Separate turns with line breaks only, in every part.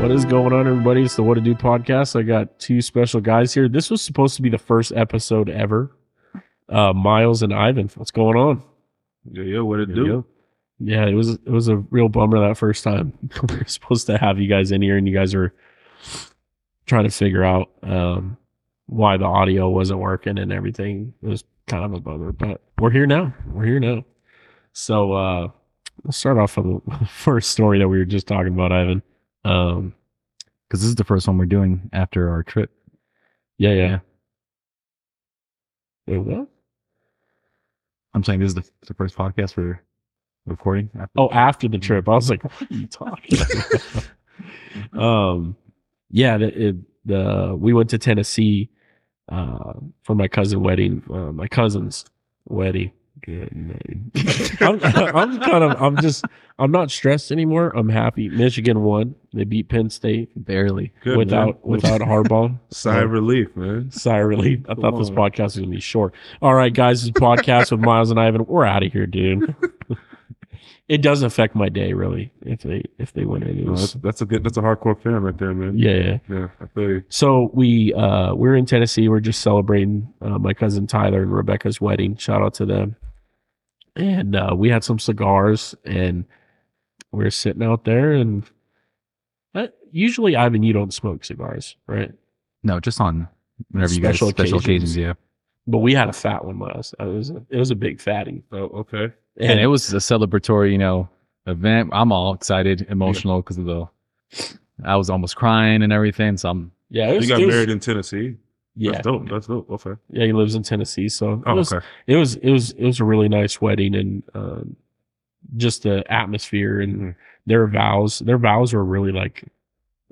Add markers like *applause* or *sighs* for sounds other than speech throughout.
What is going on, everybody? It's the What to Do podcast. I got two special guys here. This was supposed to be the first episode ever. Uh, Miles and Ivan, what's going on?
Yo, yo, what it
Yo,
do?
yo. Yeah, it was it was a real bummer that first time. *laughs* we were supposed to have you guys in here, and you guys were trying to figure out um, why the audio wasn't working and everything. It was kind of a bummer, but we're here now. We're here now. So uh, let's start off with the *laughs* first story that we were just talking about, Ivan. Um,
because this is the first one we're doing after our trip.
Yeah, yeah. Wait, what?
I'm saying this is the, the first podcast we're recording. After
Oh, after the trip, I was like, "What are you talking?"
*laughs*
about?" um, yeah, the, it, the we went to Tennessee uh, for my cousin wedding, uh, my cousin's wedding. Good name. *laughs* I'm, I'm kind of, I'm just, I'm not stressed anymore. I'm happy. Michigan won. They beat Penn State
barely.
Good,
without
man.
without
*laughs*
Harbaugh.
sigh
oh.
of relief, man.
Sigh of relief. I thought this
on.
podcast was gonna be short. All right, guys, this podcast with Miles and Ivan. We're out of here, dude. it does affect my day really if they if they win it. It
No, Oh, that's,
was-
that's a good. That's a hardcore fan right there, man.
yeah, yeah.
yeah. I feel you.
So we uh we're in Tennessee. We're just celebrating uh, my cousin Tyler and Rebecca's wedding. Shout out to them. And uh, we had some cigars and we are sitting out there and. uh, Usually, Ivan, you don't smoke cigars, right?
No, just on whenever you guys
Special
special
occasions.
occasions. yeah.
But we had a fat one last. It was a, it was a big fatty,
Oh, okay.
And, it was a celebratory, you know, event. I'm all excited, emotional because of the. I was almost crying and everything. So I'm
Yeah, it was,
you got
it was-
married in Tennessee.
Yeah,
That's dope. That's dope. Okay.
yeah, he lives in Tennessee, so it
Oh,
was
okay.
it was it was it was a really nice wedding and um just the atmosphere and
Mhm.
their vows. Their vows were really like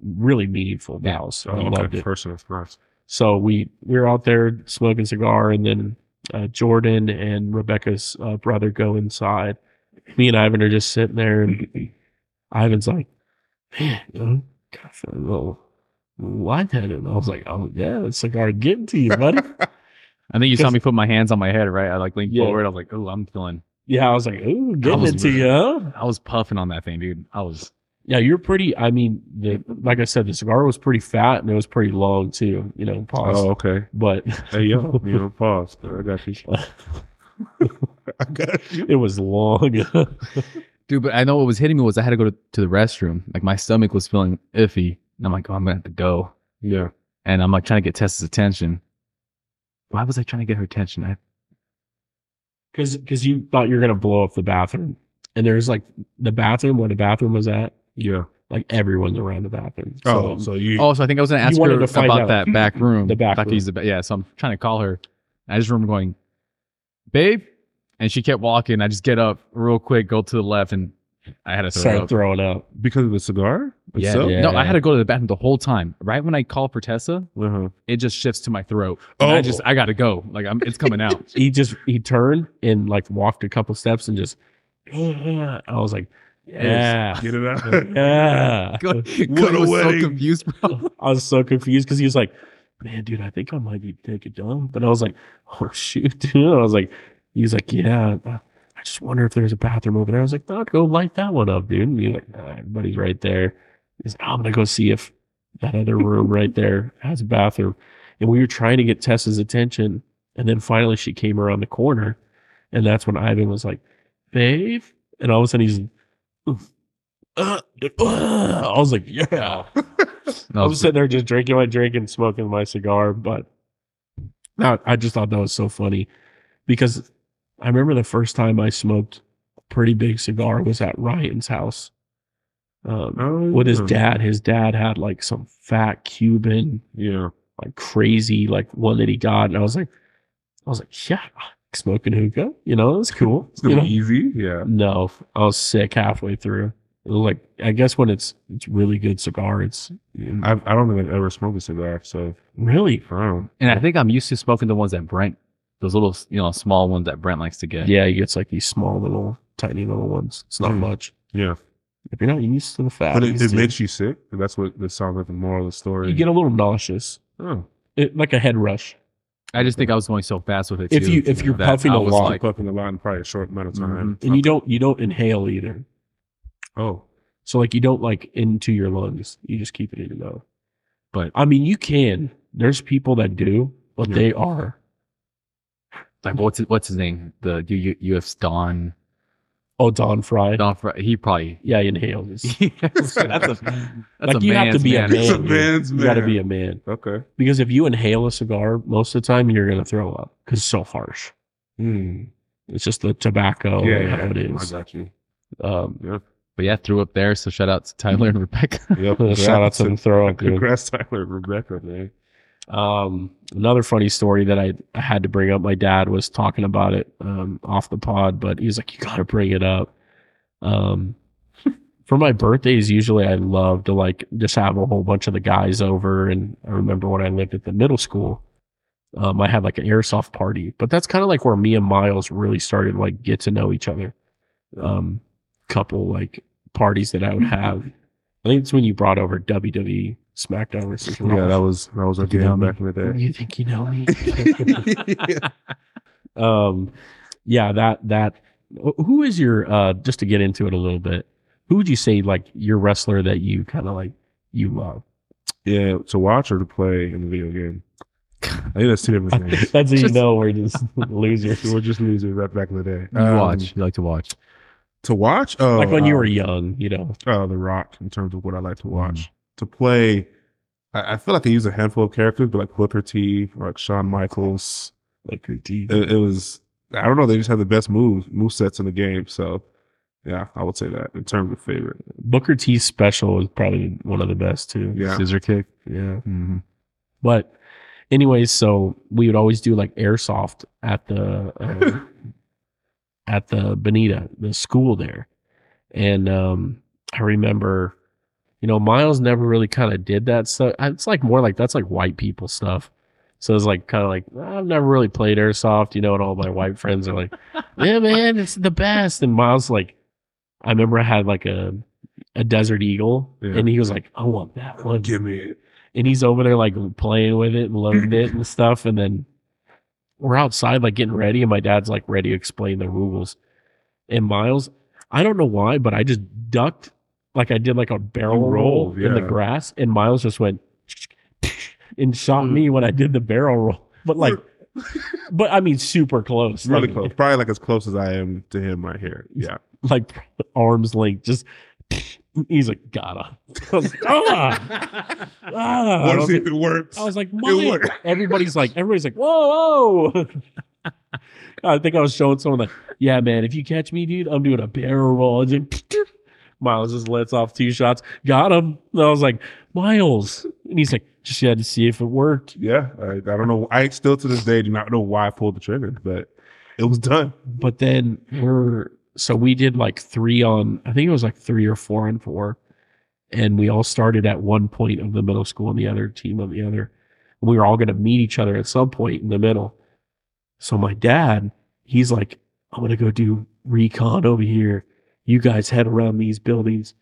really meaningful
Yeah.
vows.
Oh,
I
okay.
loved it.
Personal nice.
So we we were out there smoking cigar, and then uh, Jordan and Rebecca's uh, brother go inside. Me and Ivan are just sitting there, and Ivan's like, "Man, you know, kind of feeling a little lightheaded." And I was like, "Oh yeah, that cigar getting to you,
*laughs*
buddy."
I think you saw
Because-
me put my hands on my head, right? I like leaned
Yeah.
forward. I was like, oh, I'm feeling.
yeah, I was like, "Ooh, getting
was
it to
really-
you." huh?"
I was puffing on that thing, dude. I was.
Yeah, you're pretty. I mean, the like I said, the cigar was pretty fat and it was pretty long too. You know, pause.
Oh, okay.
But
Hey,
*laughs*
yo. you know, pause. I got you. I got you.
it was long. *laughs*
Dude, but I know what was hitting me was I had to go to, to the restroom. Like my stomach was feeling iffy. And I'm like, oh, I'm gonna have to go.
Yeah.
and I'm like trying to get Tessa's attention. Why was I trying to get her attention? I,
Cause, cause you thought you were gonna blow up the bathroom, and there's like the bathroom where the bathroom was at,
Yeah.
like everyone's around the bathroom.
Oh, so,
so
you.
oh, so I think I was gonna
You
ask
wanted
her
to find
about
out. Mm-hmm.
that back room.
The back
If I could
room.
use the ba- yeah, so I'm trying to call her. I just remember going, babe, and she kept walking. I just get up real quick, go to the left, and I had to throw
started
up.
throwing up.
because of the cigar?
yeah,
itself?
yeah.
no, I had to go to the bathroom the whole time. Right when I call for Tessa,
Uh-huh.
it just shifts to my throat. And
Oh.
I just I gotta go. Like I'm, it's coming out.
He just he turned and like walked a couple steps and just. I was like, *laughs* *laughs* yeah,
*laughs*
Get it out.
yeah.
Cody
What a
was so
wedding.
confused, bro.
I was so confused because he was like, "Man, dude, I think I might be taking dump." But I was like, "Oh shoot, dude!" I was like, "He was like, yeah, uh, I just wonder if there's a bathroom over there." I was like, "No, go light that one up, dude." And he's like, nah, "Everybody's right there." He's like, "I'm gonna go see if that other room right there has a bathroom." And we were trying to get Tessa's attention, and then finally she came around the corner, and that's when Ivan was like, "Babe," and all of a sudden he's. "Oof. Uh, uh." I was like, yeah. I was sitting there just drinking my drink and smoking my cigar, but no, I just thought that was so funny because I remember the first time I smoked a pretty big cigar was at Ryan's house. Um,
*laughs* Oh,
with his
yeah.
dad, his dad had like some fat Cuban,
Yeah.
like crazy, like one that he got, and I was like, I was like, yeah, smoking hookah, you know, it was cool.
It's gonna
you know?
be easy. Yeah.
No, I was sick halfway through. Like, I guess when it's it's really good cigar, it's
I, I don't think I've ever smoked a cigar, so
really
I don't.
And I think I'm used to smoking the ones that Brent, those little, you know, small ones that Brent likes to get.
Yeah, he gets like these small little, tiny little ones. It's not
Mm.
much.
Yeah.
If you're not used to the fat,
But it,
it's-
it makes you sick. and That's what that sounds like the moral of the story.
you get a little nauseous,
oh,
it, like a head rush.
I just think I was going so fast with it.
If
too,
you- if you're
that
puffing
I
a
was
lot.
Mm-hmm. like puffing a lot in probably a short amount of time.
And you don't you don't inhale either.
Oh,
So like you don't like into your lungs. You just keep it in your mouth.
But-
I mean, you can. There's people that do, but
Yeah.
they are.
Like what's his, what's his name? The U, U, UF's Don.
Oh, Don Fry.
Don. Fry- He probably. *laughs*
Yeah, he inhaled.
*laughs*
*laughs* It's-
that's a that's
like you have to
man's
be
man.
a man.
It's a
dude.
man's
you got to
man.
be a man
Okay.
because if you inhale a cigar, most of the time you're gonna throw up because it's so harsh.
Mm.
It's just the tobacco.
Oh, yeah,
Yeah,
yeah.
it
I
is.
got you.
Um,
*laughs* Yeah.
But yeah, threw up there. So shout out to Tyler and Rebecca. *laughs*
Yep.
shout out to the throw up. dude.
Congrats, Tyler and Rebecca, man.
Um, another funny story that I, I had to bring up. My dad was talking about it um, off the pod, but he was like, "You got to bring it up." Um, *laughs* for my birthdays, usually I love to like just have a whole bunch of the guys over. And I remember when I lived at the middle school, um, I had like an airsoft party. But that's kind of like where me and Miles really started to, like get to know each other. Um, couple like parties that I would have. I think it's when you brought over WWE SmackDown versus Raw.
*laughs* Yeah, that was that was a
Did you know
game
me?
back in the day.
You think you know me?
yeah.
*laughs* um, yeah, that that. Who is your uh? Just to get into it a little bit, who would you say like your wrestler that you kind of like you love?
*laughs* yeah, to watch or to play in the video game. *laughs* I think that's two different things.
That's how you
Just-
know we're *laughs* just losers.
we were just losing that back in the day.
You
Um,
watch. You like to watch.
to watch. Oh,
like when
um,
you were young, you know.
uh, The Rock in terms of what I like to watch. To play, I, I feel like I use a handful of characters, but like Booker T, or like Shawn Michaels.
Like your D.
It, it was I don't know. They just have the best moves, move sets in the game. So yeah, I would say that in terms of favorite.
Booker T's special is probably one of the best too.
Yeah,
Scissor kick.
Yeah.
Mm-hmm.
But, anyways, so we would always do like airsoft at the um, at the Benita, the school there, and um, I remember, you know, Miles never really kind of did that stuff. It's like more like that's like white people stuff. So it's like kind of like I've never really played airsoft, you know, and all my white friends are like, "Yeah, man, it's the best." And Miles like, I remember I had like a a Desert Eagle,
Yeah.
and he was like, "I want that one."
give me it.
and he's over there like playing with it and loving it and stuff. And then we're outside like getting ready, and my dad's like ready to explain the rules. And Miles, I don't know why, but I just ducked like I did like a barrel
You
roll
rolled,
in the
Oh, yeah.
grass, and Miles just went *laughs* and shot me when I did the barrel roll. But like, but I mean, super close,
Really
like,
close, probably like as close as I am to him right here. Yeah,
like arms length, just. He's like, gotta. *laughs* I was like, ah,
*laughs*
ah. I was
Wanna see
like-
if it works?
I was like,
It
Mike.
worked.
Everybody's like, everybody's like, whoa, whoa. *laughs* I think I was showing someone like, yeah, man, if you catch me, dude, I'm doing a barrel roll. And then *laughs* Miles just lets off two shots. Got him. And I was like, Miles. And he's like, just had to see if it worked.
Yeah, I, I don't know. I still to this day do not know why I pulled the trigger, but it was done. *laughs*
But then we're so we did like three on I think it was like three or four on four. And we all started at one point of the middle school and the other team of the other. And we were all gonna meet each other at some point in the middle. So my dad, he's like, I'm gonna go do recon over here. You guys head around these buildings,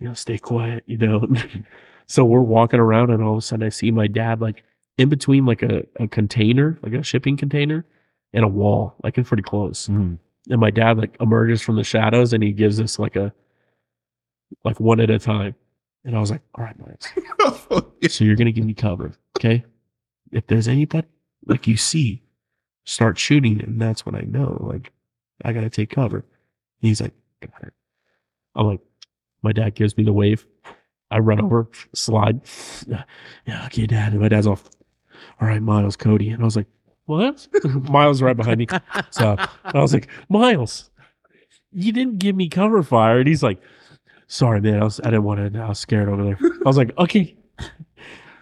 you know, stay quiet, you know. *laughs* so we're walking around and all of a sudden I see my dad like in between like a, a container, like a shipping container and a wall, like it's pretty close
Mm-hmm.
and my dad like emerges from the shadows and he gives us like a like one at a time and i was like all right Miles, so you're gonna give me cover okay if there's anybody like you see start shooting and that's when i know like i gotta take cover and he's like got it i'm like my dad gives me the wave i run over slide yeah okay dad and my dad's off all right miles cody and i was like what *laughs* miles right behind me so I was like, Miles, you didn't give me cover fire. And he's like, sorry, man. I, was, I didn't want to. I was scared over there. I was like, okay.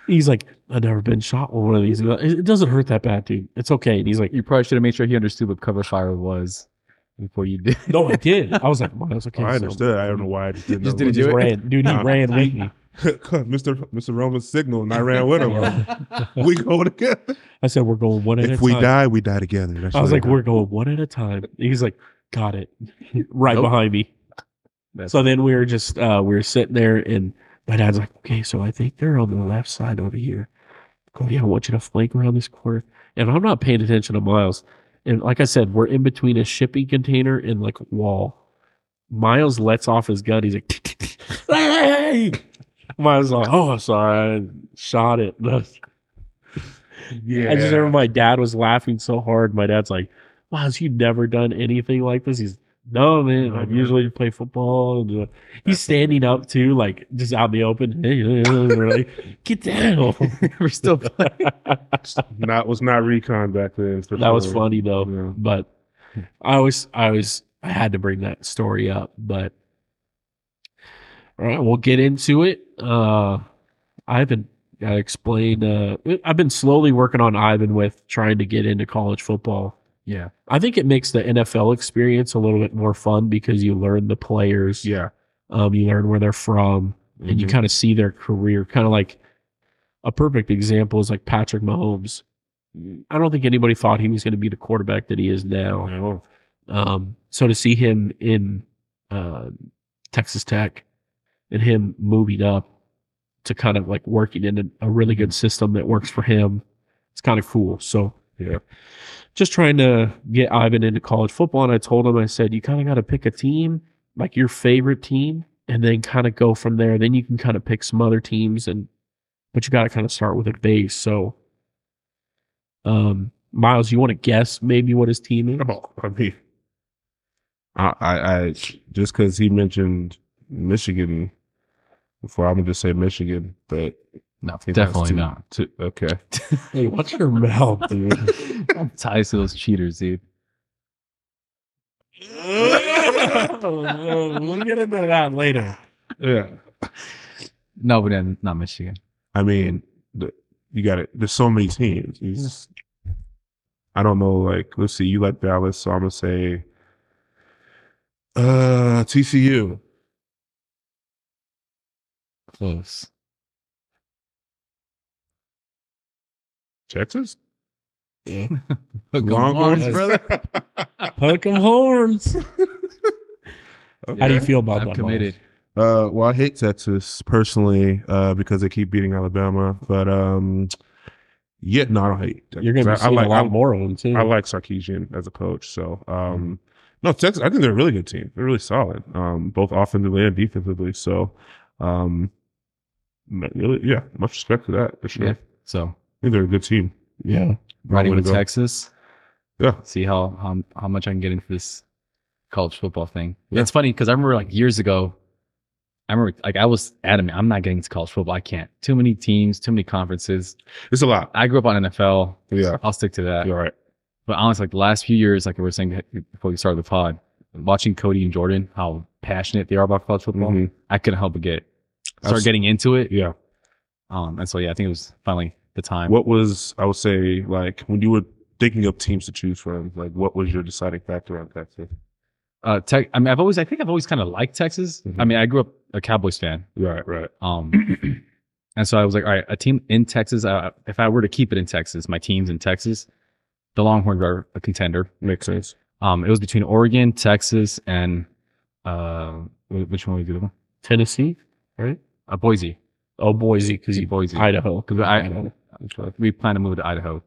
He's like, I've never been shot with one of these. It it doesn't hurt that bad, dude. It's okay. And he's like,
You probably should have made sure he understood what cover fire was before you
*laughs*
did.
no, I did. I was like, Miles, okay.
Oh, I
so-
understood. I don't know why I just didn't.
Just
He
know.
didn't
just
Do it.
ran. Dude, he
Nah.
ran with me.
*laughs* Mr. Mr. Roman signal, and I ran
*laughs*
with him. we go together.
I said, we're going one at a
If
time.
we die, we die together. That's
I was
what
like,
got.
we're going one at a time. He's like, got it. *laughs* right
Nope.
behind me.
That's-
so then we were just uh we were sitting there and my dad's like, Okay, so I think they're on the left side over here. Cody, I want you to flank around this corner. And I'm not paying attention to Miles. And like I said, we're in between a shipping container and like *laughs* wall. Miles lets off his gun. He's like, hey! Mine was like, oh, sorry, I shot it. *laughs*
Yeah.
I just remember my dad was laughing so hard. My dad's like, "Miles, you never done anything like this." He's no man. I
Mm-hmm.
usually play football. And, uh, he's standing up too, like just out in the open. *laughs* We're like, get down.
*laughs* We're
*laughs*
still playing.
not was not recon back then. for
that was
sure.
funny though.
Yeah.
But I always, I always, I had to bring that story up. But all right, we'll get into it. Uh, Ivan, I explained. Uh, I've been slowly working on Ivan with trying to get into college football.
Yeah.
I think it makes the NFL experience a little bit more fun because you learn the players,
Yeah.
um, you learn where they're from, and you
Mhm.
kind of see their career. Kind of like a perfect example is like Patrick Mahomes. I don't think anybody thought he was going to be the quarterback that he is now.
No. *laughs*
Um, so to see him in uh, Texas Tech and him moving up to kind of like working in a, a really good system that works for him, it's kind of cool. So
Yeah.
just trying to get Ivan into college football, and I told him I said you kind of got to pick a team, like your favorite team, and then kind of go from there. Then you can kind of pick some other teams, and but you got to kind of start with a base. So, um, Miles, you want to guess maybe what his team is?
No, I mean, I, I, I just because he mentioned Michigan before, I'm gonna just say Michigan, but
No,
he- that's
definitely
too-
not.
too-
*laughs*
okay,
Hey, watch your mouth,
*laughs*
dude.
I'm tied to those cheaters, dude.
we'll get into that later.
yeah.
No, but then not Michigan.
I mean, the, you got it. There's so many teams. You just- I don't know. Like, let's see. You like Dallas, so I'm gonna say uh TCU.
Close.
Texas?
Longhorns, brother.
*laughs* Pucking horns. How do you feel about
I'm
that?
committed.
Uh, well, I hate Texas personally uh, because they keep beating Alabama. But um, yeah, no, I don't hate. Texas.
Miles? You're going to
I,
be
I
seeing
like
a lot
I,
more of them too.
I like Sarkeesian as a coach. So um, no, Texas. I think they're a really good team. They're really solid, um, both offensively and defensively. So um, no, really, yeah, much respect to that for sure.
Yeah.
I
So
think they're a good team.
yeah.
riding
way
with
to go.
Texas.
Yeah.
See how how, how much I can get into this college football thing.
Yeah.
It's funny because I remember like years ago, I remember like I was adamant, I'm not getting into college football. I can't. Too many teams, too many conferences.
It's a lot.
I grew up on NFL.
Yeah.
I'll stick to that.
You're right.
But honestly, like the last few years, like we were saying before we started the pod, watching Cody and Jordan, how passionate they are about college football,
Mhm.
I couldn't help but get start
Abs-
getting into it.
Yeah.
Um, and so yeah, I think it was finally the time.
What was I would say like when you were thinking of teams to choose from? Like, what was your deciding factor on Texas?
Uh, tech, I mean, I've always, I think I've always kind of liked Texas.
Mhm.
I mean, I grew up a Cowboys fan.
Right. Right.
Um, and so I was like, all right, a team in Texas. Uh, if I were to keep it in Texas, my team's in Texas. The Longhorns are a contender.
Makes sense.
Um, it was between Oregon, Texas, and uh, wh- which one was the other one?
Tennessee.
Uh, Boise.
Oh, Boise, because you
Boise.
Idaho.
'Cause I-
Idaho.
we plan to move to Idaho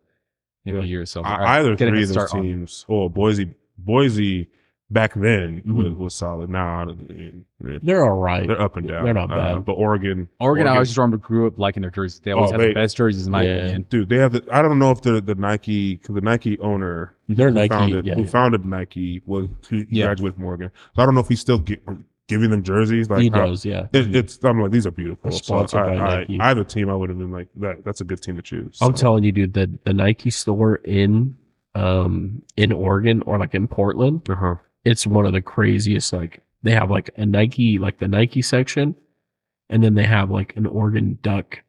in a year or so. All right,
either
get a
three
head
of those
start on-
teams. Oh, Boise, Boise back then was,
Mhm.
was solid. Now I don't- yeah,
They're all right.
they're up and down.
They're not
Uh,
bad.
but Oregon,
Oregon, I always just remember grew up liking their jerseys. They always
Oh,
have
they-
the best jerseys in my
Yeah.
opinion.
dude, they have the. I don't know if the the Nike, 'cause the Nike owner
They're
who
Nike.
founded
yeah.
who founded Nike was he
Yeah.
graduated from Oregon. So I don't know if he's still gi- giving them jerseys. Like uh,
he
how-
does, yeah.
It, it's I'm like these are beautiful.
They're
So
sponsored
I,
by
I,
Nike.
I have a team I would have been like that. That's a good team to choose.
I'm
So,
telling you, dude, the, the Nike store in um in Oregon or like in Portland,
uh-huh.
it's one of the craziest. Like they have like a Nike, like the Nike section, and then they have like an Oregon Duck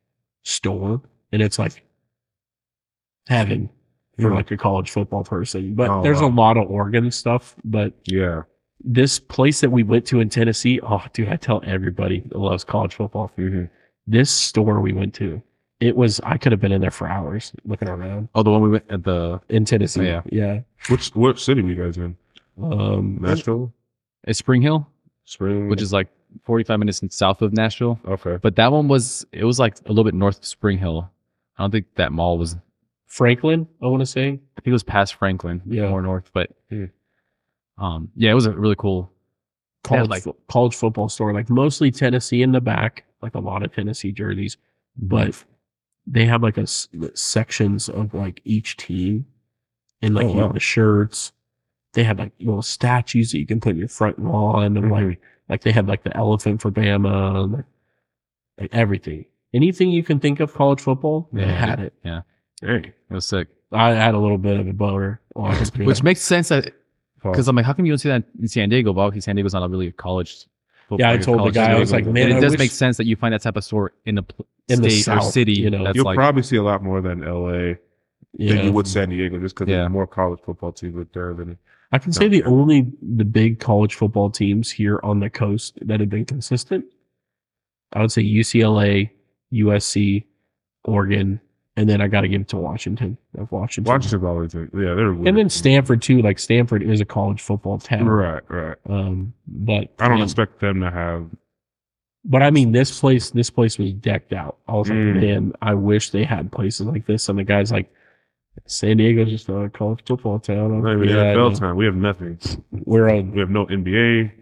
store, and it's like heaven for
Yeah.
like a college football person. But
Oh,
there's
wow.
a lot of Oregon stuff. But
yeah.
this place that we went to in Tennessee, oh dude, I tell everybody that loves college football.
Mm-hmm.
Mhm.
This store we went to, it was I could have been in there for hours looking around
Oh, the one we went at the Oh,
in Tennessee.
Yeah. Oh.
yeah.
Which what city were you guys in?
Um,
Nashville,
at Spring Hill,
Spring,
Mm-hmm.
which is like 45 minutes in south of Nashville.
okay.
But that one was it was like a little bit north of Spring Hill. I don't think that mall was.
Franklin, I want to say.
I think it was past Franklin,
Yeah.
more north. But
Hmm.
um, yeah, it was a really cool
had,
college
like-
fo- college football store, like mostly Tennessee in the back, like a lot of Tennessee jerseys, but they have like a s- sections of like each team, and like
Oh,
you have
wow.
the shirts. They have like little statues that you can put in your front lawn, and like like they had like the elephant for Bama, and, like everything, anything you can think of college football, they
Yeah.
had it.
Yeah.
Dang.
It was sick.
I had a little bit of a boner. on it, but
Which makes sense that
Paul.
because I'm like, how come you don't see that in San Diego? Well, because San Diego's not a really a college. football-
Yeah, I
like a
told the
college
guy, I
city.
was like,
And
man,
it
I
does
wish-
make sense that you find that type of store in a pl-
In the
state or
South,
city.
you know.
that's
You'll
like,
probably see a lot more than LA than
yeah.
you would San Diego, just because
Yeah.
there's more college football teams up there than
I can say the only the big college football teams here on the coast that have been consistent, I would say UCLA, USC, Oregon, and then I got to give it to Washington. Of Washington.
Washington's always. Yeah, they're. Weird.
and then Stanford too. Like Stanford is a college football town.
Right, right.
Um, but
I don't
yeah.
expect them to have.
But I mean, this place, this place was decked out. I was
Mm.
like, man, I wish they had places like this. And the guy's like, San Diego's just a college football town. I'm
Not even
like, "Yeah, I know.
NFL time. We have nothing.
We're on.
We have no NBA,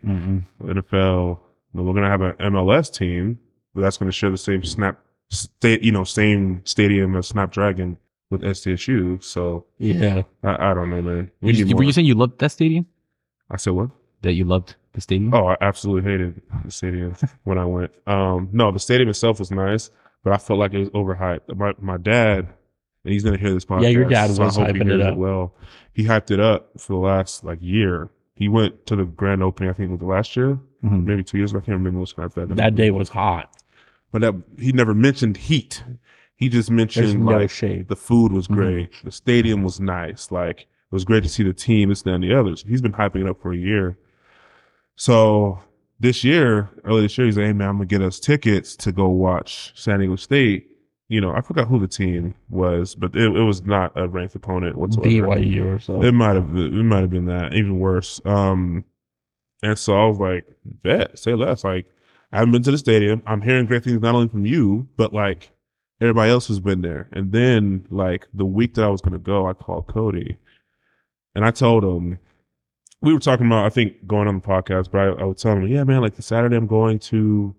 NFL. No, We're gonna have an MLS team, but that's gonna share the same snap state, you know, same stadium as Snapdragon with SDSU. So
Yeah.
I, I don't know, man. We
You just-
need
were
more.
you saying you loved that stadium?
I said what?
That you loved the stadium?
Oh, I absolutely hated the stadium when I went. Um, no, the stadium itself was nice, but I felt like it was overhyped. My my dad, and he's gonna hear this podcast.
Yeah, your dad
I
was
hope he
hyping it
hears
up.
well, he hyped it up for the last like year. He went to the grand opening, I think, it was last year,
Mhm.
maybe two years ago. I can't remember which time that.
That day was hot.
but that, he never mentioned heat. He just
There's
mentioned
no
like
shade.
the food was
Mhm.
great. The stadium was nice. Like it was great to see the team, this, that, and the others. He's been hyping it up for a year. So this year, early this year, he's like, hey man, I'm gonna get us tickets to go watch San Diego State. You know, I forgot who the team was, but it, it was not a ranked opponent whatsoever.
BYU or something.
It might have been- it might have been that, even worse. Um and so I was like, bet, say less. Like, I haven't been to the stadium. I'm hearing great things not only from you, but like everybody else who's been there. And then like the week that I was gonna go, I called Cody and I told him we were talking about I think going on the podcast, but I, I would tell him, Yeah, man, like the Saturday I'm going to,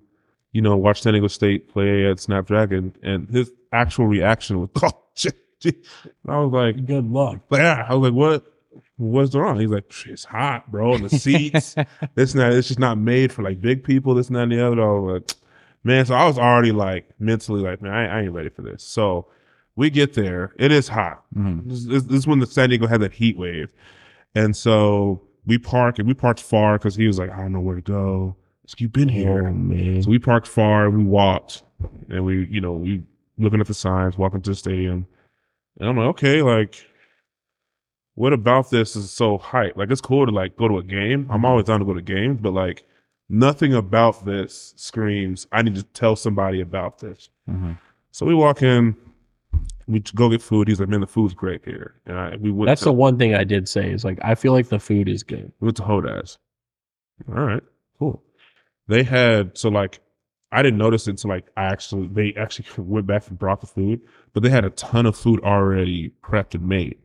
you know, watch San Diego State play at Snapdragon and his actual reaction was *laughs* oh shit. shit." And I was like
Good luck.
like, yeah, I was like, what? What's going on? He's like, it's hot, bro, in
*laughs*
the seats. this and that. It's just not made for like big people. This and that and the other. I was like, man. So I was already like mentally like, man, I, I ain't ready for this. So we get there. It is hot.
Mhm.
This, this, this is when the San Diego had that heat wave, and so we park and we parked far because he was like, I don't know where to go. It's like, You've been here.
Oh, man.
So we parked far, we walked, and we, you know, we looking at the signs, walking to the stadium. And I'm like, okay, like, what about this is so hype? Like, it's cool to like go to a game. I'm always down to go to games, but like, nothing about this screams, I need to tell somebody about this.
Mhm.
So we walk in, we go get food. He's like, man, the food's great here. And I, we went
That's
to,
the one thing I did say is like, I feel like the food is good.
we went to Hodas. All right, cool. They had so like I didn't notice it until like I actually they actually *laughs* went back and brought the food, but they had a ton of food already prepped and made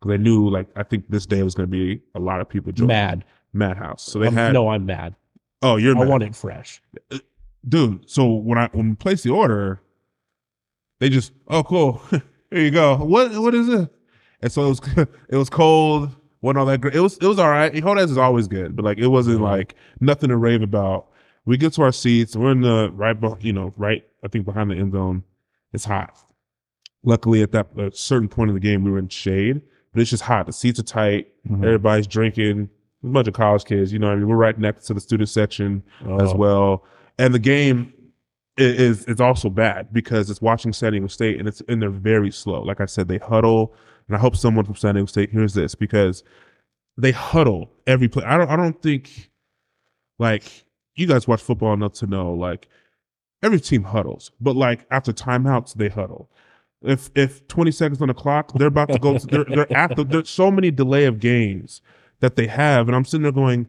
because they knew like I think this day was going to be a lot of people joining
Mad.
Madhouse. So they
I'm-
had
no, I'm mad.
oh you're
I
mad.
want it fresh.
dude. So when I when we placed the order, they just oh cool, *laughs* here you go. What what is it? And so it was *laughs* it was cold. wasn't all that great. It was it was all right. Hodas is always good, but like it wasn't like nothing to rave about. We get to our seats. We're in the right, beh- you know, right. I think behind the end zone. It's hot. Luckily, at that a certain point in the game, we were in shade, but it's just hot. The seats are tight.
Mhm.
Everybody's drinking. A bunch of college kids. You know, what I mean, we're right next to the student section as
Oh,
well. And the game i- is is also bad because it's watching San Diego State and it's and they're very slow. Like I said, they huddle, and I hope someone from San Diego State hears this because they huddle every play. I don't I don't think like you guys watch football enough to know like every team huddles, but like after timeouts they huddle. If if 20 seconds on the clock, they're about to go. To, they're they're at the. There's so many delay of games that they have, and I'm sitting there going,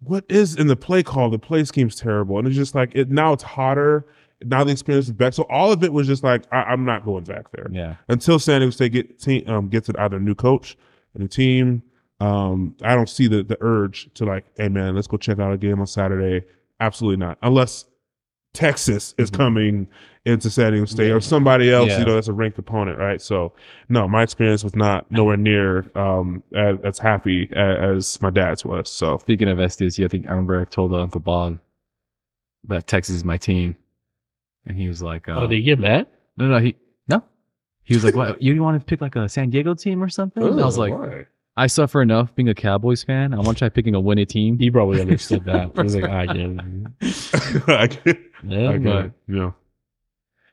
"What is in the play call? The play scheme's terrible." And it's just like it now. It's hotter now. The experience is back. So all of it was just like I, I'm not going back there
Yeah.
until San Diego State get team, um, gets it either a new coach, a new team, Um, I don't see the the urge to like, hey man, let's go check out a game on Saturday. Absolutely not, unless Texas is
Mhm.
Mm-hmm.
coming into San Diego State or somebody else, you know, that's a ranked opponent, right? So, no, my experience was not nowhere near um as, as happy as, as my dad's was. So,
Speaking of SDSU, I think I remember I told Uncle Bob that Texas is my team, and he was like, uh,
Oh, did you get mad?
"No, no, he no." He was
*laughs*
like, "What? You want to pick like a San Diego team or something?" And I was like,
why?
"I suffer enough being a Cowboys fan. I want to try picking a winning team."
He probably
*laughs*
understood that. He was like, I get it.
*laughs* I get,
Yeah,
I get
but-
it. Yeah.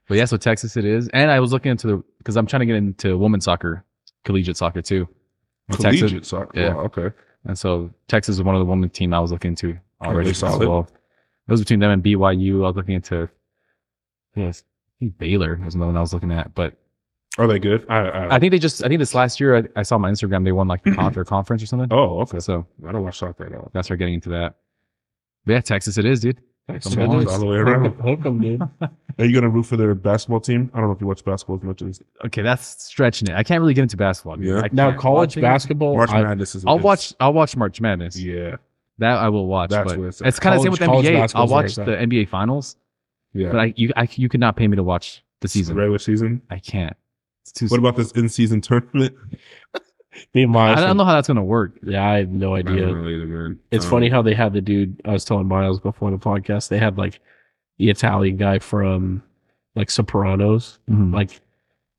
But yeah, so Texas it is. And I was looking into the because I'm trying to get into women's soccer, collegiate soccer too. And Texas-
Collegiate soccer.
yeah.
Wow, okay.
and so Texas is one of the women team I was looking into already
they
as
solid?
well. It was between them and BYU. I was looking into yes, I think Baylor was another one I was looking at. But
Are they good? I, I,
I think they just I think this last year I, I saw on my Instagram they won like the con- their *clears throat* conference or something.
oh, okay.
So
I don't watch soccer at all.
that's her getting into that. But yeah, Texas it is, dude.
Texas
Come on.
all the way around.
Hook 'em,
*laughs*
dude.
Are you going to root for their basketball team? I don't know if you watch basketball as much as
Okay, that's stretching it. I can't really get into basketball. dude.
Yeah.
I
Now,
can't.
college
Watching-
basketball,
March
Oh, I-
Madness. Is
I'll
is-
watch. I'll watch March Madness.
Yeah,
That I will watch.
That's
but
where it's
it's,
at.
kind of the same
College- college
with NBA. I'll
basketball's where
watch
it's
the
at.
NBA finals,
yeah.
but I you I you could not pay me to watch the season.
regular season.
I can't. It's too.
What about this in-season tournament?
me and
I
Miles.
don't know how that's gonna work.
Yeah, I have no idea. It's
Um,
funny how they had the dude I was telling Miles before the podcast. They had like the Italian guy from like Sopranos.
Mm-hmm.
Like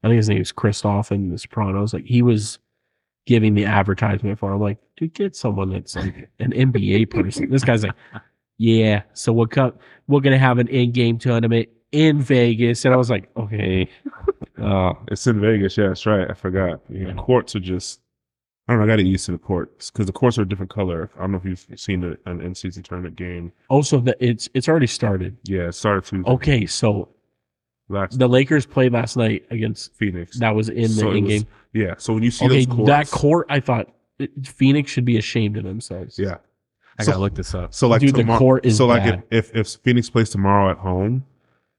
I think his name is Christoph in the Sopranos. Like he was giving the advertisement for. it. I'm like, dude, get someone that's like an NBA person. This guy's like, yeah. So we'll co- We're gonna have an in-game tournament in Vegas, and I was like, okay,
Uh, it's in Vegas. Yeah, that's right. I forgot. Yeah. Courts are just. I don't know. I got to get used to the courts because the courts are a different color. I don't know if you've seen the, an in-season tournament game.
Also, the, it's it's already started.
Yeah, it started through
Okay, so
last
the Lakers played last night against
Phoenix.
that was in the
So it
in
was-
game.
yeah, so when you see
Okay,
those courts,
that court, I thought it- Phoenix should be ashamed of themselves.
yeah.
I
So-
gotta look this up.
So like
Dude, the
tomorrow,
court is
so like
bad.
if, if if Phoenix plays tomorrow at home,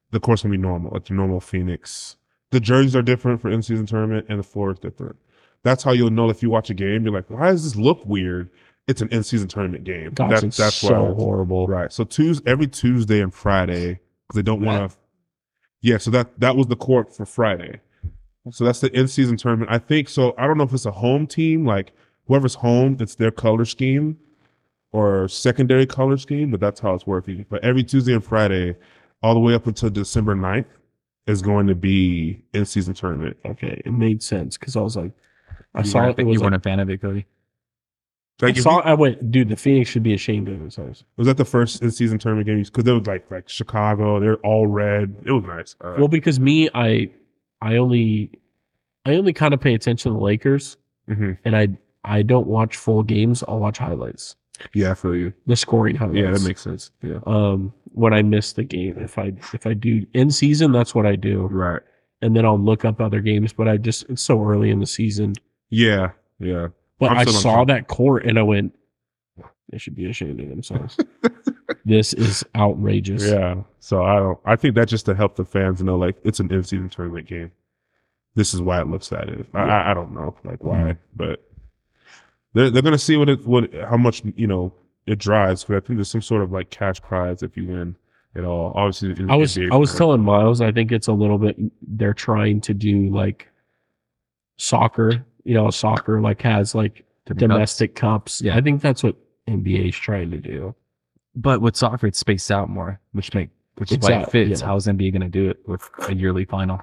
the court's gonna be normal, like the normal Phoenix. The jerseys are different for in season tournament, and the floor is different. That's how you'll know if you watch a game. You're like, why does this look weird? It's an in season tournament game.
God,
That-
it's
that's
so
why.
horrible.
Right. So Tuesday, every Tuesday and Friday, because they don't want to. Yeah. So that that was the court for Friday. So that's the in season tournament. I think so. I don't know if it's a home team, like whoever's home, it's their color scheme or secondary color scheme, but that's how it's working. But every Tuesday and Friday, all the way up until December 9th, is going to be in season tournament.
Okay, it made sense because I was like, I
you
saw
weren't,
it. it was
you weren't
like,
a fan of it, Cody.
I
Like if
saw.
you-
I went, dude. The Phoenix should be ashamed of themselves.
was that the first in season tournament game? Because it was like like Chicago, they're all red. It was nice. Uh,
Well, because me, I, I only, I only kind of pay attention to the Lakers,
mhm.
and I, I don't watch full games. I'll watch highlights,
Yeah, I feel you.
the scoring highlights.
Yeah, that makes sense. Yeah.
um when I miss the game. If I if I do in season, that's what I do.
Right.
And then I'll look up other games, but I just it's so early in the season.
Yeah. Yeah.
But
I'm
i
still on
saw
top.
that court and I went, they should be ashamed of
*laughs*
themselves. this is outrageous.
Yeah. So I don't. I think that's just to help the fans know, like, it's an in-season tournament game. This is why it looks that is. I, I I don't know, like why,
Mm-hmm.
but they're they're gonna see what it what how much you know it drives. But I think there's some sort of like cash prize if you win at all. Obviously, in-
I was
NBA
I was
tournament.
telling Miles, I think it's a little bit they're trying to do like soccer. You know, soccer like has like domestic cups.
Yeah.
I think that's what NBA is trying to do.
But with soccer, it's spaced out more, which make which is
It's
why
out,
it fits.
yeah.
How's NBA gonna do it with a yearly final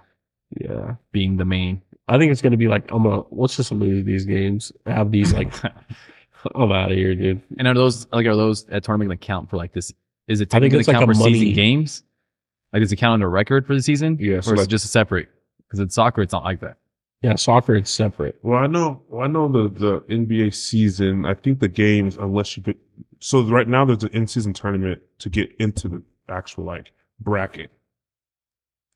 Yeah.
being the main? *laughs*
I think it's gonna be like I'm gonna let's just lose these games. Have these like *laughs* I'm out of here, dude.
and are those like are those at tournament gonna count for like this? Is it
I think
technically
it's like
count
a
for
money-
season games? Like does it count on a record for the season?
Yeah, so
or is
like-
it just separate? Because in soccer, it's not like that.
Yeah, soccer it's separate.
Well, I know, well, I know the the NBA season. I think the games, unless you could, so right now there's an in-season tournament to get into the actual like bracket.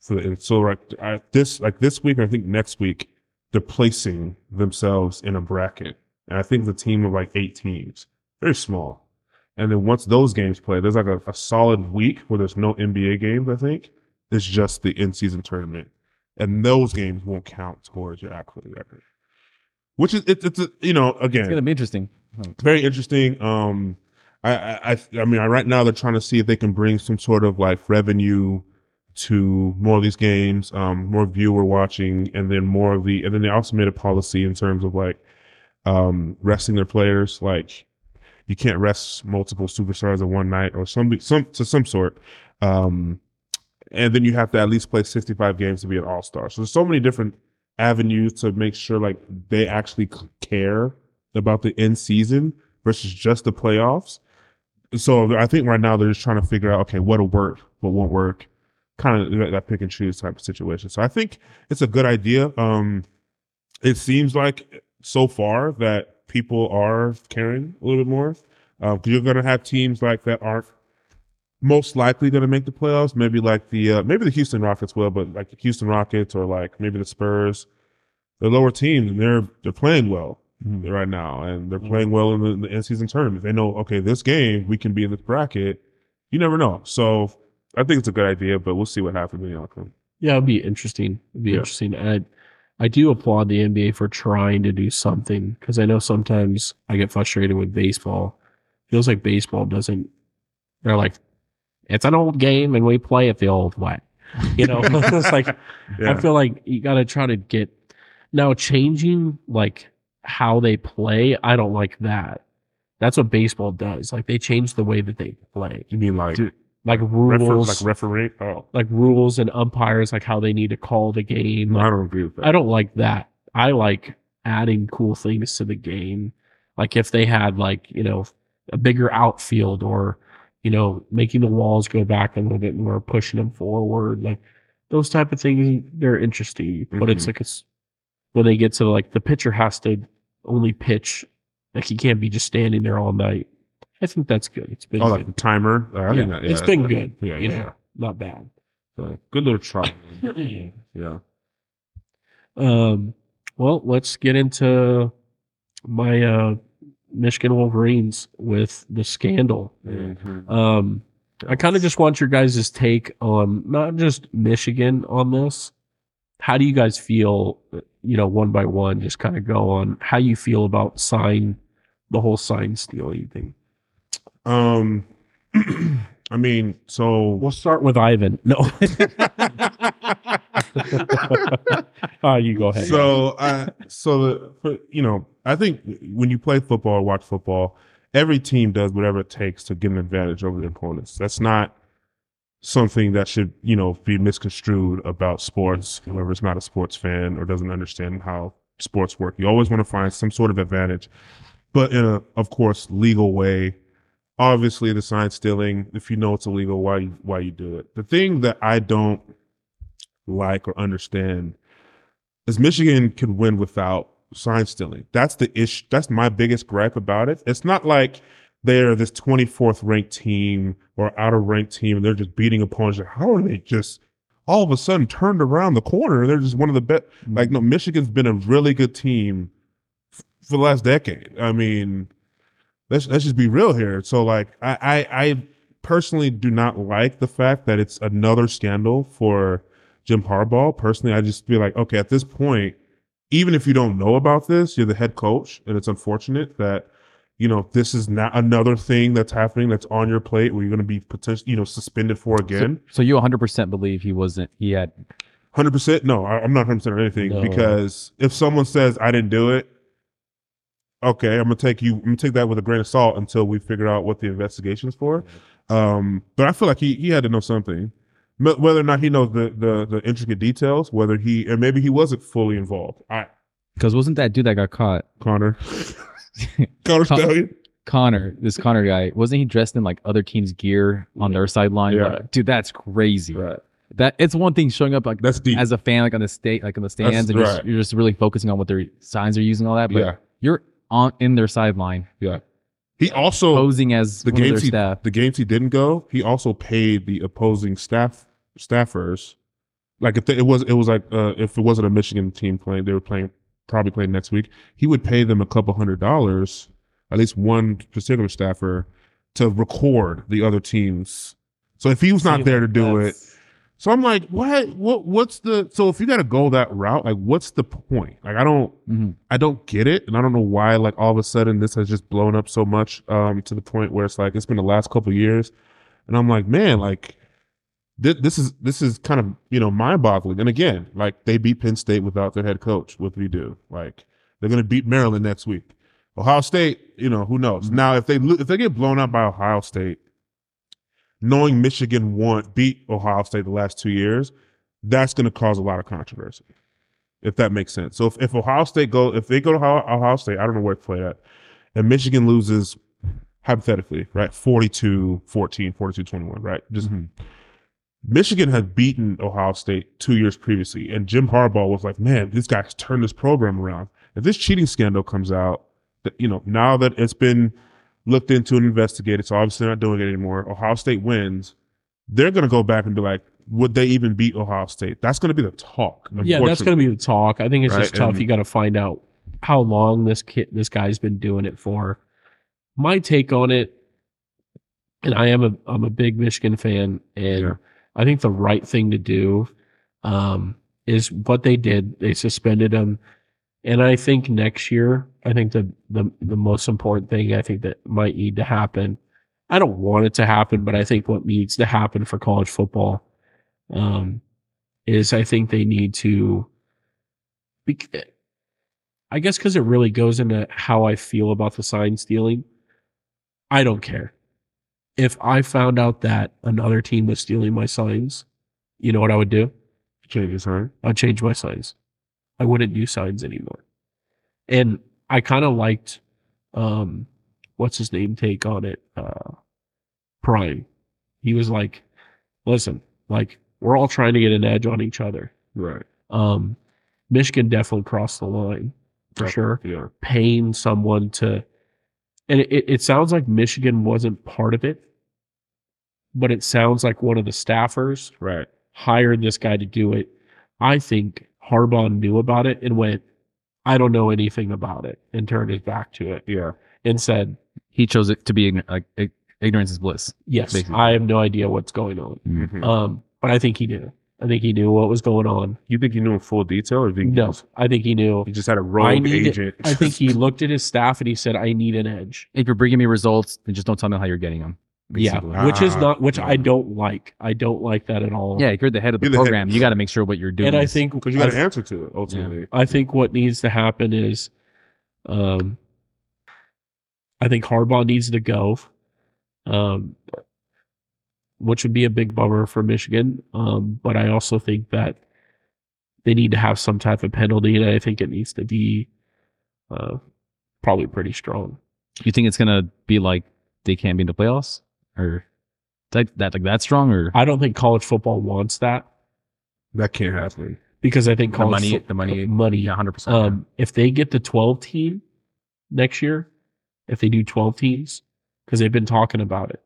So, and so like I, this, like this week, I think next week, they're placing themselves in a bracket, and I think the team of like eight teams, very small. And then once those games play, there's like a, a solid week where there's no NBA games. I think it's just the in-season tournament, and those games won't count towards your actual record. which is it's it's a, you know again
It's gonna be interesting.
very interesting. Um, I, I, I- I mean, I, right now they're trying to see if they can bring some sort of like revenue to more of these games, um, more viewer watching, and then more of the, and then they also made a policy in terms of like, um, resting their players. Like, you can't rest multiple superstars in one night or some, some to some sort. Um, and then you have to at least play 65 games to be an all star. So there's so many different avenues to make sure like they actually c- care about the end season versus just the playoffs. So I think right now they're just trying to figure out okay what'll work, what won't work, kind of that- that pick and choose type of situation. So I think it's a good idea. Um, it seems like so far that people are caring a little bit more. Um, 'cause you're gonna have teams like that aren't most likely gonna make the playoffs. Maybe like the uh, maybe the Houston Rockets will, but like the Houston Rockets or like maybe the Spurs. They're lower teams and they're they're playing well
Mm-hmm.
right now, and they're playing well in the, the end season tournament. They know, okay, this game we can be in this bracket. You never know, so I think it's a good idea, but we'll see what happens in the outcome.
Yeah, it'd be interesting. It'd be
Yeah.
interesting. I, I do applaud the NBA for trying to do something because I know sometimes I get frustrated with baseball. feels like baseball doesn't. They're like, it's an old game and we play it the old way. You
*laughs*
know, *laughs* it's like
Yeah,
I feel like you got to try to get now changing like how they play. I don't like that. That's what baseball does. Like they change the way that they play,
you mean like
Dude,
like
refer,
rules,
like referee? Oh,
like rules and umpires, like how they need to call the game.
no, I don't agree with that.
I don't like that. I like adding cool things to the game. Like if they had like, you know, a bigger outfield or, you know, making the walls go back a little bit more, pushing them forward, like those type of things, they're interesting. But
Mm-hmm.
it's like it's when they get to like the pitcher has to only pitch, like he can't be just standing there all night. I think that's good. It's been
Oh,
good.
like the timer. Uh, I
yeah.
think that- yeah,
it's been good.
Yeah,
you
yeah.
know, not bad.
So, good
*laughs*
little try. *clears throat* yeah.
Um, well, let's get into my uh, Michigan Wolverines with the scandal. Um, I kind of just want your guys' take on not just Michigan on this. How do you guys feel, you know, one by one, just kind of go on how you feel about sign, the whole sign stealing thing?
Um, *clears throat* I mean, so.
We'll start with Ivan. *laughs* No. uh, you go ahead.
So, I, so the, for, you know, I think when you play football or watch football, every team does whatever it takes to get an advantage over their opponents. That's not something that should, you know, be misconstrued about sports. Whoever's not a sports fan or doesn't understand how sports work, you always want to find some sort of advantage, but in a, of course, legal way. Obviously, the sign stealing. If you know it's illegal, why you, why you do it? The thing that I don't like or understand is Michigan could win without sign stealing. That's the issue. That's my biggest gripe about it. It's not like they're this 24th ranked team or out of ranked team and they're just beating opponents. Like, How are they just all of a sudden turned around the corner? They're just one of the best. Like, no, Michigan's been a really good team f- for the last decade. I mean, let's let's just be real here. So like I I, I personally do not like the fact that it's another scandal for Jim Harbaugh. Personally, I just feel like okay at this point, even if you don't know about this, you're the head coach, and it's unfortunate that you know this is not another thing that's happening that's on your plate where you're going to be potentially you know suspended for again.
So you 100 percent believe he wasn't. He had.
Hundred percent? No, I, I'm not hundred percent on anything
No.
because if someone says I didn't do it, okay, I'm gonna take you. I'm gonna take that with a grain of salt until we figure out what the investigation's for. Um, but I feel like he he had to know something, M- whether or not he knows the the, the intricate details, whether he and maybe he wasn't fully involved. I
Because wasn't that dude that got caught?
Connor. Connor
Con-
Stallion.
Connor,
*laughs*
this Connor guy, wasn't he dressed in like other teams' gear on their sideline?
Yeah.
Dude, that's crazy.
Right.
That it's one thing showing up like
That's deep.
as a fan, like on the state, like on the stands, and you're,
right.
just, you're just really focusing on what their signs are using, all that. But
yeah.
you're on in their sideline,
He also
posing as
Oh, the
one of
games
their
he
staff.
the games he didn't go, he also paid the opposing staff staffers. Like if they, it was it was like uh, if it wasn't a Michigan team playing, they were playing probably playing next week. He would pay them a couple hundred dollars, at least one particular staffer, to record the other teams. So if he was not there to do it, So I'm like, what? What? What's the? So if you got to go that route, like, what's the point? Like, I don't,
Mm-hmm.
Mhm.
I don't get it, and I don't know why. Like, all of a sudden, this has just blown up so much um, to the point where it's like it's been the last couple of years, and I'm like, man, like, thi- this is this is kind of you know mind boggling. And again, like they beat Penn State without their head coach. What do we do? Like, they're gonna beat Maryland next week. Ohio State, you know, who knows? Now, if they lo- if they get blown out by Ohio State, knowing Michigan won beat Ohio State the last two years, that's going to cause a lot of controversy, if that makes sense. So if, if Ohio State go if they go to Ohio, Ohio State, I don't know where it's played at, and Michigan loses hypothetically, right, 42-14, 42-21, right? Just
Mm-hmm.
Michigan had beaten Ohio State two years previously, and Jim Harbaugh was like, "Man, this guy's turned this program around." If this cheating scandal comes out, that you know now that it's been looked into and investigated, so obviously not doing it anymore. Ohio State wins, they're going to go back and be like, "Would they even beat Ohio State?" That's going to be the talk.
Yeah, that's going to be the talk. I think it's just
Right,
tough.
and-
you got to find out how long this kid, this guy's been doing it for. My take on it, and I am a I'm a big Michigan fan, and
Yeah.
I think the right thing to do um, is what they did. They suspended him, and I think next year, I think the the the most important thing I think that might need to happen. I don't want it to happen, but I think what needs to happen for college football. Um, is I think they need to, bec- I guess, because it really goes into how I feel about the sign stealing. I don't care. If I found out that another team was stealing my signs, you know what I would do?
changes, right?
I'd change my signs. I wouldn't do signs anymore. And I kind of liked, um, what's his name take on it? Uh, Prime. He was like, listen, like, we're all trying to get an edge on each other.
Right.
Um, Michigan definitely crossed the line for sure.
Yeah.
Paying someone to, and it- it, it sounds like Michigan wasn't part of it, but it sounds like one of the staffers
Right.
hired this guy to do it. I think Harbaugh knew about it and went, I don't know anything about it, and turned his back to it
Yeah.
and said,
He chose it to be ign- like ig- ignorance is bliss.
Yes,
Basically.
I have no idea what's going on.
Mhm.
Um, but I think he knew. I think he knew what was going on.
You think you knew in full detail, or do you think
No, I think he knew.
you just had a rogue
need-
agent?
I
*laughs*
think he looked at his staff and he said, I need an edge.
If you're bringing me results, then just don't tell me how you're getting them. basically.
Yeah. Which is
Ah,
not, which I
yeah.
don't like. I don't like that at all.
Yeah, if you're the head of the
You're the head.
program. You got to make sure what you're doing.
And I
is-
think,
because you
I
got to answer to it ultimately.
I think what needs to happen is, um, I think Harbaugh needs to go, um, which would be a big bummer for Michigan. Um, but I also think that they need to have some type of penalty, and I think it needs to be uh, probably pretty strong.
you think it's gonna be like they can't be in the playoffs or that that like that strong or
I don't think college football wants that
That can't happen.
because I think
the
college
money
fo-
the money
money
yeah hundred percent
Um, if they get the 12 team next year, if they do 12 teams, because they've been talking about it.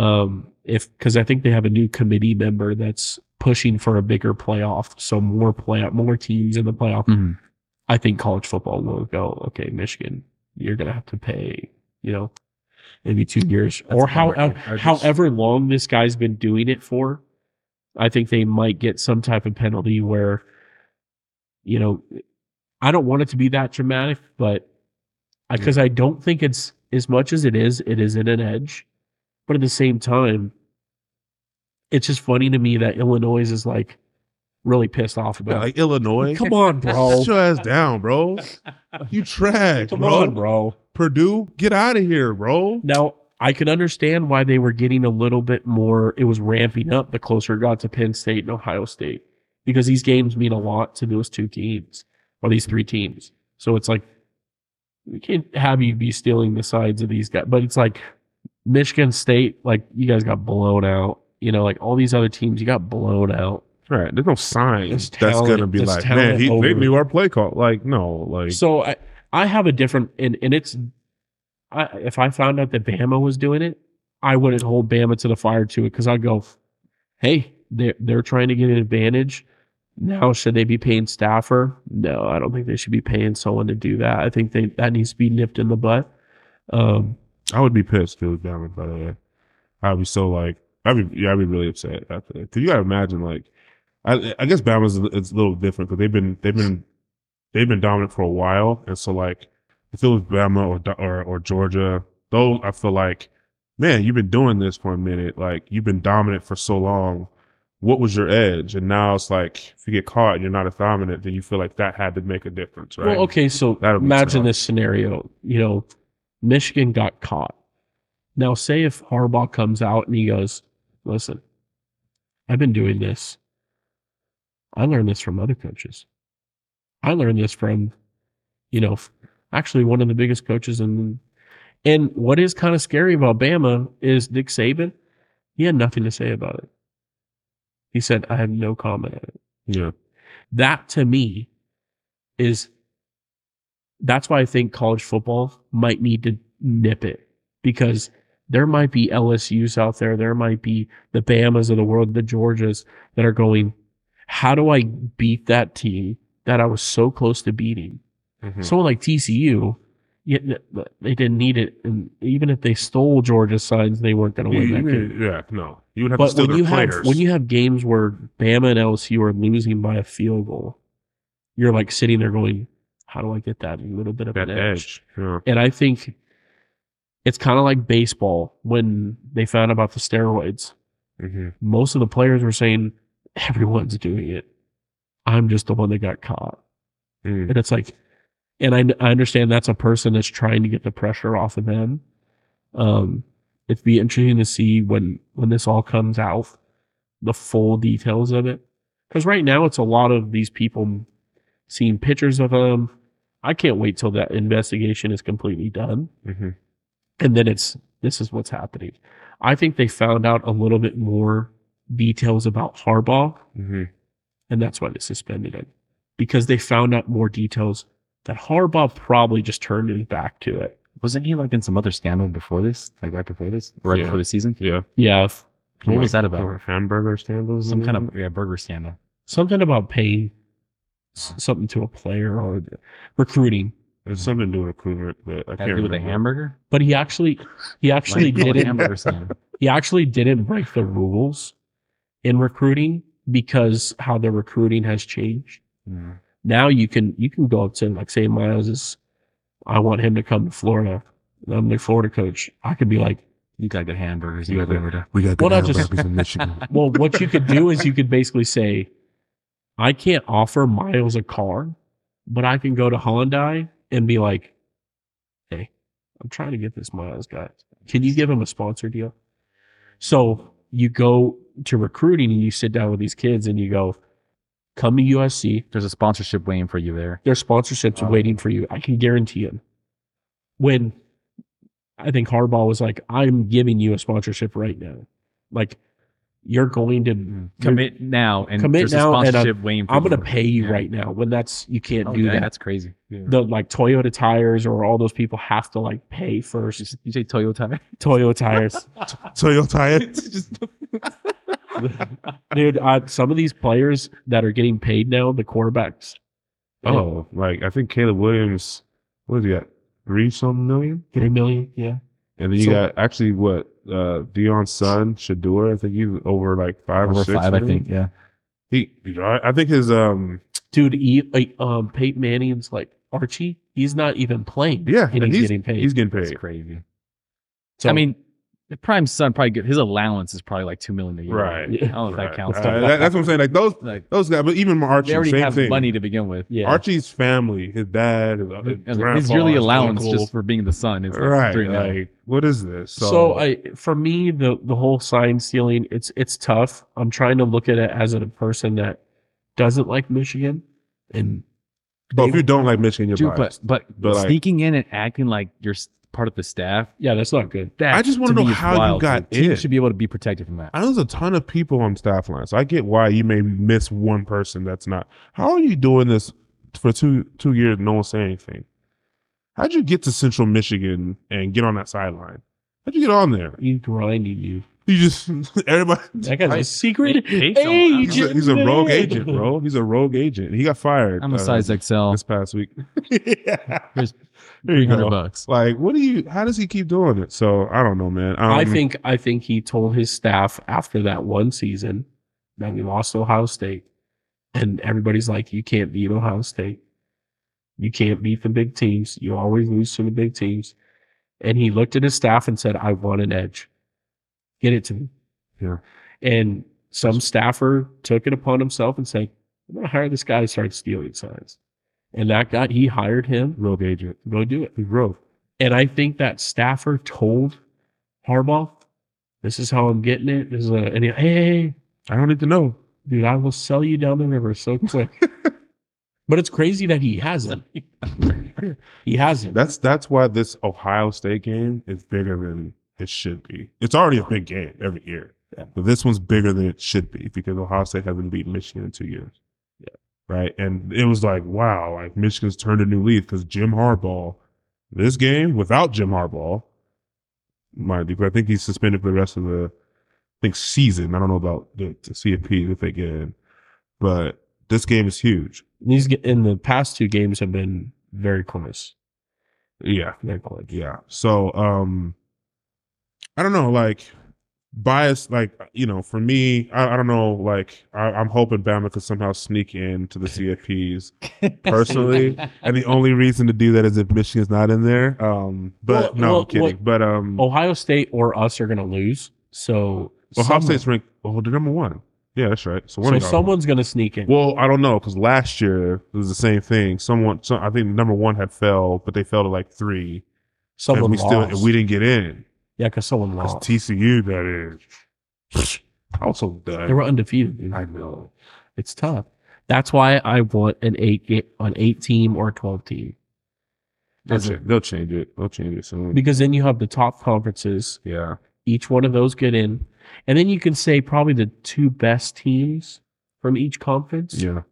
Um, if because I think they have a new committee member that's pushing for a bigger playoff, so more playoff, more teams in the playoff.
Mhm.
I think college football will go. Okay, Michigan, you're gonna have to pay. You know, maybe
Hmm,
two years or how,
I just-
however long this guy's been doing it for. I think they might get some type of penalty where, you know, I don't want it to be that dramatic, but because I don't think it's as much as it is, it isn't an edge. But at the same time, it's just funny to me that Illinois is like really pissed off
Yeah,
about.
like Illinois.
it.
*laughs*
Come on, bro.
Sit your ass down, bro.
*laughs*
You trash,
Come
bro.
on, bro.
Purdue, get out of here, bro.
Now I can understand why they were getting a little bit more. It was ramping up the closer it got to Penn State and Ohio State because these games mean a lot to those two teams or these three teams. So it's like we can't have you be stealing the sides of these guys. But it's like Michigan State, like you guys got blown out. You know, like all these other teams, you got blown out.
Right. There's no sign
It's
that's
talent-
gonna be
it's
like,
talent
man, he,
over."
they knew our play call. Like, no, like,
So I, I have a different, and, and it's, I, if I found out that Bama was doing it, I wouldn't hold Bama to the fire to it because I'd go, hey, they're, they're trying to get an advantage. Now, should they be paying Staffer? No, I don't think they should be paying someone to do that. I think they, that needs to be nipped in the butt. Um,
I would be pissed if it was Bama. By the way, I'd be so like, I'd be, yeah, I'd be really upset after that. Cause you gotta imagine, like, I, I guess Bama's it's a little different because they've been they've been they've been dominant for a while, and so like if it was Bama or Do- or, or Georgia, though, I feel like, man, you've been doing this for a minute. Like you've been dominant for so long. What was your edge? And now it's like if you get caught and you're not as dominant, then you feel like that had to make a difference, right?
Well, okay, so
That'll be
imagine
tough.
this scenario. You know, Michigan got caught. Now, say if Harbaugh comes out and he goes, "Listen, I've been doing this. I learned this from other coaches. I learned this from, you know, f- actually one of the biggest coaches in." And what is kind of scary about Bama is Nick Saban. He had nothing to say about it. He said, "I have no comment on it."
Yeah.
that to me is that's why I think college football might need to nip it because there might be LSUs out there, there might be the Bamas of the world, the Georgias that are going, how do I beat that team that I was so close to beating?
Mhm.
Someone like TCU, yet they didn't need it, and even if they stole Georgia's signs, they weren't going to
You-
win that
you-
game.
yeah. No. You would have to
But
steal
when
their
you
players.
have when you have games where Bama and LSU are losing by a field goal, you're like sitting there going, "How do I get that little bit of
that
an
edge. Yeah.
And I think it's kind of like baseball when they found about the steroids.
Mm-hmm.
Most of the players were saying, "Everyone's doing it. I'm just the one that got caught."
Mm.
And it's like, and I, I understand that's a person that's trying to get the pressure off of them. Um, it'd be interesting to see when when this all comes out, the full details of it. Because right now it's a lot of these people seeing pictures of them. I can't wait till that investigation is completely done,
Mm-hmm.
and then it's this is what's happening. I think they found out a little bit more details about Harbaugh
Mm-hmm.
and that's why they suspended him because they found out more details that Harbaugh probably just turned his back to it.
Wasn't he like in some other scandal before this? Like right before this, right
Yeah.
before the season?
Yeah.
Yeah,
What was that
Or
about?
hamburger scandals?
Some kind of yeah, burger scandal.
something about paying s- something to a player or recruiting,
There's something to do with recruitment, but I can't
Had to do with a
remember.
hamburger.
but he actually *laughs* he actually
Why do you call it a
didn't
hamburger scandal.
he actually didn't break the rules in recruiting because how the recruiting has changed.
Mm.
Now you can you can go up to him like say Miles is, I want him to come to Florida. I'm the Florida coach. I could be like.
You got good hamburgers.
You
in
got good-
Florida.
We got
Well, not just-
hamburgers in Michigan.
*laughs*
Well, what you could do is you could basically say, I can't offer Miles a car, but I can go to Hyundai and be like, hey, I'm trying to get this Miles guy. Can you give him a sponsor deal? So you go to recruiting and you sit down with these kids and you go, come to USC.
There's a sponsorship waiting for you there.
Their sponsorship's
Wow.
waiting for you. I can guarantee him. When I think Harbaugh was like, I'm giving you a sponsorship right now. Like, you're going to
Commit now, and
Commit
there's a
now and, uh,
sponsorship waiting for
I'm gonna
you.
pay you
Yeah.
right now when that's you can't
Oh,
do
dang,
that.
That's crazy.
The like Toyota tires or all those people have to like pay
You
first.
s- You say *laughs* Toyota.
*laughs* Toyota tires,
so you're tired?
dude. Uh, some of these players that are getting paid now, the quarterbacks.
*laughs* Oh, like I think Caleb Williams, what has he got? Three some million?
get a million, yeah.
And then you
So-
got actually what? Uh Dion's son, Shador. I think he's over like five or
Over
six.
five, I
million.
think. Yeah.
He you know, I I think his um
Dude, e, like, um, Peyton Manning's like Archie. He's not even playing.
Yeah,
and
and
he's, getting paid.
he's getting
That's
paid.
crazy.
So-
I mean, the prime son probably get, his allowance is probably like two million a year.
Right.
I don't know if that
Right.
counts.
Uh, that- that's what I'm saying. Like those
Like,
those guys, but even Archie,
they already
same
have
thing.
money to begin with.
yeah,
Archie's family, his dad, his, his grandpa,
His yearly
his
allowance
uncle.
just for being the son is like
right.
three million.
Like what is this?
So, I, for me, the the whole sign stealing, it's it's tough. I'm trying to look at it as a person that doesn't like Michigan, and
But if you don't like Michigan, you're
Dude, but
biased.
but,
But, like-
sneaking in and acting like you're s- part of the staff.
yeah, that's not good.
That
I just wanna
to
know
me is
how you
wild,
got
dude.
in.
Teams should be able to be protected from that.
I know there's a ton of people on staff line, so I get why you may miss one person that's not. How are you doing this for two two years? and No one say anything. How'd you get to Central Michigan and get on that sideline? How'd you get on there?
He's grinding you.
You just *laughs* everybody.
That guy's
I-
a
*laughs*
secret
hate someone.
agent.
He's a,
*laughs*
he's a rogue
man.
agent, bro. He's a rogue agent. He got fired.
Oh.
I'm a
*laughs*
uh, *laughs*
size XL.
this past week.
Here's-
There you
300
go.
bucks.
Like, what do you? How does he keep doing it? So I don't know, man. Um,
I think I think he told his staff after that one season that we lost to Ohio State, and everybody's like, "You can't beat Ohio State. You can't beat the big teams. You always lose to the big teams." And he looked at his staff and said, "I want an edge. Get it to me."
Yeah.
And some staffer took it upon himself and said, "I'm gonna hire this guy to start stealing signs." And that guy, he hired him.
rogue agent.
Go do it.
He's rogue.
And I think that staffer told Harbaugh, this is how I'm getting it. This is a, and he, hey, hey, hey,
I don't need to know.
dude, I will sell you down the river so
*laughs*
quick. but it's crazy that he hasn't. he hasn't.
That's that's why this Ohio State game is bigger than it should be. It's already a big game every year, but this one's bigger than it should be because Ohio State hasn't beaten Michigan in two years. Yeah, right. And it was like, wow, like Michigan's turned a new leaf because Jim Harbaugh. This game without Jim Harbaugh, mind you, but I think he's suspended for the rest of the I think season. I don't know about the, the CFP if they get in, but this game is huge.
These ge- in the past two games have been very close.
Yeah,
Very close.
Yeah. So um I don't know, like bias, like you know, for me, I, I don't know, like I, I'm hoping Bama could somehow sneak in to
*laughs*
the CFPs
*laughs*
personally. and the only reason to do that is if Michigan's not in there. Um but
Well,
no,
well,
I'm kidding.
well- oh,
but um
Ohio State or us are going to lose. So,
Ohio
someone-
State's ranked oh they're number one. Yeah, that's right. So one
so
of y'all-
someone's going to sneak in.
well, I don't know because last year it was the same thing. Someone, so I think number one had fell, but they fell to like three,
someone
and we
lost.
still and we didn't get in.
yeah, because someone
Because
lost.
TCU, that is. I was so
They
done.
were undefeated. dude.
I know.
It's tough. That's why I want an eight ga- an eight team or twelve team
They'll, cha- they'll change it. They'll change it soon.
because then you have the top conferences.
yeah.
Each one of those get in, and then you can say probably the two best teams from each conference,
Yeah.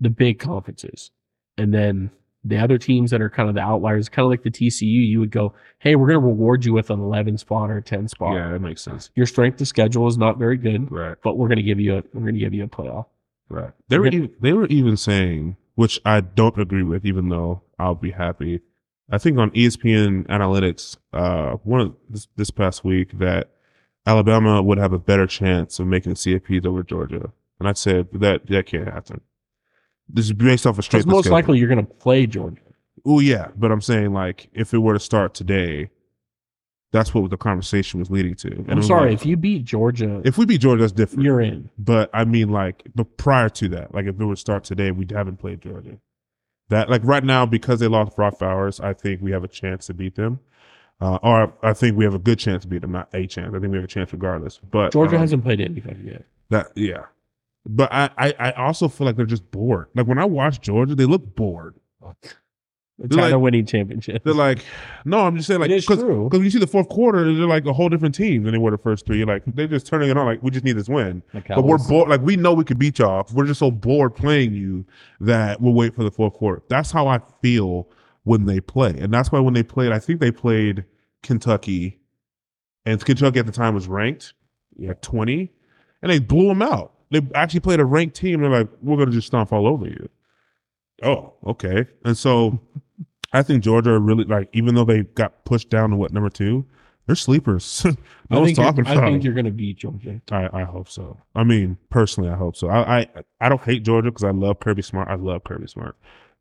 the big conferences, and then the other teams that are kind of the outliers, kind of like the TCU. You would go, hey, we're going to reward you with an eleven spot or a ten spot.
Yeah. That makes sense.
Your strength of schedule is not very good,
Right.
but we're going to give you a we're going to give you a playoff.
Right. They were
Okay.
even, they were even saying, which I don't agree with, even though I'll be happy. I think on E ESPN Analytics, uh, one of this, this past week that Alabama would have a better chance of making CFPs over Georgia, and I said that that can't happen. This is based off a straight.
Because most
schedule.
likely you're going to play Georgia.
Oh yeah, but I'm saying like if it were to start today, that's what the conversation was leading to. And
I'm
was
sorry
like,
if you beat Georgia,
Mm-hmm. if we beat Georgia, that's different.
you're in.
but I mean like, but prior to that, like if it were to start today, we haven't played Georgia. That like right now because they lost Brock Bowers, I think we have a chance to beat them, uh, or I think we have a good chance to beat them, not a chance. I think we have a chance regardless. But
Georgia
um,
hasn't played anybody yet.
that yeah. But I, I I also feel like they're just bored. Like when I watch Georgia, they look bored.
It's not
like-
a winning championship.
They're like, no, I'm just saying like
it is
because
true.
Because when you see the fourth quarter, they're like a whole different team than they were the first three. You're like they're just turning it on. Like we just need this win, but we're bored. Like we know we could beat y'all. We're just so bored playing you that we'll wait for the fourth quarter. That's how I feel when they play, and that's why when they played, I think they played Kentucky, and Kentucky at the time was ranked like 20, and they blew them out. They actually played a ranked team. They're like, we're gonna just stomp all over you. Oh, okay.
*laughs*
And so I think Georgia are really like, even though they got pushed down to what number two, they're sleepers. *laughs* no
I
one's
think,
talking
you're,
about.
I think
them.
you're going to beat Georgia.
I, I hope so. I mean, personally, I hope so. I I, I don't hate Georgia because I love Kirby Smart. I love Kirby Smart,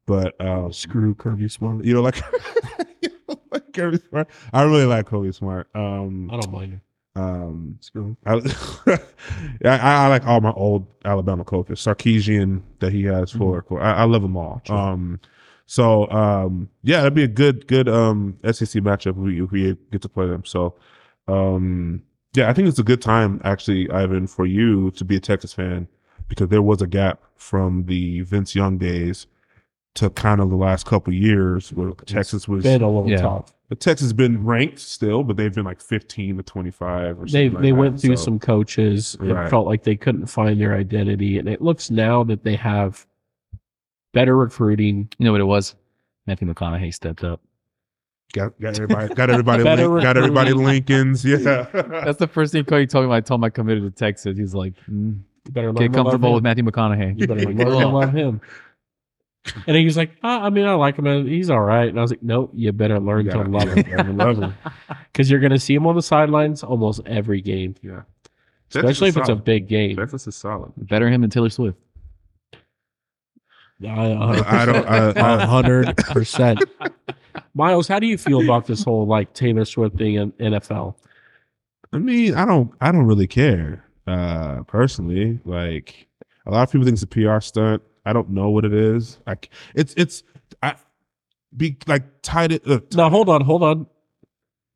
but um, *laughs*
Screw Kirby Smart.
you know, like, *laughs* you know, like Kirby Smart, I really like Kirby Smart. Um,
I don't mind him.
um,
Screw him.
I, *laughs* I, I like all my old Alabama coaches, Sarkeesian that he has for. I, I love them all.
Mm-hmm. Sure.
Um, so um, yeah, that'd be a good good um SEC matchup. If we if we get to play them. So um, yeah, I think it's a good time actually, Ivan, for you to be a Texas fan because there was a gap from the Vince Young days to kind of the last couple years where Texas was.
Been a little
Yeah.
tough.
But Texas has been ranked still, but they've been like fifteen to twenty five. or
They
something like
they
that.
went through
So-
some coaches.
Right.
It felt like they couldn't find their identity, and it looks now that they have better recruiting,
You know what it was? Matthew McConaughey stepped up.
Got, got everybody, got everybody,
Better
link, got everybody
recruiting.
Lincolns. *laughs* Yeah,
That's the first thing Cody told me when I told him I committed to Texas. He's like, mm,
better learn
get
to love
comfortable with
him.
*laughs*
Matthew McConaughey.
You better learn to love him. And he was like, "Ah, I mean, I like him. He's all right. And I was like, nope, you better learn
You
to
gotta-
love him.
I love
*laughs*
him.
Because you're going to see him on the sidelines almost every game.
Yeah.
Especially if it's a
solid.
big game.
Memphis is solid.
Better him than Taylor Swift.
I don't. I, I,
hundred percent. *laughs* Miles, how do you feel about this whole like Taylor Swift thing in NFL?
I mean, I don't. I don't really care uh, personally. Like a lot of people think it's a PR stunt. I don't know what it is. Like it's it's I be like tied it. Uh,
Now hold on, hold on.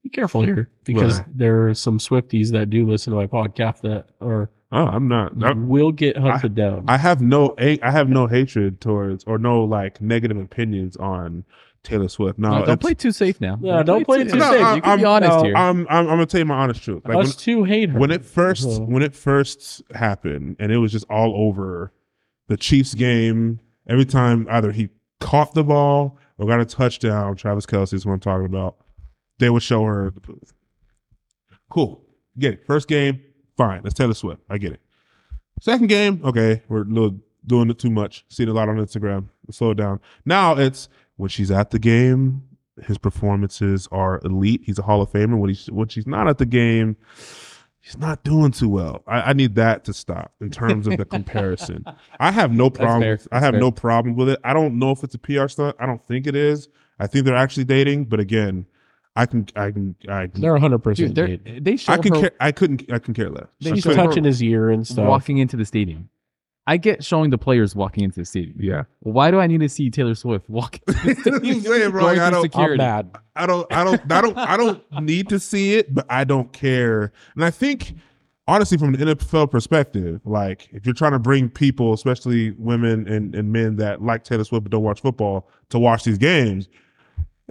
Be careful here because
What?
there are some Swifties that do listen to my podcast that are
oh, I'm not. I,
will get hunted down.
I have no. a- I have no hatred towards or no like negative opinions on Taylor Swift. No,
No, don't
it's-
play too safe now.
Yeah, don't play too
No,
safe.
I-
You can be
I'm-
honest
no,
here.
I'm, I'm. I'm gonna tell you my honest truth. Like, when-
Us two hate her. Uh-huh.
when it first
So-
when it first happened and it was just all over the Chiefs game every time either he caught the ball or got a touchdown Travis Kelsey is what I'm talking about they would show her the booth cool get it first game fine that's Taylor Swift I get it second game okay we're a little doing it too much seen a lot on Instagram slow it down now it's when she's at the game his performances are elite he's a Hall of Famer when he's when she's not at the game he's not doing too well. I, I need that to stop in terms
*laughs*
of the comparison. I have no problem.
fair.
with- I
That's
have
fair.
no problem with it. I don't know if it's a PR stunt. I don't think it is. I think they're actually dating, but again, I can, I can, I can,
they're hundred percent.
Dude, they're-
hate.
they show
I can
her
care. I couldn't, I can care less.
They
I
She's
show
couldn't-
her- *laughs*
touching his ear and stuff.
walking into the stadium. I get showing the players walking into the stadium.
yeah,
Why do I need to see Taylor Swift walking?
That's *laughs* what I'm saying, bro.
Going
Like, I
through
don't,
I'm
security?
mad.
I don't, I don't, I don't, I *laughs* don't need to see it, but I don't care. And I think, honestly, from an NFL perspective, like if you're trying to bring people, especially women and, and men that like Taylor Swift but don't watch football, to watch these games,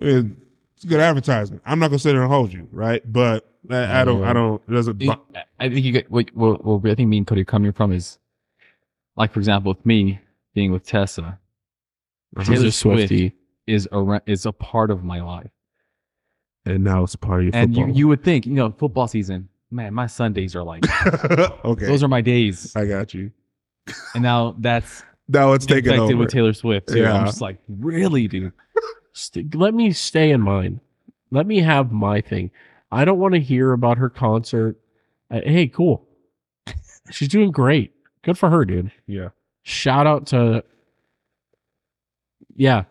I mean, it's good advertisement. I'm not gonna sit there and hold you, right? But I, I don't, I don't. It doesn't. *laughs*
I
bo-
I think you get what, what, what I think me and Cody are coming from is like for example with me being with Tessa,
She's
Taylor
a Swiftie.
Swift is a is a part of my life.
And now it's a part of your
And you,
football.
you would think, you know, football season, man, my Sundays
*laughs*
are like
okay,
those are
*laughs*
my days.
I got you.
And now that's
Now it's taking
infected
over.
with Taylor Swift. Too.
Yeah.
I'm just like, really, dude?
St- let me stay in mine. Let me have my thing. I don't want to hear about her concert. Uh, hey, cool. She's doing great. Good for her, dude.
yeah,
Shout out to. Yeah,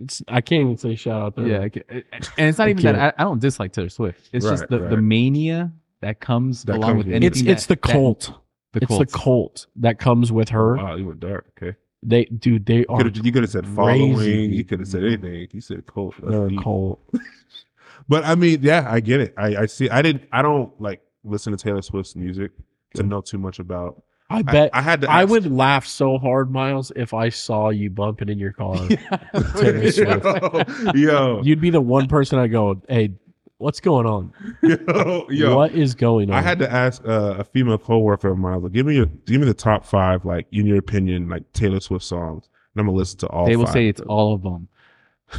it's I can't even say shout out there.
Yeah. I get- And it's not
I
even that I, I don't dislike Taylor Swift. It's just
Right,
the, the
right.
mania that comes
That
along
comes
with
with it.
anything.
it's it's the
that- that-
cult.
the
it's
cult.
the cult that comes with her.
Wow, you went dark. Okay,
They dude, they are
Could've- you could have said
crazy
following. You
people.
could have said anything. You said cold. That's
they're a
deep.
cult.
But I mean, yeah, I get it. I, I see. I didn't. I don't like listen to Taylor Swift's music to know too much about.
I bet
I, I had to.
I
ask- *laughs*
would laugh so hard, Miles, if I saw you bumping in your
*laughs*
car.
*laughs*
Taylor
yo,
Swift.
yo,
You'd be the one person I go, hey, what's going on?
yo, yo.
What is going on?
I had to ask uh, a female coworker of mine. Like, give me your, give me the top five, like in your opinion, like Taylor Swift songs, and I'm gonna listen to all.
They will
five.
say it's all of them.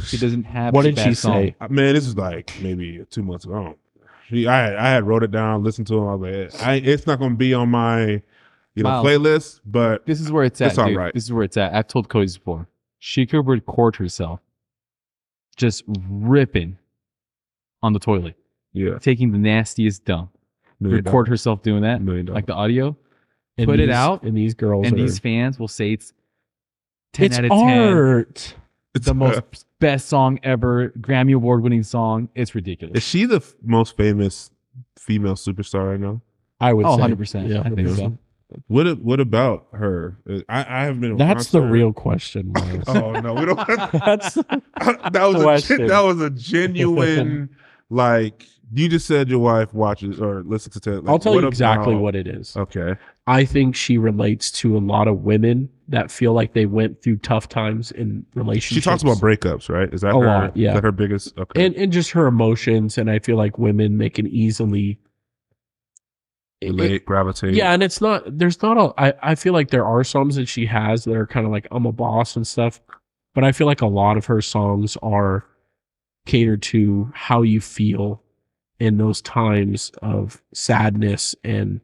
She doesn't have.
what
a
did
bad
she
song.
say?
Uh, Man, this is like maybe two months ago. She, I, had- I had wrote it down, listened to it. I was like, I, it's not gonna be on my, you know,
Miles.
playlist, but
This is where it's at.
It's all
dude.
right.
This is where it's at. I've told Cody this before. She could record herself just ripping on the toilet,
yeah,
taking the nastiest dump, record herself doing that,
million
like the audio,
And
put it
these-
out,
and these girls
and
are,
these fans will say it's 10
it's
out of 10.
art.
It's the most best song ever, Grammy Award winning song. It's ridiculous.
Is she the f- most famous female superstar right now?
I would
oh,
say
100%.
Yeah,
I think so.
100%.
What a- What about her? Uh, I, I haven't been. to a
That's the
concert.
real question,
*laughs*
Miles.
Oh no, we don't. that
That's *laughs*
was a,
Question.
gen- that was
*laughs*
a genuine like. You just said your wife watches or listens to. Taylor- Like,
I'll tell
what
you exactly
about-
what it is.
Okay.
I think she relates to a lot of women that feel like they went through tough times in
She
relationships.
talks about breakups, right? Is that
A
her,
lot, yeah.
Is that her biggest? Okay.
and and just her emotions and i feel like women they can easily
Relate, gravitate.
yeah and it's not there's not a I, I feel like there are songs that she has that are kind of like i'm a boss and stuff but i feel like a lot of her songs are catered to how you feel in those times of sadness and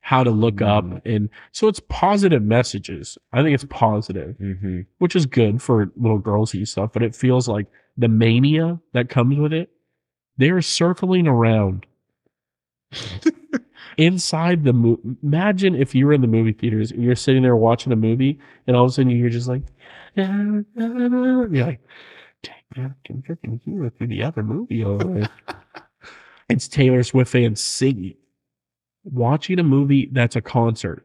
how to look up and so it's positive messages. I think it's positive,
Mm-hmm.
which is good for little girls and stuff, but it feels like the mania that comes with it, they're circling around inside the movie. Imagine if you were in the movie theaters and you're sitting there watching a movie, and all of a sudden you hear just like, *laughs* and you're like, dang, man, I can freaking hear it through the other movie over there. it's Taylor Swift fans singing. Watching a movie that's a concert,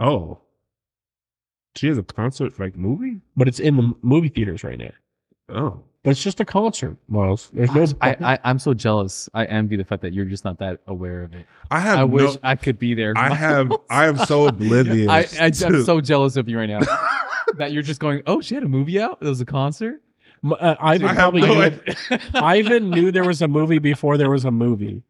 Oh, she has a concert like movie.
but it's in the m- movie theaters right now.
Oh,
But it's just a concert, Miles. There's no.
I, I I'm so jealous. I envy the fact that you're just not that aware of it.
I have.
I
no,
wish I could be there. *laughs*
I
*laughs*
have. I am so oblivious.
I, I
*laughs*
am
to-
so jealous of you right
*laughs*
now that you're just going. Oh, she had a movie out. It was a concert.
M- uh, Ivan
I have
probably
no
knew it.
idea.
Ivan knew there was a movie before there was a movie.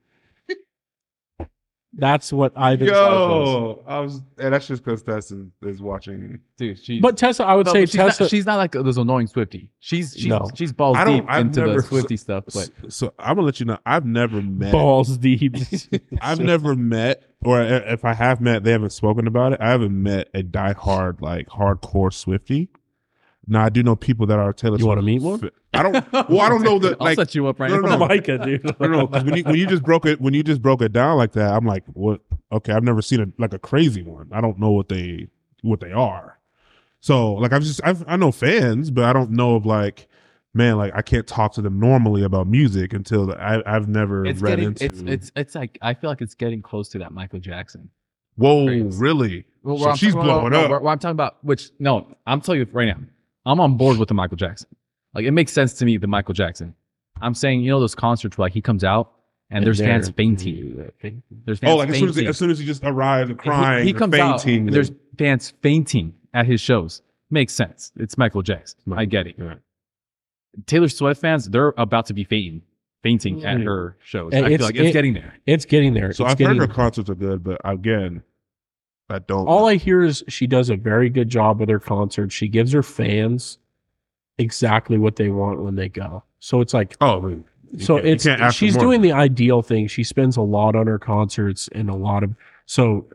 That's what Ivan's life is.
Yo, I was, and that's just because Tess is, is watching.
Dude, she.
But Tessa, I would
No,
say
but she's,
Tessa.
not, she's not like this annoying Swifty. She's she's
No.
she's balls
I don't-
deep
I've
into
never-
the Swifty stuff. But
So, so I'm gonna let you know. I've never met.
balls
*laughs*
deep. *laughs*
I've never met, or if I have met, they haven't spoken about it. I haven't met a diehard, like hardcore Swifty. Now I do know people that are Taylor.
You wanna
Swift
meet one?
fa- I don't. Well, I don't know that.
*laughs* I'll
Like,
set you up right
no,
now.
no, no.
Micah, dude.
I don't know, 'cause when you when you just broke it when you just broke it down like that, I'm like, what? Okay, I've never seen a like a crazy one. I don't know what they what they are. So like I've just I've, I know fans, but I don't know of like man like I can't talk to them normally about music until I I've never
It's
read
getting
into
it's it's it's like I feel like it's getting close to that Michael Jackson.
whoa
crazy.
really
Well,
So she's blowing up.
I'm talking about, which no, I'm telling you right now, I'm on board with the Michael Jackson. Like it makes sense to me, the Michael Jackson. I'm saying, you know, those concerts where like he comes out and, there's fans fainting. There's fans
oh like as soon
fainting.
as, as soon as he just arrives
And he-
crying
he, comes out.
fainting
and There's fans fainting at his shows. Makes sense. It's Michael Jackson. I get it.
yeah.
Taylor Swift fans, they're about to be fainting, fainting at
Mm.
her shows.
And
I
it's-
feel like it's
it-
getting there.
It's getting there.
so
it's
I've heard
getting
her
there.
concerts are good, but again, I don't.
All I hear is she does a very good job with her concerts. She gives her fans exactly what they want when they go. So it's like
oh I mean, You
so
can't- you
it's
can't ask for
she's
more.
doing the ideal thing. She spends a lot on her concerts and a lot of so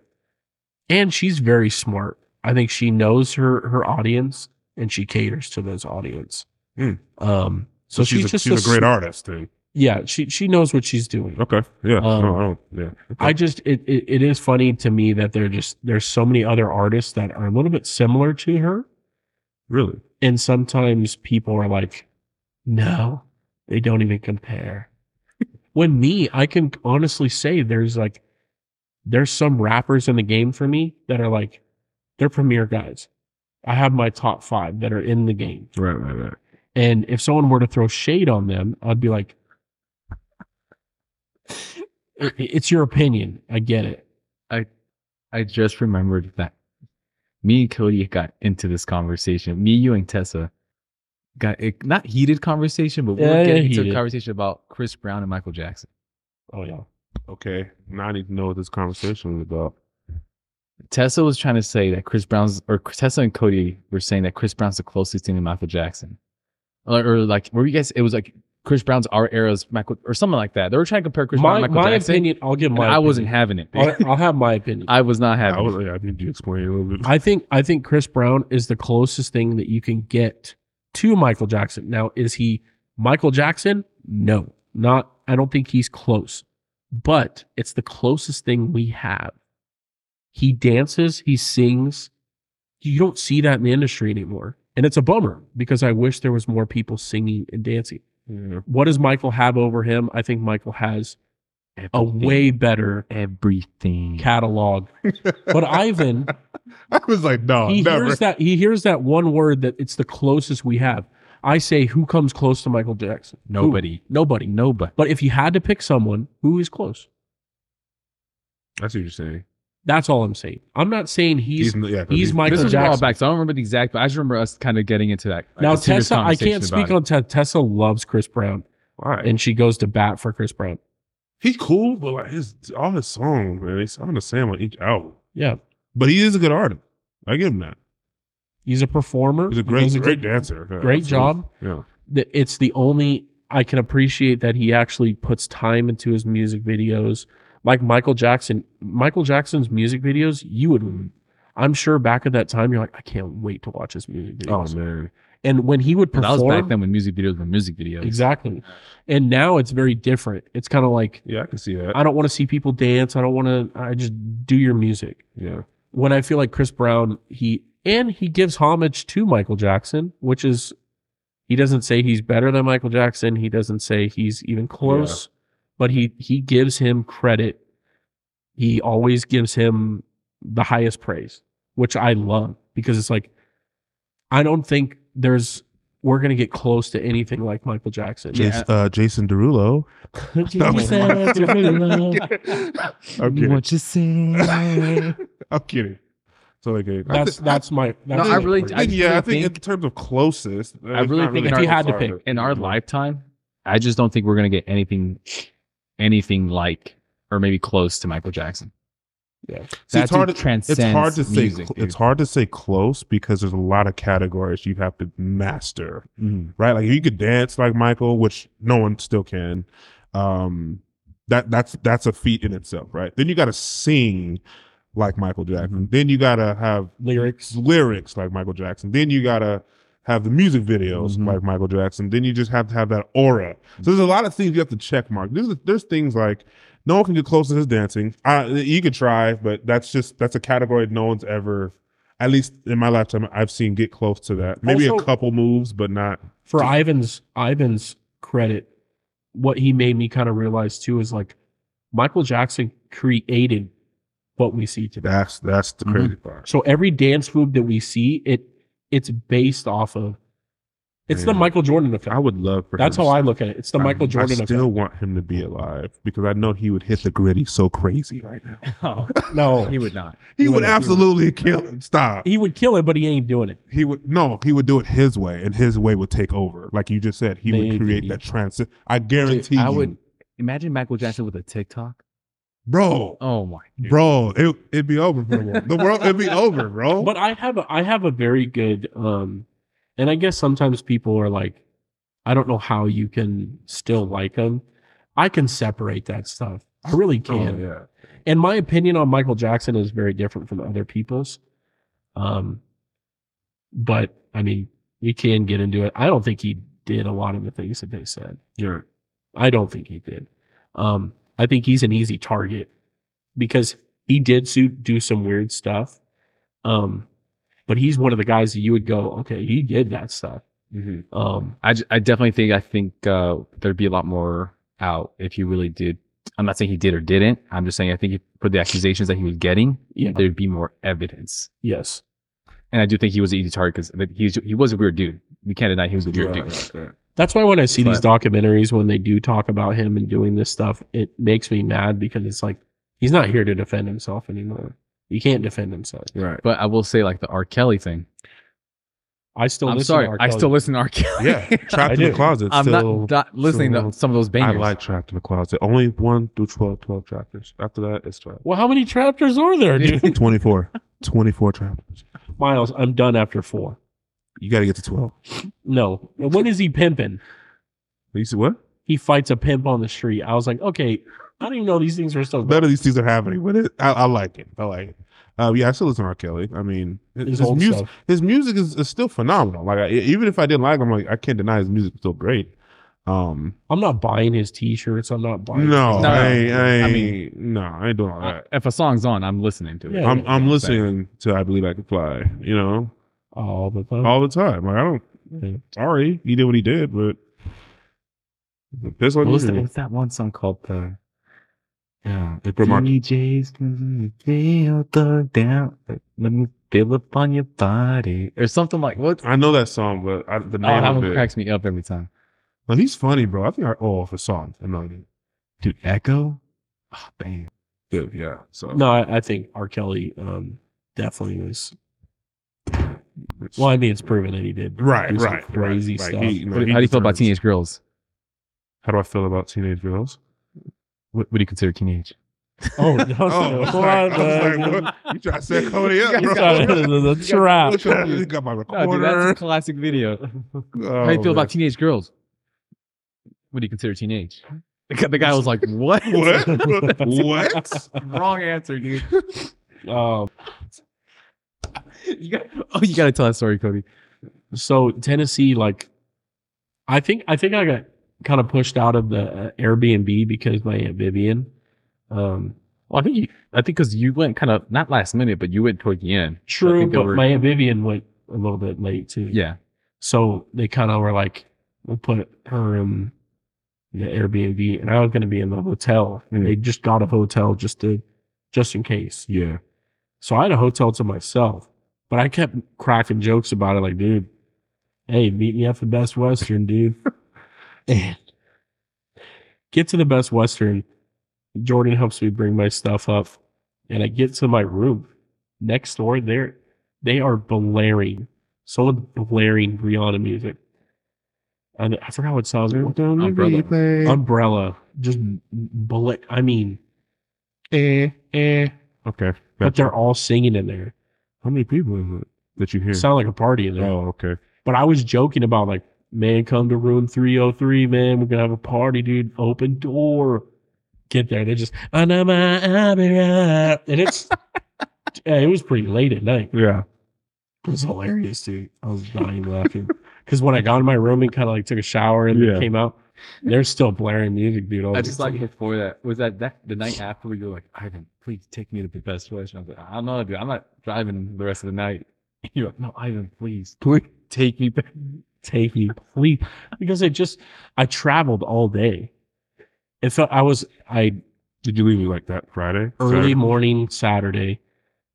and she's very smart. I think she knows her her audience and she caters to those audience.
Hmm.
Um so, she's,
a,
just
she's a great
s-
artist. Thing.
Yeah, she she knows what she's doing.
Okay. Yeah.
Um,
no, I don't. Yeah.
I just it, it it is funny to me that there just there's so many other artists that are a little bit similar to her
Really.
and sometimes people are like, no, they don't even compare. when me, I can honestly say there's like, there's some rappers in the game for me that are like, they're premier guys. I have my top five that are in the game.
Right. Right. Right.
And if someone were to throw shade on them, I'd be like, "It- it's your opinion. I get it.
I just remembered that me and Cody got into this conversation. Me, you, and Tessa got a, not heated conversation, but we
Yeah,
were getting into
heated.
a conversation about Chris Brown and Michael Jackson.
Oh, yeah.
Okay. Now I need to know what this conversation is about.
Tessa was trying to say that Chris Brown's or Tessa and Cody were saying that Chris Brown's the closest thing to Michael Jackson, or, or like were you guys? It was like Chris Brown's our era's Michael or something like that. They were trying to compare Chris
My,
Brown and Michael
my
Jackson.
opinion, I'll give
and
my
I wasn't having it.
opinion. I'll, I'll have my opinion.
I was not
I,
having. it.
was, I need you to explain a little bit.
I think I think Chris Brown is the closest thing that you can get to Michael Jackson. Now, is he Michael Jackson? No, not. I don't think he's close, but it's the closest thing we have. He dances, he sings. You don't see that in the industry anymore, and it's a bummer because I wish there was more people singing and dancing.
Yeah.
What does Michael have over him? I think Michael has a way better
everything.
catalog,
*laughs*
but Ivan.
I was like, no,
he
Oh, never.
hears that he hears that one word that it's the closest we have. I say who comes close to Michael Jackson? Who?
Nobody.
Nobody.
Nobody.
But if you had to pick someone, who is close?
That's what you're saying.
That's all I'm saying. I'm not saying he's,
yeah, 'cause
he's Michael
this was a while
Jackson.
back, so I don't remember the exact, but I just remember us kind of getting into that. like,
now
a serious
Tessa, I
conversation
can't speak
about
on Tessa. Tessa loves Chris Brown
Why?
and she goes to bat for Chris Brown.
he's cool, but like his all his songs, man, they sound the same on each album.
Yeah.
But he is a good artist. I give him that.
He's a performer.
He's a
He
great,
does
great
good-
dancer. Yeah,
great
absolutely.
job.
Yeah.
that it's the only I can appreciate that he actually puts time into his music videos like Michael Jackson, Michael Jackson's music videos, you would, I'm sure back at that time, you're like, I can't wait to watch his music videos.
Oh, man.
and when he would
Oh, That
perform,
was back then when music videos were music videos. *laughs*
exactly. And now it's very different. It's kind of like,
Yeah, I can see that.
I don't want to see people dance. I don't want to, I just do your music
yeah.
when I feel like Chris Brown, he and he gives homage to Michael Jackson, which is he doesn't say he's better than Michael Jackson. He doesn't say he's even close, but he he gives him credit. He always gives him the highest praise, which I love because it's like I don't think there's we're gonna get close to anything like Michael Jackson. *laughs*
Yeah.
Jas- uh, Jason Derulo.
*laughs*
*laughs*
*laughs*
I'm kidding.
What you say?
I'm kidding. So okay.
That's that's my
No,
that's
I really-
I think,
I
yeah, I
really
think, in
think-
terms of closest, uh,
I really think
if you had to pick,
in our life.
lifetime, I just don't think we're gonna get anything, anything like or maybe close to Michael Jackson.
See, it's
That
hard
dude
to
transcends
it's hard to say
music,
cl-
dude.
it's hard to say close because there's a lot of categories you have to master right like if you could dance like michael which no one still can um that that's that's a feat in itself right then you got to sing like michael jackson
Mm-hmm.
then you got to have
lyrics.
lyrics like michael jackson then you got to have the music videos
Mhm.
like michael jackson then you just have to have that aura so there's a lot of things you have to check mark there's, there's things like no one can get close to his dancing I, you could try but that's just that's a category no one's ever at least in my lifetime i've seen get close to that maybe a
Also-
couple moves but not
for Ivan's Ivan's credit, what he made me kind of realize too is like Michael Jackson created what we see today.
That's that's the
Mhm.
crazy part.
So every dance move that we see, it it's based off of it's the
Man.
Michael Jordan effect.
I would love for
That's
him
how
to-
I look at it. It's the Michael
I, I
Jordan
still want him to be alive because I know he would hit the gritty so crazy right now.
Mm-hmm.
effect. No,
Oh, He would not.
He,
He
would
would-
absolutely kill him. Stop. He,
he would kill it, but he ain't doing it.
would no. He would do it his way, and his way would take over. Like you just said, he
Maybe.
would create that transit. I guarantee
I
you,
would imagine Michael Jackson with a TikTok.
bro,
Oh my!
bro. It it'd be over for the world. The
*laughs*
world it'd be over, bro.
But I have a, I have a very good um and I guess sometimes people are like I don't know how you can still like him. I can separate that stuff. I really can.
Oh, yeah.
and my opinion on Michael Jackson is very different from other people's. Um, but I mean, you can get into it. I don't think he did a lot of the things that they said. You're, I don't think he did. Um, I think he's an easy target because he did su- do some weird stuff. Um, but he's one of the guys that you would go, okay, he did that stuff.
Mm-hmm.
Um,
I, j- I definitely think I think uh, there'd be a lot more out if he really did. I'm not saying he did or didn't. I'm just saying I think if, for the accusations that he was getting,
yeah,
there'd be more evidence.
yes.
And I do think he was an easy target because he's he was a weird dude. We can't deny he was a weird
Right,
dude.
right, right.
That's why when I see
But-
these documentaries, when they do talk about him and doing this stuff, it makes me mad because it's like he's not here to defend himself anymore. He can't defend himself.
Right.
But I will say like the R. Kelly thing.
I still.
I'm
listen
sorry,
To R.
I
Kelly.
still listen to
*laughs*
R. Kelly.
Yeah, trapped
I
in the
do.
closet.
I'm
still,
not, not listening
still-
to some of those
I
bangers.
like trapped in the closet. Only one through 12, 12 chapters. After that,
*laughs*
it's twelve.
Well, how many chapters are
*laughs*
there, dude?
24. 24 chapters.
Miles, I'm done after four.
You got to get to 12.
No. When is he pimping?
You see what?
He fights a pimp on the street. I was like, okay, I don't even know these things were so.
None of these things are happening, but it, I, I like it. I like it. Uh, yeah, I still listen to R. Kelly. I mean, his,
*laughs* His
his
old
music,
stuff.
his music is, is still phenomenal. Like, I, even if I didn't like him, like I can't deny his music is still great. Um,
I'm not buying his T-shirts. I'm not buying.
no,
No,
I, ain't, I,
I
mean, no, I ain't doing all
I-
that.
if a song's on, I'm listening to it.
Yeah.
I'm I'm
yeah,
listening to I Believe I Can Fly. You know,
all the time.
all the time. Like I don't.
Yeah.
Sorry, he did what he did, but piss on
What was, that,
you.
what's that one song called? The
Yeah, it remarked.
DJs mm-hmm, feel the down. Let me feel up on your body, or something like what?
I know that song, but I, the
Oh,
name
that
of
one
it.
cracks me up every time.
But he's funny, bro. I think I oh for songs. I'm not even-
Dude, Echo. Oh, bang.
dude. Yeah. So
No, I, I think R. Kelly um, definitely was. Well, I mean, it's proven that he did.
right,
do
right,
some
right,
crazy
right.
stuff.
He- no,
What-
he
*laughs* how do you feel about
deserves-
teenage girls?
How do I feel about teenage girls?
What, what do you consider teenage?
*laughs* Oh, no,
Oh,
no.
I was like, I was
What
like,
the-
what? you trying to set Cody up,
You
bro?
got
*laughs*
it. *laughs* The trap.
You trying to- you got my
Oh, dude,
recorder.
that's a classic video.
Oh,
How do you feel
man.
about teenage girls? What do you consider teenage?
The guy- The guy
*laughs*
was like, "What?
What? what?
Wrong answer, dude."
Um,
You got- oh, you gotta tell that story, Cody.
so Tennessee, like, I think I think I got kind of pushed out of the uh, Airbnb because my aunt Vivian. Um,
Well, I think you, I think because you went kind of not last minute, but you went toward the end. I
true,
think they
but
were-
my aunt Vivian went a little bit late too.
Yeah,
So they kind of were like, we'll put her in the Airbnb, and I was going to be in the hotel. And they just got a hotel just to, just in case.
Yeah.
So I had a hotel to myself, but I kept cracking jokes about it, like, dude, hey, meet me at the Best Western, dude. and get to the Best Western. Jordan helps me bring my stuff up, and I get to my room. Next door, there they are blaring. Someone's blaring Rihanna music. And I forgot what song. it was.
Don't
Umbrella.
replay.
Umbrella, just bullet. I mean,
eh, eh. Okay.
but they're all singing in there.
How many people is it that you hear?
Sound like a party in there.
oh, okay.
But I was joking about like, man, come to room 303, man. We're gonna have a party, dude. Open door. Get there. They just under my umbrella. and
*laughs*
it's yeah, it was pretty late at night.
Yeah.
It was hilarious, dude. I was dying
*laughs*
laughing. Because when I got in my room and kind of like took a shower and
Yeah.
came out, they're still blaring music, dude. all
I
the
just like
time.
before that was that that the night after we were like, Ivan, please take me to the best western. I was like, I don't know, dude. I'm not driving the rest of the night. *laughs* You're like, no, Ivan, please, please take me back.
take me, please. Because it just I traveled all day. It felt I was I
Did you leave me like that Friday?
early morning Saturday,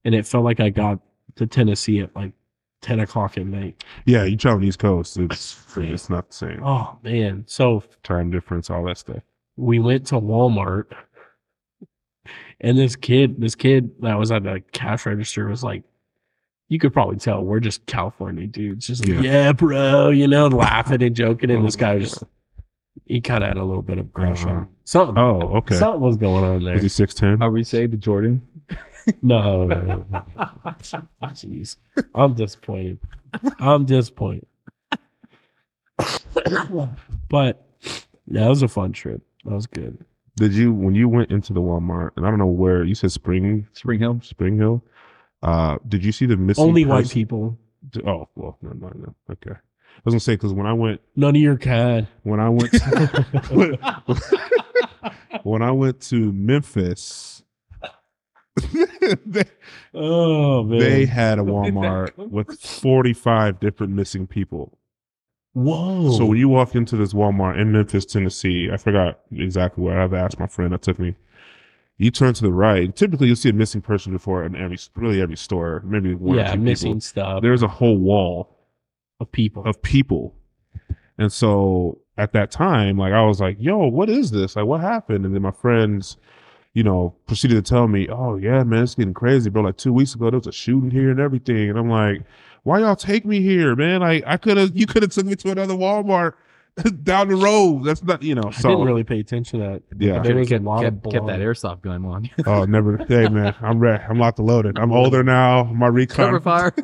and it felt like I got to Tennessee at like ten o'clock at night.
Yeah, you travel East Coast. It's it's not the same.
Oh man! So
Time difference, all that stuff.
we went to Walmart, and this kid, this kid that was at the cash register was like, "You could probably tell we're just California dudes, just like,
Yeah.
yeah, bro," you know, laughing and joking, and this guy was just. He kind of had a little bit of crush on
Uh-huh.
something.
Oh, okay. Uh,
Something was going on there.
Is he six ten?
Are we saved to Jordan?
No. no, no, no. Jeez. I'm disappointed. I'm disappointed. but that was a fun trip. That was good.
Did you when you went into the Walmart and I don't know where you said Spring
Spring Hill.
Spring Hill? Uh, did you see the missing
Only white
person-
people.
Oh well, never mind. No. Okay, I was gonna say because when I went
None of your
*laughs*
kind.
when I went when I went to Memphis, *laughs* they,
Oh man.
they had a
Where did that
Walmart
come
with forty five different missing people.
Whoa.
So when you walk into this Walmart in Memphis, Tennessee, I forgot exactly where. I've asked my friend that took me. You turn to the right. Typically, you'll see a missing person before in every really every store. Maybe one or
yeah,
two
missing
people.
stuff
There's a whole wall
of people.
of people. And so at that time, like I was like, yo, what is this? Like what happened? And then my friends, you know, proceeded to tell me, Oh yeah, man, it's getting crazy, bro. Like two weeks ago there was a shooting here and everything. And I'm like, why y'all take me here, man? Like I could have you could have took me to another Walmart *laughs* down the road. That's not you know,
I didn't
so
really pay attention to that.
yeah.
There was a
kept,
lot of
kept, kept that
blonde.
airsoft gun on.
Oh never hey man, I'm ready. I'm locked and loaded. I'm older now. My
Cover
recon
fire.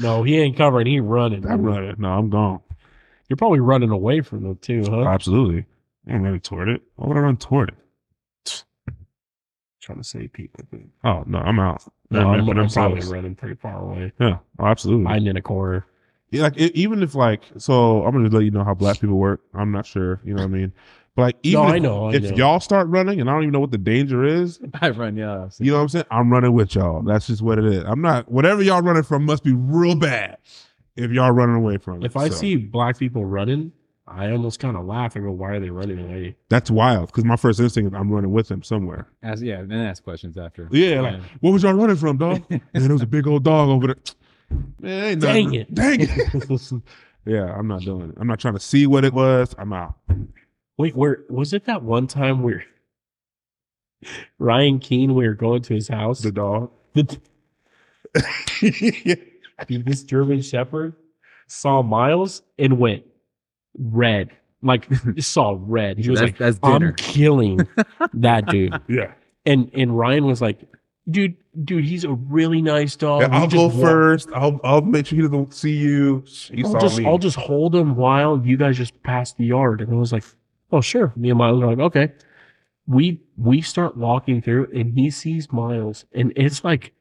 No, he ain't covering. He running.
I'm running. No, I'm gone.
You're probably running away from them too, huh?
Absolutely. I'm running toward it. Why would I run toward it?
trying to save people. dude.
Oh no, I'm out.
No, *laughs*
Yeah,
I'm,
but
I'm probably
close.
running pretty far away.
Yeah, oh, absolutely.
Hiding in a corner.
yeah, like it, even if like, so I'm gonna let you know how black people work. I'm not sure, you know what I mean. But like, even
No,
if,
I know, I
if
know.
y'all start running and I don't even know what the danger is,
*laughs* I run, yeah. I've seen-
you know what I'm saying? I'm running with y'all. That's just what it is. I'm not. Whatever y'all running from must be real bad. If y'all running away from it,
If I
So,
see black people running, I almost kind of laugh. I go, why are they running *laughs* away?
that's wild, because my first instinct is I'm running with them somewhere.
Ask, yeah, then ask questions after.
Yeah, like oh. what was y'all running
*laughs*
from, dog? and there was a big old dog over there. Man, ain't
Dang
nothing.
it.
dang it.
*laughs*
Yeah, I'm not doing it. I'm not trying to see what it was. I'm out.
Wait, where was it that one time where *laughs* Ryan Keene, we were going to his house? *laughs*
The dog.
The- dude, this German Shepherd saw Miles and went red. Like, *laughs* just saw red. He was
that's,
like,
that's
I'm
dinner.
*laughs* killing that dude.
yeah.
And and Ryan was like, dude, dude, he's a really nice dog. We
I'll
just
go
walked
first. I'll I'll make sure he doesn't see you. He
I'll
saw
just,
me.
I'll just hold him while you guys just pass the yard. And I was like, Oh, sure. Me and Miles are like, okay. We we start walking through and he sees Miles and it's like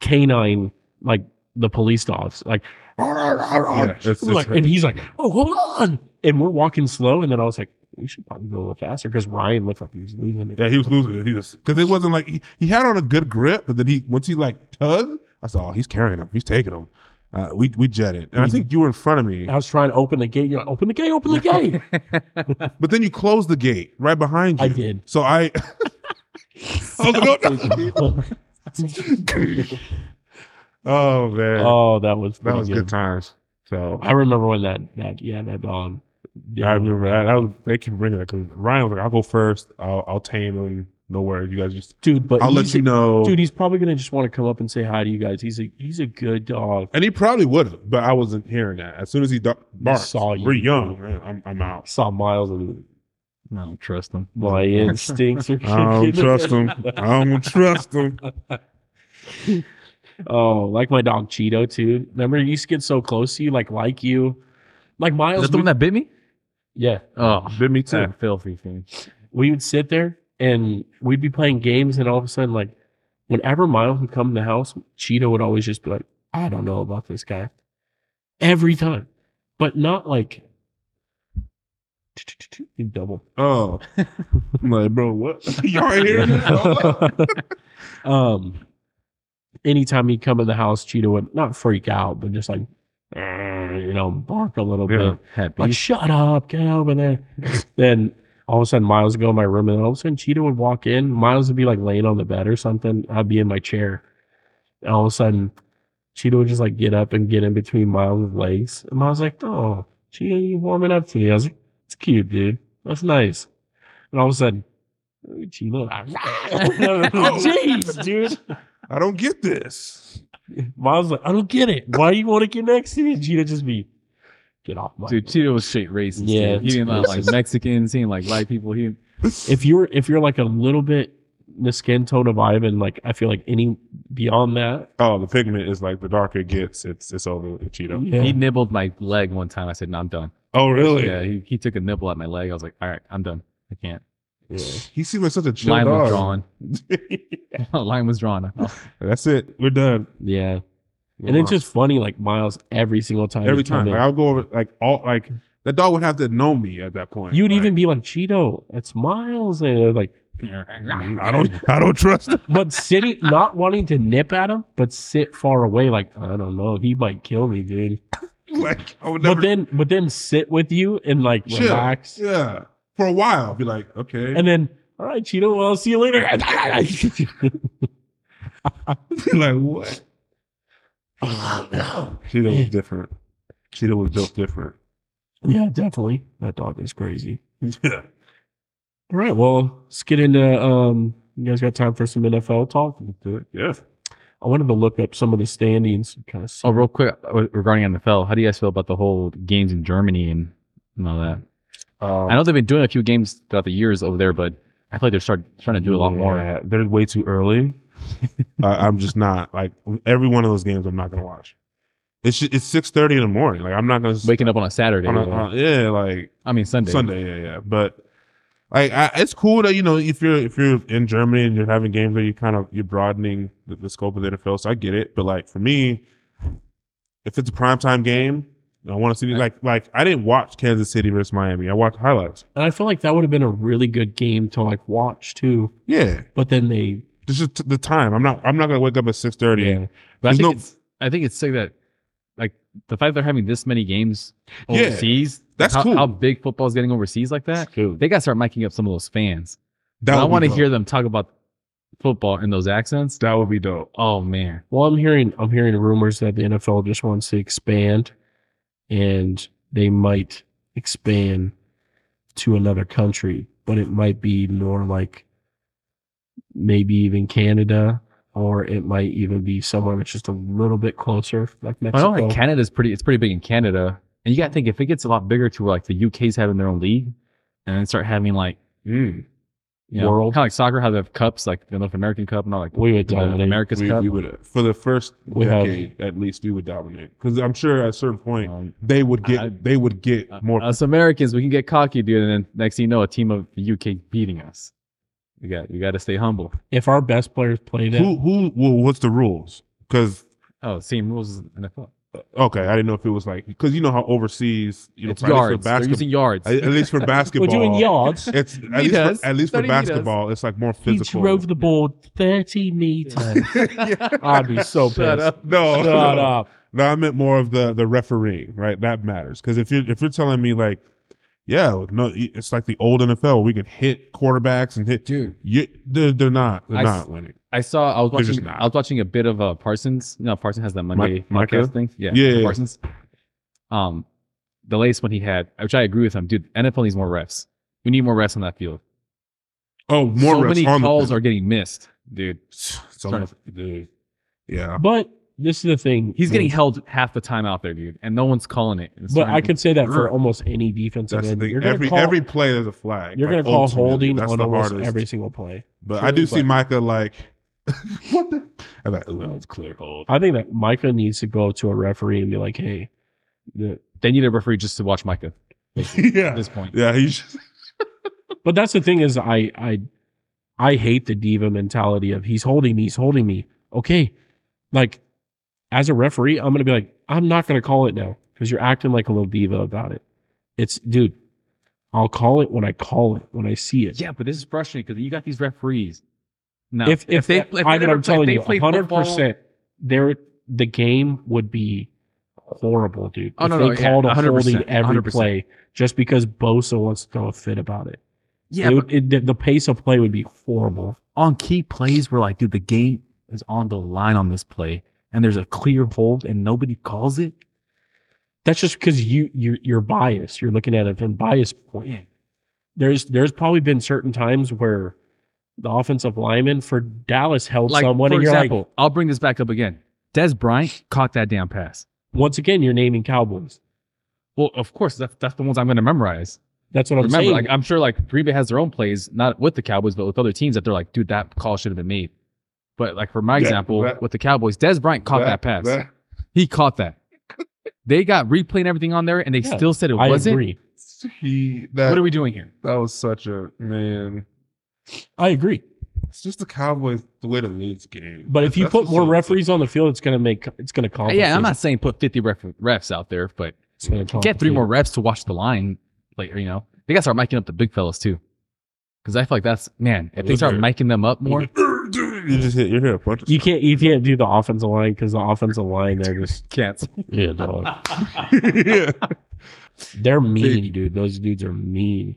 canine, like the police dogs. Like,
Yeah, it's, it's,
we're like and he's like, oh, hold on. And we're walking slow. And then I was like, we should probably go a little faster because Ryan looked like he was leaving.
yeah, he was losing it. He was because it wasn't like he, he had on a good grip, but then he once he like tugged, I saw oh, he's carrying him, he's taking him. Uh, we we jetted,
Mm-hmm.
and I think you were in front of me,
I was trying to open the gate. You're like, open the gate,
*laughs*
open the *laughs*
*laughs*
gate.
but then you closed the gate right behind you.
I
*laughs*
did. *laughs*
So I, I was like, oh, no. oh man,
oh, that was
that
pretty
was good times. So
I remember when that that yeah that um, dog.
I remember that. I was, they kept bringing that because Ryan was like, "I'll go first. I'll, I'll tame him. No worries. You guys just.
dude. But
I'll let
he's
you
a-
know."
dude. He's probably gonna just want to come up and say hi to you guys. He's a he's a good dog.
And he probably would have, but I wasn't hearing that. As soon as he do- barked,
saw you.
we're young. man, I'm, I'm out.
Saw Miles and
I don't trust them.
*laughs* my
*laughs*
instincts are
*laughs* I don't
kicking
Oh, trust
in.
him. I don't trust him.
*laughs* Oh, like my dog Cheeto too. Remember, he used to get so close to you, like like you, like
Is
Miles.
that the
we-
one that bit me?
yeah,
Oh,
*laughs* Bit
*laughs*
me too.
that filthy thing.
we would sit there and we'd be playing games, and all of a sudden, like whenever Miles would come in the house, Cheeto would always just be like, "I don't know about this guy," every time, but not like *laughs* he'd double.
*laughs*
*laughs*
Oh, I'm like, bro, *laughs* what? Y'all ain't hearing that?
um, anytime he'd come in the house, Cheeto would not freak out, but just like, "Eh," you know, bark a little
Yeah.
bit.
Happy.
Like, shut up, get over there. then all of a sudden, Miles would go in my room, and all of a sudden, Cheeto would walk in. Miles would be like laying on the bed or something. I'd be in my chair. And all of a sudden, Cheeto would just like get up and get in between Miles' legs. And Miles was like, oh, Cheeto, you warming up to me. I was like, it's cute, dude. That's nice. And all of a sudden, "Oh, Cheeto. *laughs* Jeez, dude.
I don't get *laughs* this.
Miles was like, I don't get it. Why do you want to get next to me? And Cheeto just be, get off my
Dude, Cheeto was straight racist.
Yeah,
dude. he didn't
*laughs*
like, like Mexicans. He didn't like white people. He didn't-
if you're if you're like a little bit the skin tone of Ivan, like I feel like any beyond that,
Oh, the pigment is like the darker it gets, it's it's over with Cheeto.
yeah.
he nibbled my leg one time. I said, "No, I'm done."
Oh, really?
Yeah, he, he took a nibble at my leg. I was like, "All right, I'm done. I can't."
He seemed like such a chill
line was
dog. *laughs*
drawn. line was drawn. *laughs*
That's it. We're done.
yeah. And it's just funny, like Miles, every single time.
every
he'd come
time. Like,
in.
I'll go over like all like that dog would have to know me at that point.
you'd
Like,
even be like Cheeto, it's Miles, and they're like,
I don't I don't trust him. *laughs*
but sitting, not wanting to nip at him, but sit far away, like I don't know, he might kill me, dude.
Like I would
But
never
then, but then sit with you and like
Chill.
relax,
Yeah. For a while. Be like, okay.
and then all right, Cheeto, well, I'll see you later.
*laughs*
*laughs*
Be like, what? Cheetah *laughs* was different. Cheetah was built different.
yeah, definitely, that dog is crazy.
*laughs* Yeah.
All right, well, let's get into. Um, you guys got time for some NFL talk? Let's do it.
Yeah.
I wanted to look up some of the standings. Kind of.
Oh, real quick uh, regarding NFL, how do you guys feel about the whole games in Germany and, and all that?
Um,
I know they've been doing a few games throughout the years over there, but I feel like they're start, trying to do a lot more.
Yeah, They're way too early. *laughs* I, I'm just not like every one of those games. I'm not gonna watch. It's ju- it's six thirty in the morning. Like I'm not gonna s-
Waking up on a Saturday.
on a-
or-
on a- yeah, like
I mean Sunday.
Sunday, yeah, yeah. But like, I, it's cool that you know if you're if you're in Germany and you're having games where you kind of you're broadening the, the scope of the NFL. So I get it. But like for me, if it's a primetime game, I want to see like like I didn't watch Kansas City versus Miami. I watched highlights.
And I feel like that would have been a really good game to like watch too.
Yeah,
But then they.
this is t- the time. I'm not I'm not gonna wake up at six thirty.
Yeah.
But I
There's
think
no-
it's I think it's sick that like the fact they're having this many games
Yeah,
overseas.
that's
how,
cool.
How big football's getting overseas like that? They gotta start miking up some of those fans.
That
I
would be
want to
dope.
hear them talk about football in those accents.
That would be dope.
Oh man,
Well, I'm hearing I'm hearing rumors that the NFL just wants to expand, and they might expand to another country, but it might be more like maybe even Canada, or it might even be somewhere that's just a little bit closer, like
I
Mexico.
know like Canada's pretty. It's pretty big in Canada, and you gotta think if it gets a lot bigger to where like the UK's having their own league, and then start having like, mm, You know,
World.
kind of like soccer, how they have cups, like the North American Cup and all like
We would
the
dominate.
America's
we,
Cup.
we would for the first
We have-
decade at least we would dominate because I'm sure at a certain point
Um,
they would get
I-
they would get more.
Uh, us Americans, we can get cocky, dude, and then next thing you know, a team of the UK beating us. You got you got to stay humble.
If our best players played it,
who who well, what's the rules? Because
Oh, same rules as NFL.
okay, I didn't know if it was like because you know how overseas you know
It's
at least for
yards. They're
basket-
using yards.
*laughs*
at at least for
we're
basketball
doing
*laughs*
yards.
It's at least,
Meters.
for, at least for
30 meters.
basketball, it's like more
He
physical.
drove the ball 30 meters.
*laughs*
I'd be so pissed.
*laughs* Shut up.
no,
Shut
no.
up.
*laughs* No, I meant more of the the refereeing, right? That matters because if you're if you're telling me like, yeah, no, it's like the old NFL, we could hit quarterbacks and hit.
Dude,
You, they're, they're not, they're
I
not
s-
winning.
I saw. I was
They're just
watching.
not.
I was watching a bit of uh, Parsons. You know, Parsons has that Monday
Mike- Micah?
podcast thing. Yeah,
Yeah, yeah, yeah.
Parsons. Um, the latest one he had, which I agree with him, dude. NFL needs more refs. We need more refs on that field.
Oh, more
so
refs
many
on the-
calls are getting missed, dude.
*sighs* So- dude. Yeah,
But this is the thing.
He's getting held half the time out there, dude, and no one's calling it. It's
But
starting
I
to-
could say that for almost any defensive
that's the
end. You're
thing.
going
Every
to call,
every play there's a flag.
you're
Like,
gonna call
ultimately,
holding
that's
on
the
almost
hardest.
every single play.
But I do
True,
see
but-
Micah like, *laughs* what the? I'm like, oh, *laughs* it's clear hold.
I think that Micah needs to go up to a referee and be like, hey,
*laughs*
the,
they need a referee just to watch Micah at
yeah,
this point.
yeah. He's
*laughs* But that's the thing is I I I hate the diva mentality of he's holding me, he's holding me. Okay. Like as a referee, I'm gonna be like, I'm not gonna call it now because you're acting like a little diva about it. It's dude, I'll call it when I call it, when I see it.
Yeah, but this is frustrating because you got these referees. Now,
If if, they, I mean,
never
I'm telling
play-
you,
they play
hundred
football-
percent, there the game would be horrible, dude.
Oh,
if
no,
they
no, yeah,
called a
100%,
holding every
100%.
play just because Bosa wants to throw a fit about it. It
Yeah, but
would- it- the- the pace of play would be horrible.
on key plays where like, dude, the game is on the line on this play, and there's a clear hold, and nobody calls it.
That's just because you you you're biased. You're looking at it from bias point. There's there's probably been certain times where the offensive lineman for Dallas held
Like,
someone,
for
and you're
example,
like,
I'll bring this back up again. Des Bryant caught that damn pass.
once again, you're naming Cowboys.
Well, of course, that's that's the ones I'm going to memorize.
That's what I'm
Remember,
saying.
like I'm sure like Green Bay has their own plays, not with the Cowboys, but with other teams that they're like, dude, that call should have been made. But like for my
Yeah,
example
that-
with the Cowboys, Des Bryant caught that, pass. He caught that. They got replay and everything on there, and they
Yeah,
still said it
I
wasn't.
agree.
that, he, that,
What are we doing here?
that was such a man.
I agree.
It's just the Cowboys the way the league's game.
But if you put more referees on the field, it's gonna make it's gonna complicate.
Uh, Yeah, I'm not saying put 50 ref- refs out there, but
it's gonna
get three
complicate.
more refs to watch the line later. You know, they got to start miking up the big fellas too, because I feel like that's man. If they start
Okay.
miking them
*laughs*
up more,
you just hit. You hit a bunch. Of
You can't you can't do the offensive line because the offensive line they're just *laughs*
*laughs* can't.
yeah dog.
*laughs* yeah.
They're mean, dude. Those dudes are mean.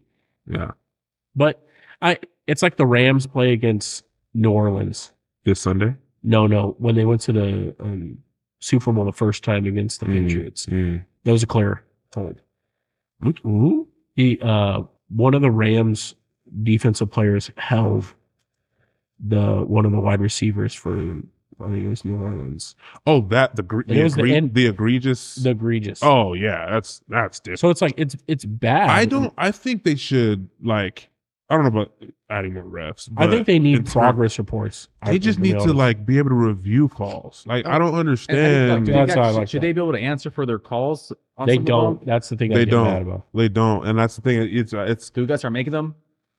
yeah.
But I it's like the Rams play against New Orleans.
This Sunday.
No, no, when they went to the um, Super Bowl the first time against the
Mm.
Patriots, that was a clear hold.
Ooh.
He, uh, one of the Rams defensive players held the one of the wide receivers for I think it was New Orleans.
Oh, that the gre-
It
the,
was the
egre-
end-
the egregious.
The egregious.
oh yeah, that's that's different.
so it's like it's it's bad.
I don't. I think they should like. I don't know about adding more refs.
I
But
think they
in
need
turn-
progress reports. I
they just
think, be
need to
honest.
like be able to review calls. Like I don't understand.
dude, That's how I
should,
like that.
they be able to answer for their calls? On
They
some of them?
don't. That's the thing. I
They
get
don't.
Mad about.
they don't, and that's the thing. It's it's.
Dude, that's are making them.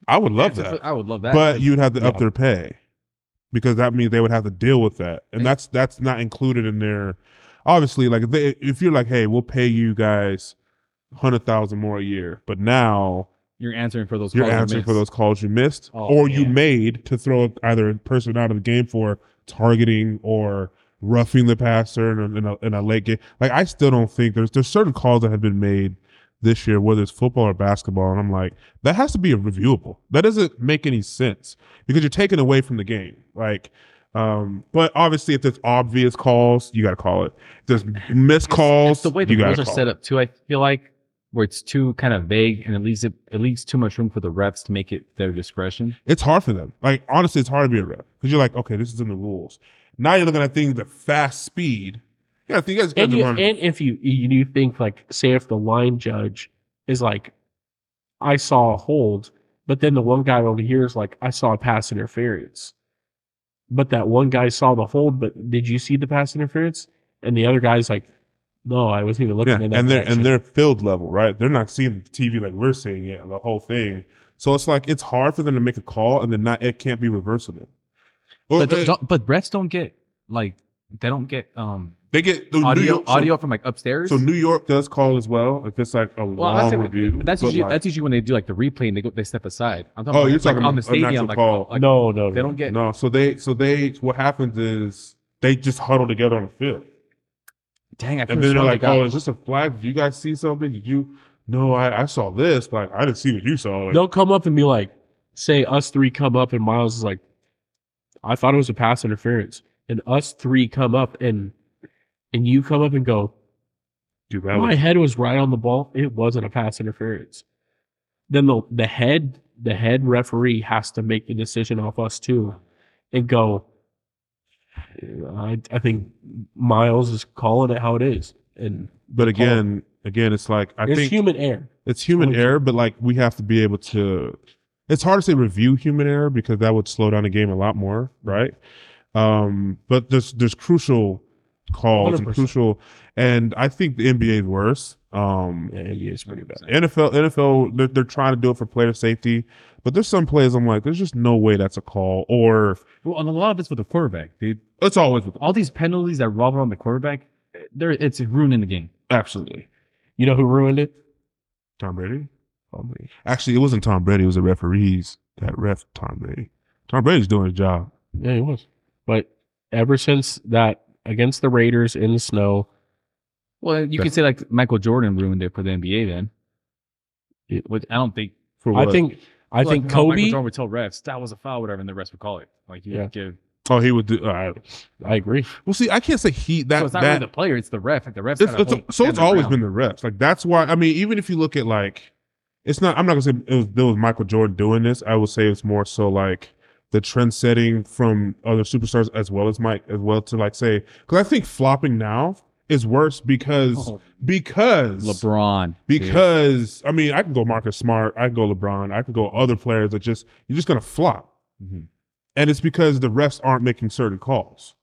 I would love
Answer
that.
for- I would love that.
but you'd have to up
Yeah.
their pay because that means they would have to deal with that, and that's that's not included in their. Obviously, like if, they, if you're like, hey, we'll pay you guys hundred thousand more a year, but now
you're answering for those.
you're
calls you
answering for
missed.
those calls you missed
Oh,
or you
man.
made to throw either a person out of the game for targeting or roughing the passer in a, in a, in a late game. Like I still don't think there's there's certain calls that have been made this year, whether it's football or basketball, and I'm like that has to be reviewable. That doesn't make any sense because you're taking away from the game. Like, um, but obviously if there's obvious calls, you got to call it. If there's missed calls,
It's the way the
you gotta
rules are
call
set
it.
up too. I feel like where it's too kind of vague and it leaves it, it leaves too much room for the refs to make it their discretion.
it's hard for them. Like honestly, it's hard to be a rep because you're like, okay, this is in the rules. Now you're looking at things at fast speed. Yeah, I think you guys got
and,
to
you,
run.
and if you you do think like say if the line judge is like i saw a hold But then the one guy over here is like, I saw a pass interference. But that one guy saw the hold, but did you see the pass interference? And the other guy's like, No, I wasn't even looking
Yeah,
at that.
and they're
direction."
and they're field level, right? They're not seeing the TV like we're seeing it, the whole thing. So it's like it's hard for them to make a call, and then not it can't be reversible. Or
But,
they,
don't, but refs don't get like they don't get um
they get the New
audio
York, so-
audio from like upstairs.
So, New York does call as well. If it's like a
Well,
long
that's like-
review,
but that's
but
usually
like-
that's usually when they do like the replay and they go they step aside. I'm
Oh,
talking
you're
about like,
talking
on the
about an actual
stadium like,
call.
like
no, no, no.
they don't get
no. So they so they what happens is they just huddle together on the field.
dang. I
And
could've
then they're
sworn they
like,
got-
"Oh, is this a flag? Did you guys see something? Did you? No, I, I saw this. Like, I didn't see what you saw. Like,
They'll come up and be like, say us three come up and Miles is like, I thought it was a pass interference. And us three come up and and you come up and go,
dude, that
My
was-
head was right on the ball. It wasn't a pass interference. Then the the head the head referee has to make the decision off us too, and go. I I think Miles is calling it how it is, and
but again, again, it's like I
there's
think
human error.
it's human
Okay.
error, but like we have to be able to. It's hard to say review human error because that would slow down the game a lot more, right? Um, but there's there's crucial calls and
100%.
crucial, and I think the NBA is worse. Um,
Yeah, NBA is pretty bad.
NFL, NFL, they're, they're trying to do it for player safety, but there's some plays I'm like, there's just no way that's a call, or
*laughs* well, and a lot of it's with the quarterback, dude.
it's always
All these penalties that revolve around the quarterback, they're it's ruining the game.
Absolutely. You know who ruined it?
Tom Brady. Actually, it wasn't Tom Brady; it was the referees that ref Tom Brady. Tom Brady's doing his job.
Yeah, he was. But ever since that against the Raiders in the snow,
Well, you could say like Michael Jordan ruined it for the NBA then.
Yeah.
Which I don't think.
For
I
what?
think I
like,
think
how Michael
Kobe.
Jordan would tell refs that was a foul, whatever, and the refs would call it. Like you
Yeah.
give.
Oh, he would do. All right.
I agree.
Well, see, I can't say he that
so it's not
that.
really the player; it's the ref. Like the refs.
it's,
gotta
it's-
hold-
so it's
stand their
always
ground.
been the refs. Like that's why. I mean, even if you look at like, it's not. I'm not gonna say it was, it was Michael Jordan doing this. I would say it's more so like the trend setting from other superstars as well as Mike as well to like say because I think flopping now is worse because
Oh.
because
LeBron. dude.
because I mean I can go Marcus Smart, I can go LeBron, I can go other players that just you're just gonna flop,
Mhm.
and it's because the refs aren't making certain calls.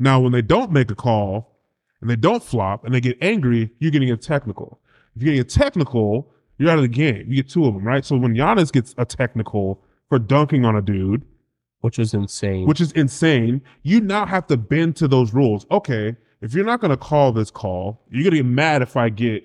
Now, when they don't make a call and they don't flop and they get angry, you're getting a technical. If you're getting a technical, you're out of the game. You get two of them, right? So when Giannis gets a technical for dunking on a dude,
Which is insane.
which is insane. You now have to bend to those rules. Okay, if you're not gonna call this call, you're gonna get mad if I get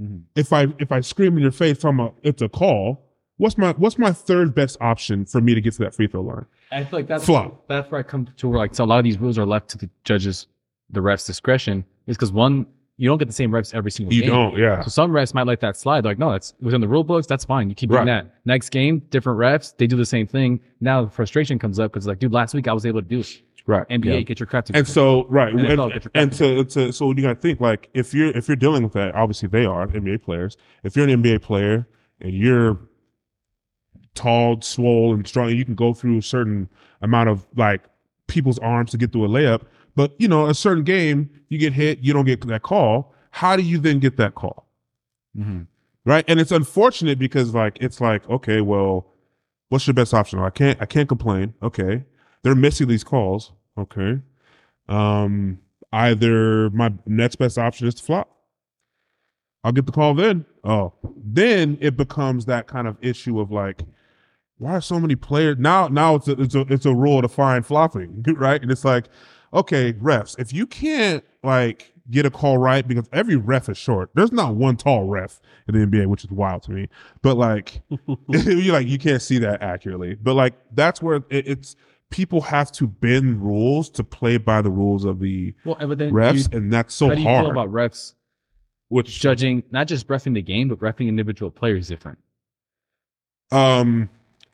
Mhm.
if I if I scream in your face talking about it's a call. What's my what's my third best option for me to get to that free throw line?
I feel like that's
Flop.
that's where I come to where like so a lot of these rules are left to the judges, the refs' discretion. Is because one, you don't get the same refs every single
You
game.
don't, yeah.
So some refs might let that slide. They're like, no, that's within the rule books. That's fine. You keep doing
Right.
that. Next game, different refs, they do the same thing. Now the frustration comes up because like, dude, last week I was able to do it.
right.
NBA,
Yeah.
get your crap together.
And so right,
And
and,
it's all different.
and to, to so you gotta think like if you're if you're dealing with that, obviously they are NBA players. If you're an NBA player and you're tall, swole, and strong, you can go through a certain amount of like people's arms to get through a layup. But you know, a certain game, you get hit, you don't get that call. How do you then get that call?
Mhm.
Right, and it's unfortunate because like it's like okay, well, what's your best option? I can't, I can't complain. Okay, they're missing these calls. Okay, um, either my next best option is to flop. I'll get the call then. Oh, then it becomes that kind of issue of like, why are so many players now? Now it's a, it's a it's a rule to find flopping, *laughs* right? And it's like, okay, refs, if you can't like get a call right because every ref is short. There's not one tall ref in the NBA, which is wild to me. But like, *laughs* you like you can't see that accurately. But like that's where it, it's people have to bend rules to play by the rules of the
well, and- but then
refs,
you-
and that's so
how do you
hard.
feel about refs
which
judging, not just refing the game, but refing individual players different?
Um,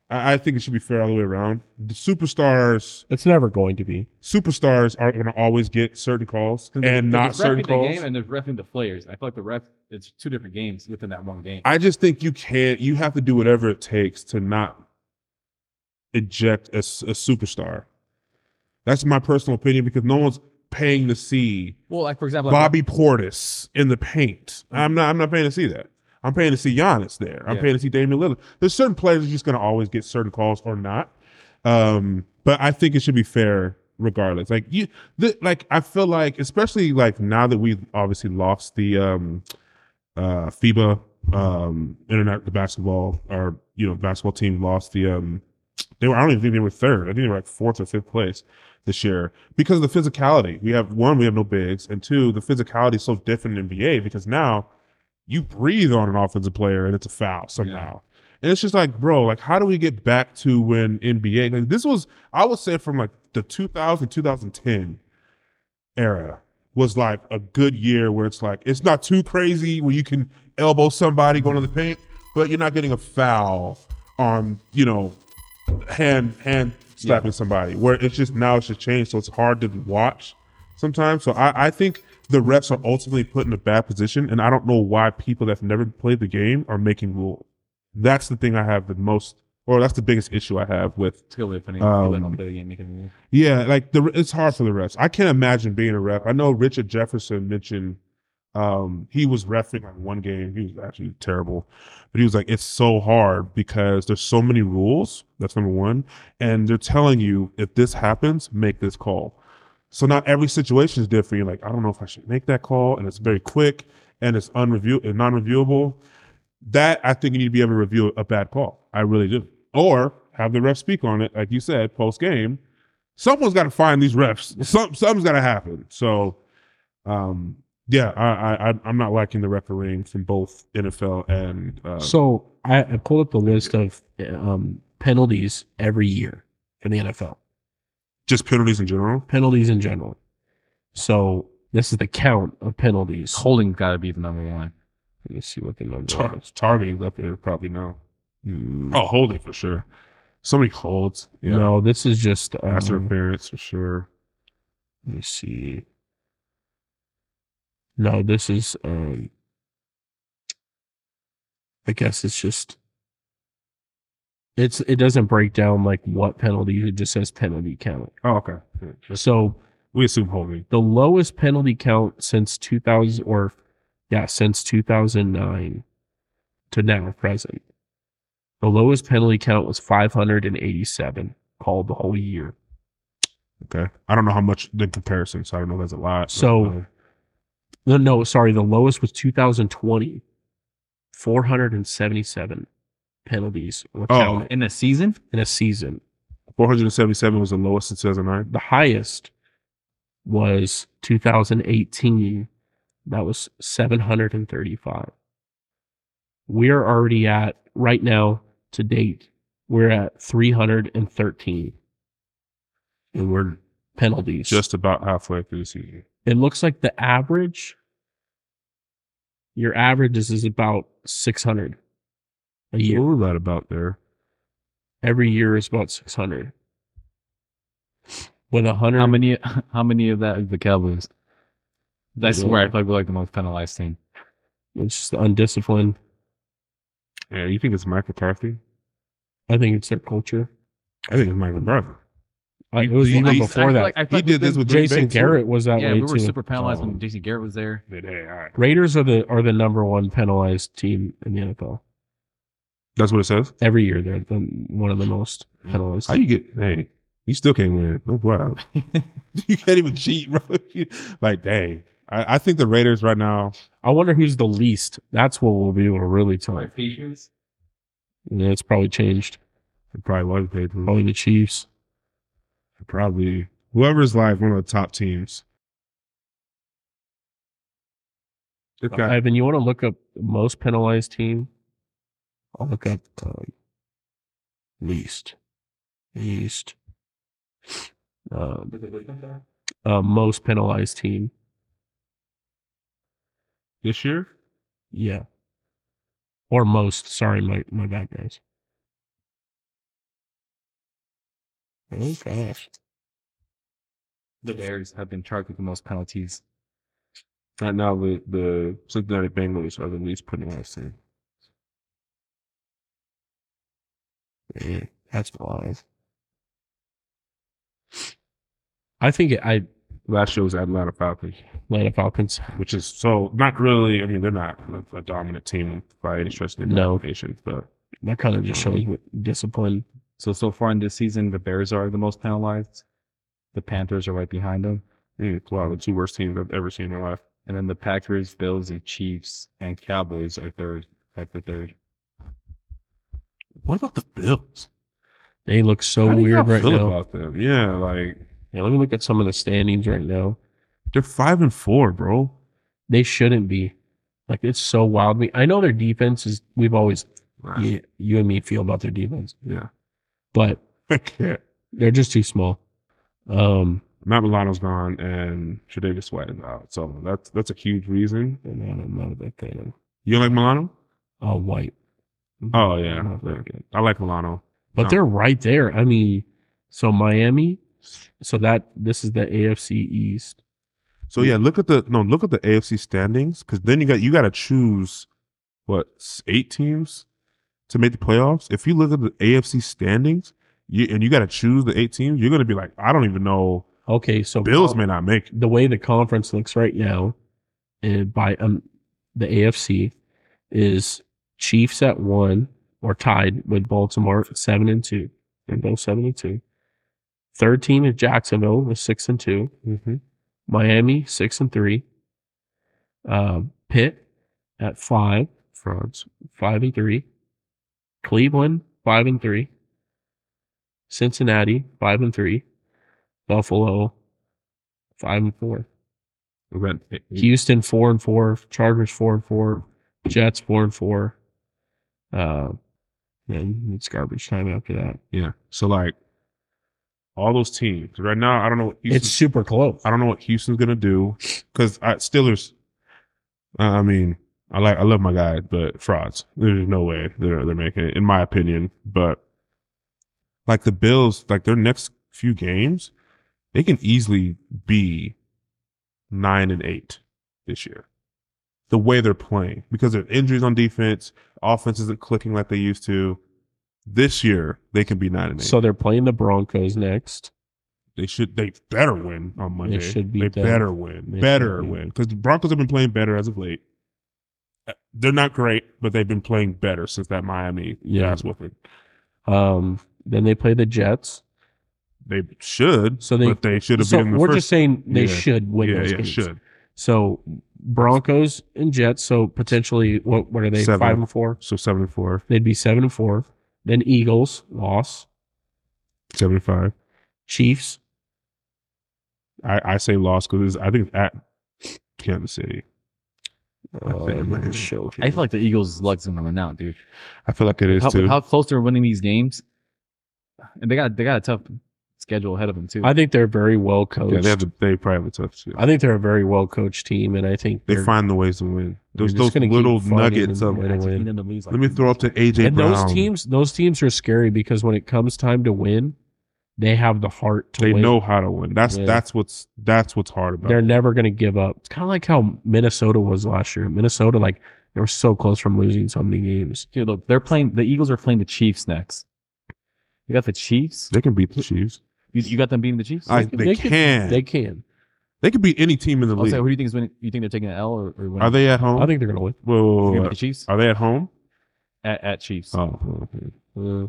I, I think it should be fair all the way around. The superstars,
It's never going to be.
superstars are going to always get certain calls and not
There's refing
certain
the
calls.
game and there's refing the players. I feel like the ref, it's two different games within that one game.
I just think you can't. You have to do whatever it takes to not eject a, s- a superstar. That's my personal opinion because no one's paying to see
well, like for example, like,
Bobby Portis in the paint. I'm not. I'm not paying to see that. I'm paying to see Giannis there. I'm
Yeah.
paying to see Damian Lillard. There's certain players who's just going to always get certain calls or not. Um, but I think it should be fair regardless. Like you, the, like I feel like, especially like now that we obviously lost the um, uh, FIBA um, internet the basketball or you know basketball team lost the um, they were I don't even think they were third. I think they were like fourth or fifth place this year because of the physicality. We have one, we have no bigs, and two, the physicality is so different in NBA because now you breathe on an offensive player and it's a foul somehow. And it's just like, bro, like how do we get back to when NBA? Like this was, I would say, from like the 2000 2010 era was like a good year where it's like it's not too crazy where you can elbow somebody going to the paint, but you're not getting a foul on you know hand hand slapping somebody. Where it's just now it's just changed, so it's hard to watch sometimes. So I, I think the refs are ultimately put in a bad position, and I don't know why people that've never played the game are making rules. That's the thing I have the most, or that's the biggest issue I have with
It's gonna be funny.
Um,
People don't play the game, making moves.
yeah, like the it's hard for the refs. I can't imagine being a ref. I know Richard Jefferson mentioned um he was refing like one game. He was actually terrible. But he was like, it's so hard because there's so many rules. That's number one. And they're telling you if this happens, make this call. So not every situation is different. You're like, I don't know if I should make that call. And it's very quick and it's unreview and non-reviewable. That I think you need to be able to review a bad call. I really do. Or have the ref speak on it, like you said, post game someone's got to find these refs. Some something's got to happen. So, um, yeah, I, I I'm- I'm not liking the refereeing from both NFL and uh,
So I, I pulled up the list of um, penalties every year in the NFL,
just penalties in general.
penalties in general. So this is the count of penalties.
Holding's got to be the number one.
Let me see what the number
Tar-
is.
targeting's up there probably now.
Mm,
Oh, holding for sure. So many holds. Yeah,
No, this is just. Um,
pass interference for sure.
Let me see. No, this is. Um, I guess it's just. It's it doesn't break down like what penalty. It just says penalty count.
Oh, okay. Yeah, just-
So
We assume holding.
the lowest penalty count since 2000 or yeah since 2009 to now present the lowest penalty count was 587 called the whole year
Okay. I don't know how much the comparison, so I don't know if that's a lot.
So-
Uh,
no no sorry the lowest was 2020 477 penalties were
Oh.
counted
In a season?
in a season
477 was the lowest since 2009.
the highest was 2018. That was 735. We're already at, right now, to date, we're at 313. And we're penalties.
Just about halfway through the season.
it looks like the average, your average is, is about 600 a year.
What was that about there?
Every year is about 600. With 100.
How many? *laughs* How many of that are the Cowboys? That's
Yeah.
where I feel like we're like the most penalized team.
It's just undisciplined.
Yeah, you think it's Mike McCarthy?
I think it's their culture.
I think it's Mike McCarthy.
I, it was
you-
even
I-
before that.
I
He did this with Green
Jason
Bay, too.
Garrett was that
yeah,
way
we were
too.
super penalized
Um,
when Jason Garrett was there.
But hey, all right.
Raiders are the are the number one penalized team in the NFL.
That's what it says.
Every year they're the, one of the most penalized.
How you get? Hey, you still can't win. No wow. *laughs* you can't even cheat, bro. *laughs* like, dang. I, I think the Raiders right now.
I wonder who's the least. That's what we'll be able to really tell. And it's probably changed.
it Probably was paid them.
Probably the Chiefs.
Probably whoever's live one of the top teams. It's got-
Ivan, you want to look up most penalized team? I'll look up um, least, least, um, uh, most penalized team.
this year.
Yeah. Or most. Sorry, my, my bad guys. Oh gosh.
The Bears have been charged with the most penalties.
Right now, the, the Cincinnati Bengals are the least penalized team.
Man, that's wild. I think it, I
Last show was Atlanta Falcons,
Atlanta Falcons.
which is so not really. I mean, they're not a- a dominant team by any stretch of the
No.
imagination, but
That kind of just shows what discipline.
So so far in this season, the Bears are the most penalized. The Panthers are right behind them,
mm, it's one of the two worst teams I've ever seen in my life.
and then the Packers, Bills, and Chiefs and Cowboys are third. At the third,
What about the Bills?
They look so
How do y'all
weird right
feel
now.
about them? Yeah, like
yeah, let me look at some of the standings right now.
they're five and four, bro.
They shouldn't be. Like it's so wild. We- I know their defense is. We've always you, you and me feel about their defense,
Yeah, *laughs*
but
I can't.
they're just too small. Um,
Matt Milano's gone and Tre'Davious White is out, so that's that's a huge reason.
and I'm not a big fan of
You don't like Milano?
oh white.
Oh yeah,
Not very good.
I like Milano.
But
No.
they're right there. I mean, so Miami. So that this is the AFC East.
So yeah, look at the no, look at the AFC standings because then you got you got to choose what s- eight teams to make the playoffs. If you look at the AFC standings, you and you got to choose the eight teams, you're gonna be like, I don't even know.
Okay, so
Bills may not make it.
the way the conference looks right now uh, by um, the AFC is Chiefs at one or tied with Baltimore at seven and two. They're both seven and two. Third team is Jacksonville with six and two.
Mm-hmm.
Miami six and three. Um, Pitt at five. France five and three. Cleveland five and three. Cincinnati five and three. Buffalo five and four.
we went eight,
Mm.
Houston four and four, Chargers four and four, Jets four and four. Uh, and it's garbage time after that.
Yeah. So like all those teams right now, I don't know. What Houston's-
It's super close.
I don't know what Houston's gonna do because Steelers. I I mean, I like I love my guy, but frauds. There's no way they're they're making it, in my opinion. But like the Bills, like their next few games, they can easily be nine and eight this year. The way they're playing because there's injuries on defense, offense isn't clicking like they used to. This year, they can be nine and eight.
So they're playing the Broncos next.
They should. They better win on Monday. They
should beat them.
better win.
They
better
should beat-
win because the Broncos have been playing better as of late. Uh, They're not great, but they've been playing better since that Miami
Yeah.
yeah. ass whooping.
Um, then they play the Jets.
They should.
So they-
But they should have
So
been the
we're
first.
just saying they
Yeah.
should win
yeah,
those
yeah,
games.
should
So Broncos and Jets. So potentially, what what are they?
Seven.
Five and four.
so 74,
They'd be seven and four. Then Eagles loss.
75.
Chiefs.
I I say loss because I think it's at Kansas City.
Oh,
man.
show
I feel like the Eagles' luck's gonna run out, dude.
I feel like it is
How,
too.
how close they're winning these games, and they got they got a tough schedule ahead of them too.
I think they're very well coached.
yeah, they have to, they probably have a tough. Shit.
I think they're a very well coached team, and I think
They
they're-
find the ways to win. Those
just
those
gonna keep
little
finding
nuggets
them
of.
and winning.
them lose,
Let me throw up to AJ
and
Brown.
those teams those teams are scary because when it comes time to win, they have the heart to
they
win.
know how to win. That's
Yeah.
that's what's that's what's hard about.
they're
it.
never going to give up. It's kind of like how Minnesota was last year. Minnesota, like they were so close from losing so many games.
Dude, look, they're playing. The Eagles are playing the Chiefs next. You got the Chiefs.
They can beat the Chiefs.
You, you got them beating the Chiefs.
I,
They-
they,
they can-
can.
They
they,
can.
can beat any team in the
I'll
league.
say, who do you think is winning? You think they're taking an L or, or winning?
Are they at home?
I think they're going to win.
Whoa, whoa, whoa,
You
whoa.
got the Chiefs
Are they at home?
at, at Chiefs?
Oh, okay.
Uh,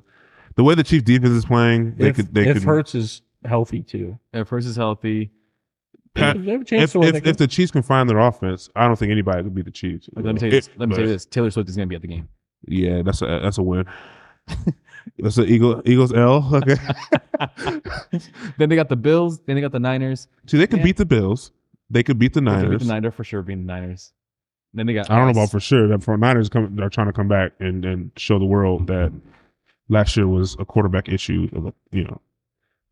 the way the Chiefs defense is playing, they
if,
could they
if
could.
Hurts is healthy too,
If Hurst is healthy,
they have
Pat-
a chance
if,
to win.
if, if the Chiefs can find their offense, I don't think anybody could beat the Chiefs.
like, let me tell you this.
If-
Let me tell you
but-
this. Taylor Swift is gonna be at the game. *laughs*
Yeah, that's a that's a win. that's an Eagle Eagles L.
*laughs*
Okay,
then they got the Bills. Then they got the Niners.
so they could
Yeah.
beat the Bills. They could beat the
They could beat
Niners.
The Niners for sure being the Niners. Then they got.
I don't know
us.
about for sure. That for Niners come are trying to come back and, and show the world that last year was a quarterback issue. Of the, you know,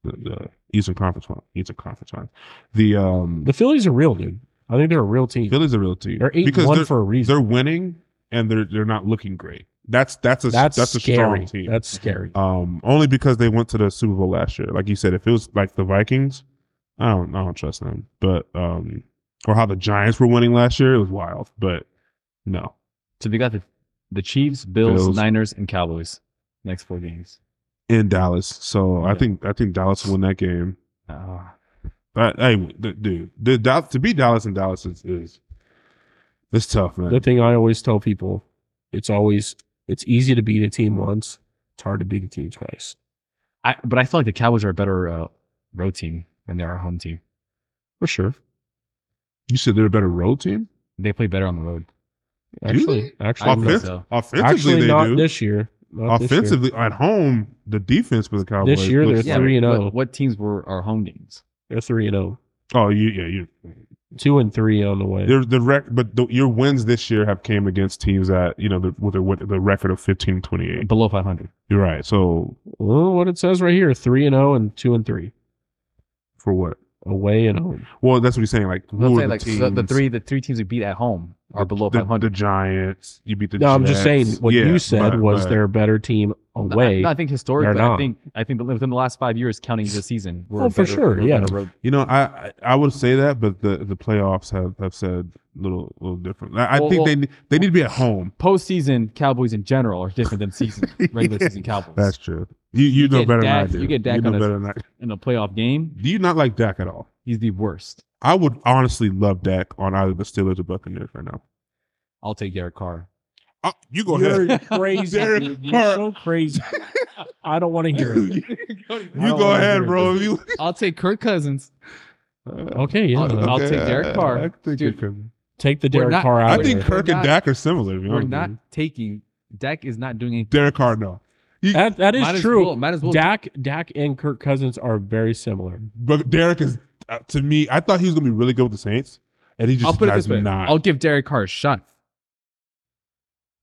the, the Eastern Conference one, Eastern Conference one. The um,
the Phillies are real, dude. I think they're a real team.
Phillies are real team
They're eight
because
one
they're,
for a reason.
they're winning and they're they're not looking great. That's that's a
That's
that's, a
scary.
strong team.
That's scary.
um, only because they went to the Super Bowl last year. Like you said, if it was like the Vikings, I don't I don't trust them. But um, or how the Giants were winning last year, it was wild. But no.
So they got the the Chiefs, Bills,
Bills.
Niners, and Cowboys. Next four games.
in Dallas. So I
Yeah.
think I think Dallas will win that game.
Ah.
I, I the, dude, the Dal- to be Dallas and Dallas is, is it's tough, man.
The thing I always tell people, it's always it's easy to beat a team once. It's hard to beat a team twice.
I, but I feel like the Cowboys are a better uh, road team than they are a home team.
For sure.
you said they're a better road team.
They play better on the road.
Actually,
I think
actually,
Offense,
so.
Offensively,
actually
they
not
do.
this year. Not this year.
offensively, at home, the defense for the Cowboys.
year
looks
they're
like-
three- and
but
oh.
What teams were our home games?
They're three and zero.
Oh, you, yeah, you.
Two and three on the way.
They're the rec, but the, your wins this year have came against teams that you know the, with, the, with the record of 15 28.
Below 500.
You're right. So
well, what it says right here: three and zero and two and three
for what?
away and home.
Well, that's what he's saying. Like, who
Let's
are
say
the
like
teams?
the, the three the three teams we beat at home are below
the,
500.
the Giants. You beat the.
No, I'm just saying
Jets.
what
Yeah,
you said
but-
was
but-
they're a better team
No,
away.
I, no, I think historically,
They're
I
not.
think I think within the last five years, counting this season, we're
Oh, for
better-
sure,
we're
yeah.
better road-
You know, I I- I would say that, but the the playoffs have have said little little different. I, I
Well,
think
well-
they ne- they need to be at home.
Postseason Cowboys in general are different than season regular
*laughs* Yeah,
season Cowboys.
That's true. You you, know
get
better than I
Dak-
do.
you get Dak
know
on a-
better than I.
in a playoff game,
Do you not like Dak at all?
he's the worst.
I would honestly love Dak on either the Steelers or Buccaneers right now.
I'll take Derek Carr.
Oh, you go
*laughs*
ahead. *laughs*
You're crazy.
Derek
dude. You're
Carr.
so crazy. I don't want to hear it.
*laughs*
*laughs*
you
I don't wanna
go
hear
ahead,
it.
bro. You,
I'll take Kirk Cousins.
Okay, yeah.
I'll- I'll-
Okay,
take Derek
I-
Carr.
I think,
Dude.
it could-
Take the Derek
not-
Carr out.
I
of
think
there.
we're
Kirk and
not-
Dak are similar. to be
We're
honest
not
with you.
taking Dak is not doing anything.
Derek Carr. No,
That, that
Might
is
as
true.
well- might as well.
Dak, Dak, and Kirk Cousins are very similar.
but Derek is uh, to me. I thought he was gonna be really good with the Saints, and he just
I'll put it
has
this way.
not.
I'll give Derek Carr a shot.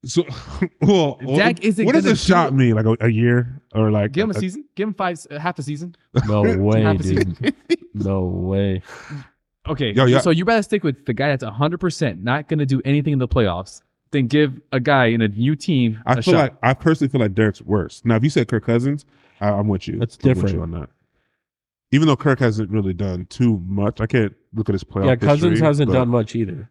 So, *laughs* well,
Dak isn't
what does
gonna
a shot
do-
mean? Like a, a year or like
Give him a
a-
season. Give him five, uh, half a season.
No
*laughs*
way,
Half a season.
dude.
*laughs*
No way.
Okay.
Yo, yeah.
So you rather stick with the guy that's 100% not going to do anything in the playoffs than give a guy in a new team
I
a
feel
shot.
like I personally feel like Derek's worse. Now, if you said Kirk Cousins, I, I'm with you.
That's
I'm with
different.
you on that. Even though Kirk hasn't really done too much, I can't look at his playoff.
yeah, Cousins
history,
hasn't
but
done much either.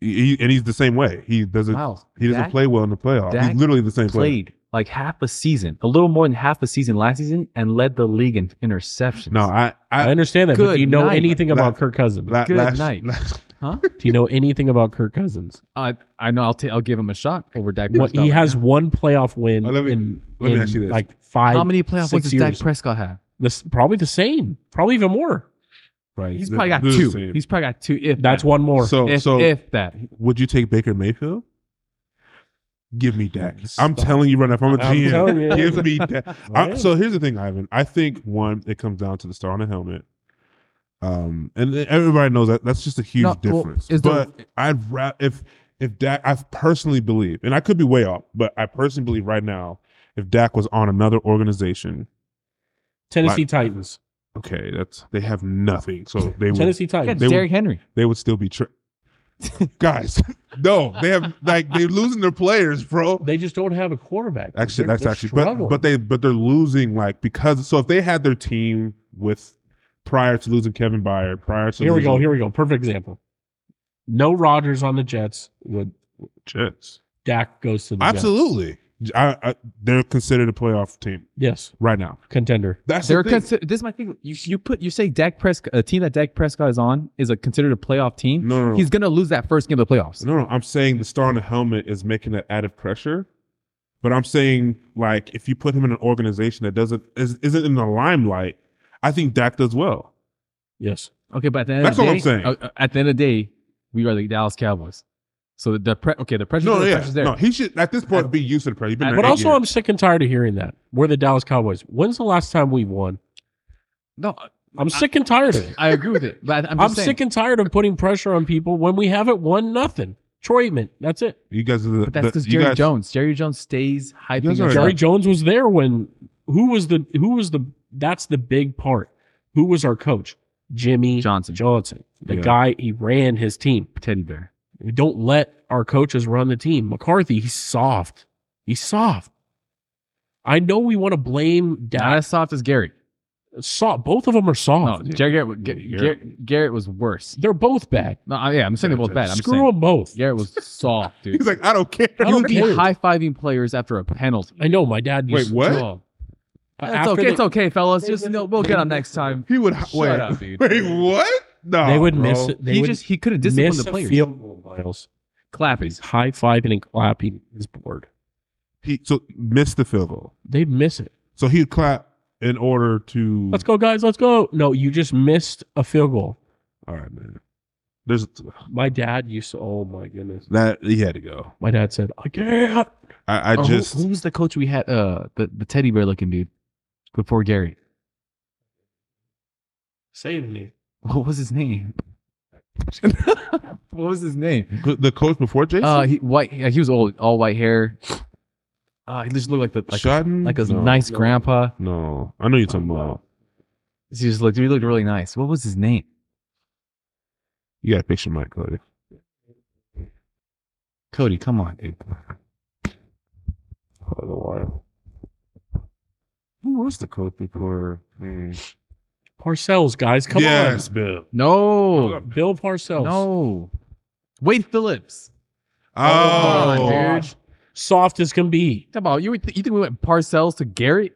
he- he- and he's the same way. He doesn't.
wow.
He doesn't
Dak
play well in the playoffs.
Dak
he's literally the same player.
played like half a season, a little more than half a season last season, and led the league in interceptions.
No, I.
I,
I,
understand that, but
Good
do you know
night.
anything about
La-
Kirk Cousins?
la-
Good
last, *laughs*
night.
last-
do you know anything about Kirk Cousins?
I, I know. I'll take. I'll give him a shot over Dak.
What
Prescott
he
right
has
now.
one playoff win
Oh, let me-
in,
let me
in,
ask you this.
like five.
How many playoff
six
wins does Dak
years.
Prescott have?
This, probably the same. Probably even more.
right.
He's
They're-
probably got
they're the
two.
same.
He's probably got two. If
That's
that.
one more.
so
if,
so.
if that.
would you take Baker Mayfield? Give me Dak.
Stop.
I'm telling you right now, if I'm a
I'm
*laughs*
telling you.
GM, give me Dak. I-
Right?
so here's the thing, Ivan. I think one, it comes down to the star on the helmet. Um, and everybody knows that that's just a huge
No, well,
difference.
is there-
but I'd ra- if if Dak, I personally believe, and I could be way off, but I personally believe right now, if Dak was on another organization,
Tennessee Titans.
okay, that's they have nothing, so they would
Tennessee
You got
Titans.
They-
Derrick Henry.
they would still be. Tri- Guys, *laughs* no, they have like they're losing their players, bro.
They, just don't have a quarterback.
Actually,
They're-
that's
they're
actually, but
struggling.
but they but they're losing like because so if they had their team with prior to losing Kevin Byard, prior to
here we go.
losing
Here we go. Perfect example. No Rodgers on the Jets. Would
Jets,
Dak goes to the Jets.
absolutely, I, I, they're considered a playoff team
Yes,
right now.
contender.
That's
They're
the thing.
consider- this is my thing. You, you put you say Dak Prescott, a team that Dak Prescott is on, is a considered a playoff team.
no, no, no.
He's gonna lose that first game of the playoffs.
no, no. I'm saying the star on the helmet is making that added pressure, but I'm saying like if you put him in an organization that doesn't is, isn't in the limelight, I think Dak does well.
Yes.
Okay, but at the end
That's
of the
what I'm
day,
saying.
uh, uh, at the end of the day, we are the Dallas Cowboys. So the pre- okay, the pressure,
No,
the
yeah,
pressure's there.
no. He should at this point be used to the pressure. He's been there
But
eight
also,
years.
I'm sick and tired of hearing that. We're the Dallas Cowboys. When's the last time we won?
No, uh,
I'm sick and tired of it.
I agree with it, but
*laughs*
I'm,
I'm,
just saying,
sick and tired of putting pressure on people when we haven't won nothing. Troy Aikman, that's it.
you guys are the,
but that's
the-
because
you
Jerry
guys-
Jones. Jerry Jones stays hyping.
guys are-
us
Jerry
up.
Jones was there when who was the who was the that's the big part. Who was our coach? Jimmy
Johnson.
Johnson, the
Yeah.
guy he ran his team.
teddy bear.
We don't let our coaches run the team. McCarthy, he's soft. He's soft. I know we want to blame
Not
Dak.
as soft as Garrett.
Soft. Both of them are
No,
soft.
Jerry Garrett, Garrett,
Yeah,
Garrett, Garrett was worse.
They're both bad.
No, I- yeah, I'm saying they're both bad. I'm
Screw
saying
them both.
Garrett was soft,
*laughs* *laughs*
dude.
He's like, I don't care.
I
He
don't
would be
care.
high fiving players after a penalty.
I know my dad.
Wait,
Used
what?
To,
Oh, It's okay. It's okay, fellas. Just no, we'll get him next time.
He would.
Shut
Wait,
up, dude.
*laughs* wait, what? No,
they would
bro.
miss it. They
he
would
just he could have disciplined
miss
the
a
players.
field goal, Miles.
Clappies.
He's high fiving and clapping his board.
He so missed the field goal.
They'd miss it.
So he'd clap in order to.
Let's go, guys. Let's go. No, you just missed a field goal.
All right, man. There's
My dad used to. Oh my goodness.
that he had to go.
My dad said, "I can't."
I, I
Oh, who-
just
who, was the coach we had? Uh, the, the teddy bear looking dude before Gary.
Say it to me.
What was his name? *laughs* what was his name?
the coach before Jason.
Uh, he white. yeah, He was old, all white hair. Uh, he just looked like the like,
Sutton?
like a
no,
nice grandpa.
No, I know you're talking about.
He just looked. He looked really nice. What was his name?
You got a picture, Mike Cody.
Cody, come on, dude.
Oh, the while.
Who was the coach before? Hmm.
Parcells, guys, come
yes, Bill.
No,
on. Bill Parcells.
no. Wade Phillips.
Oh,
come on, dude.
gosh. Soft as can be.
Come on, you would th- you think we went Parcells to Garrett?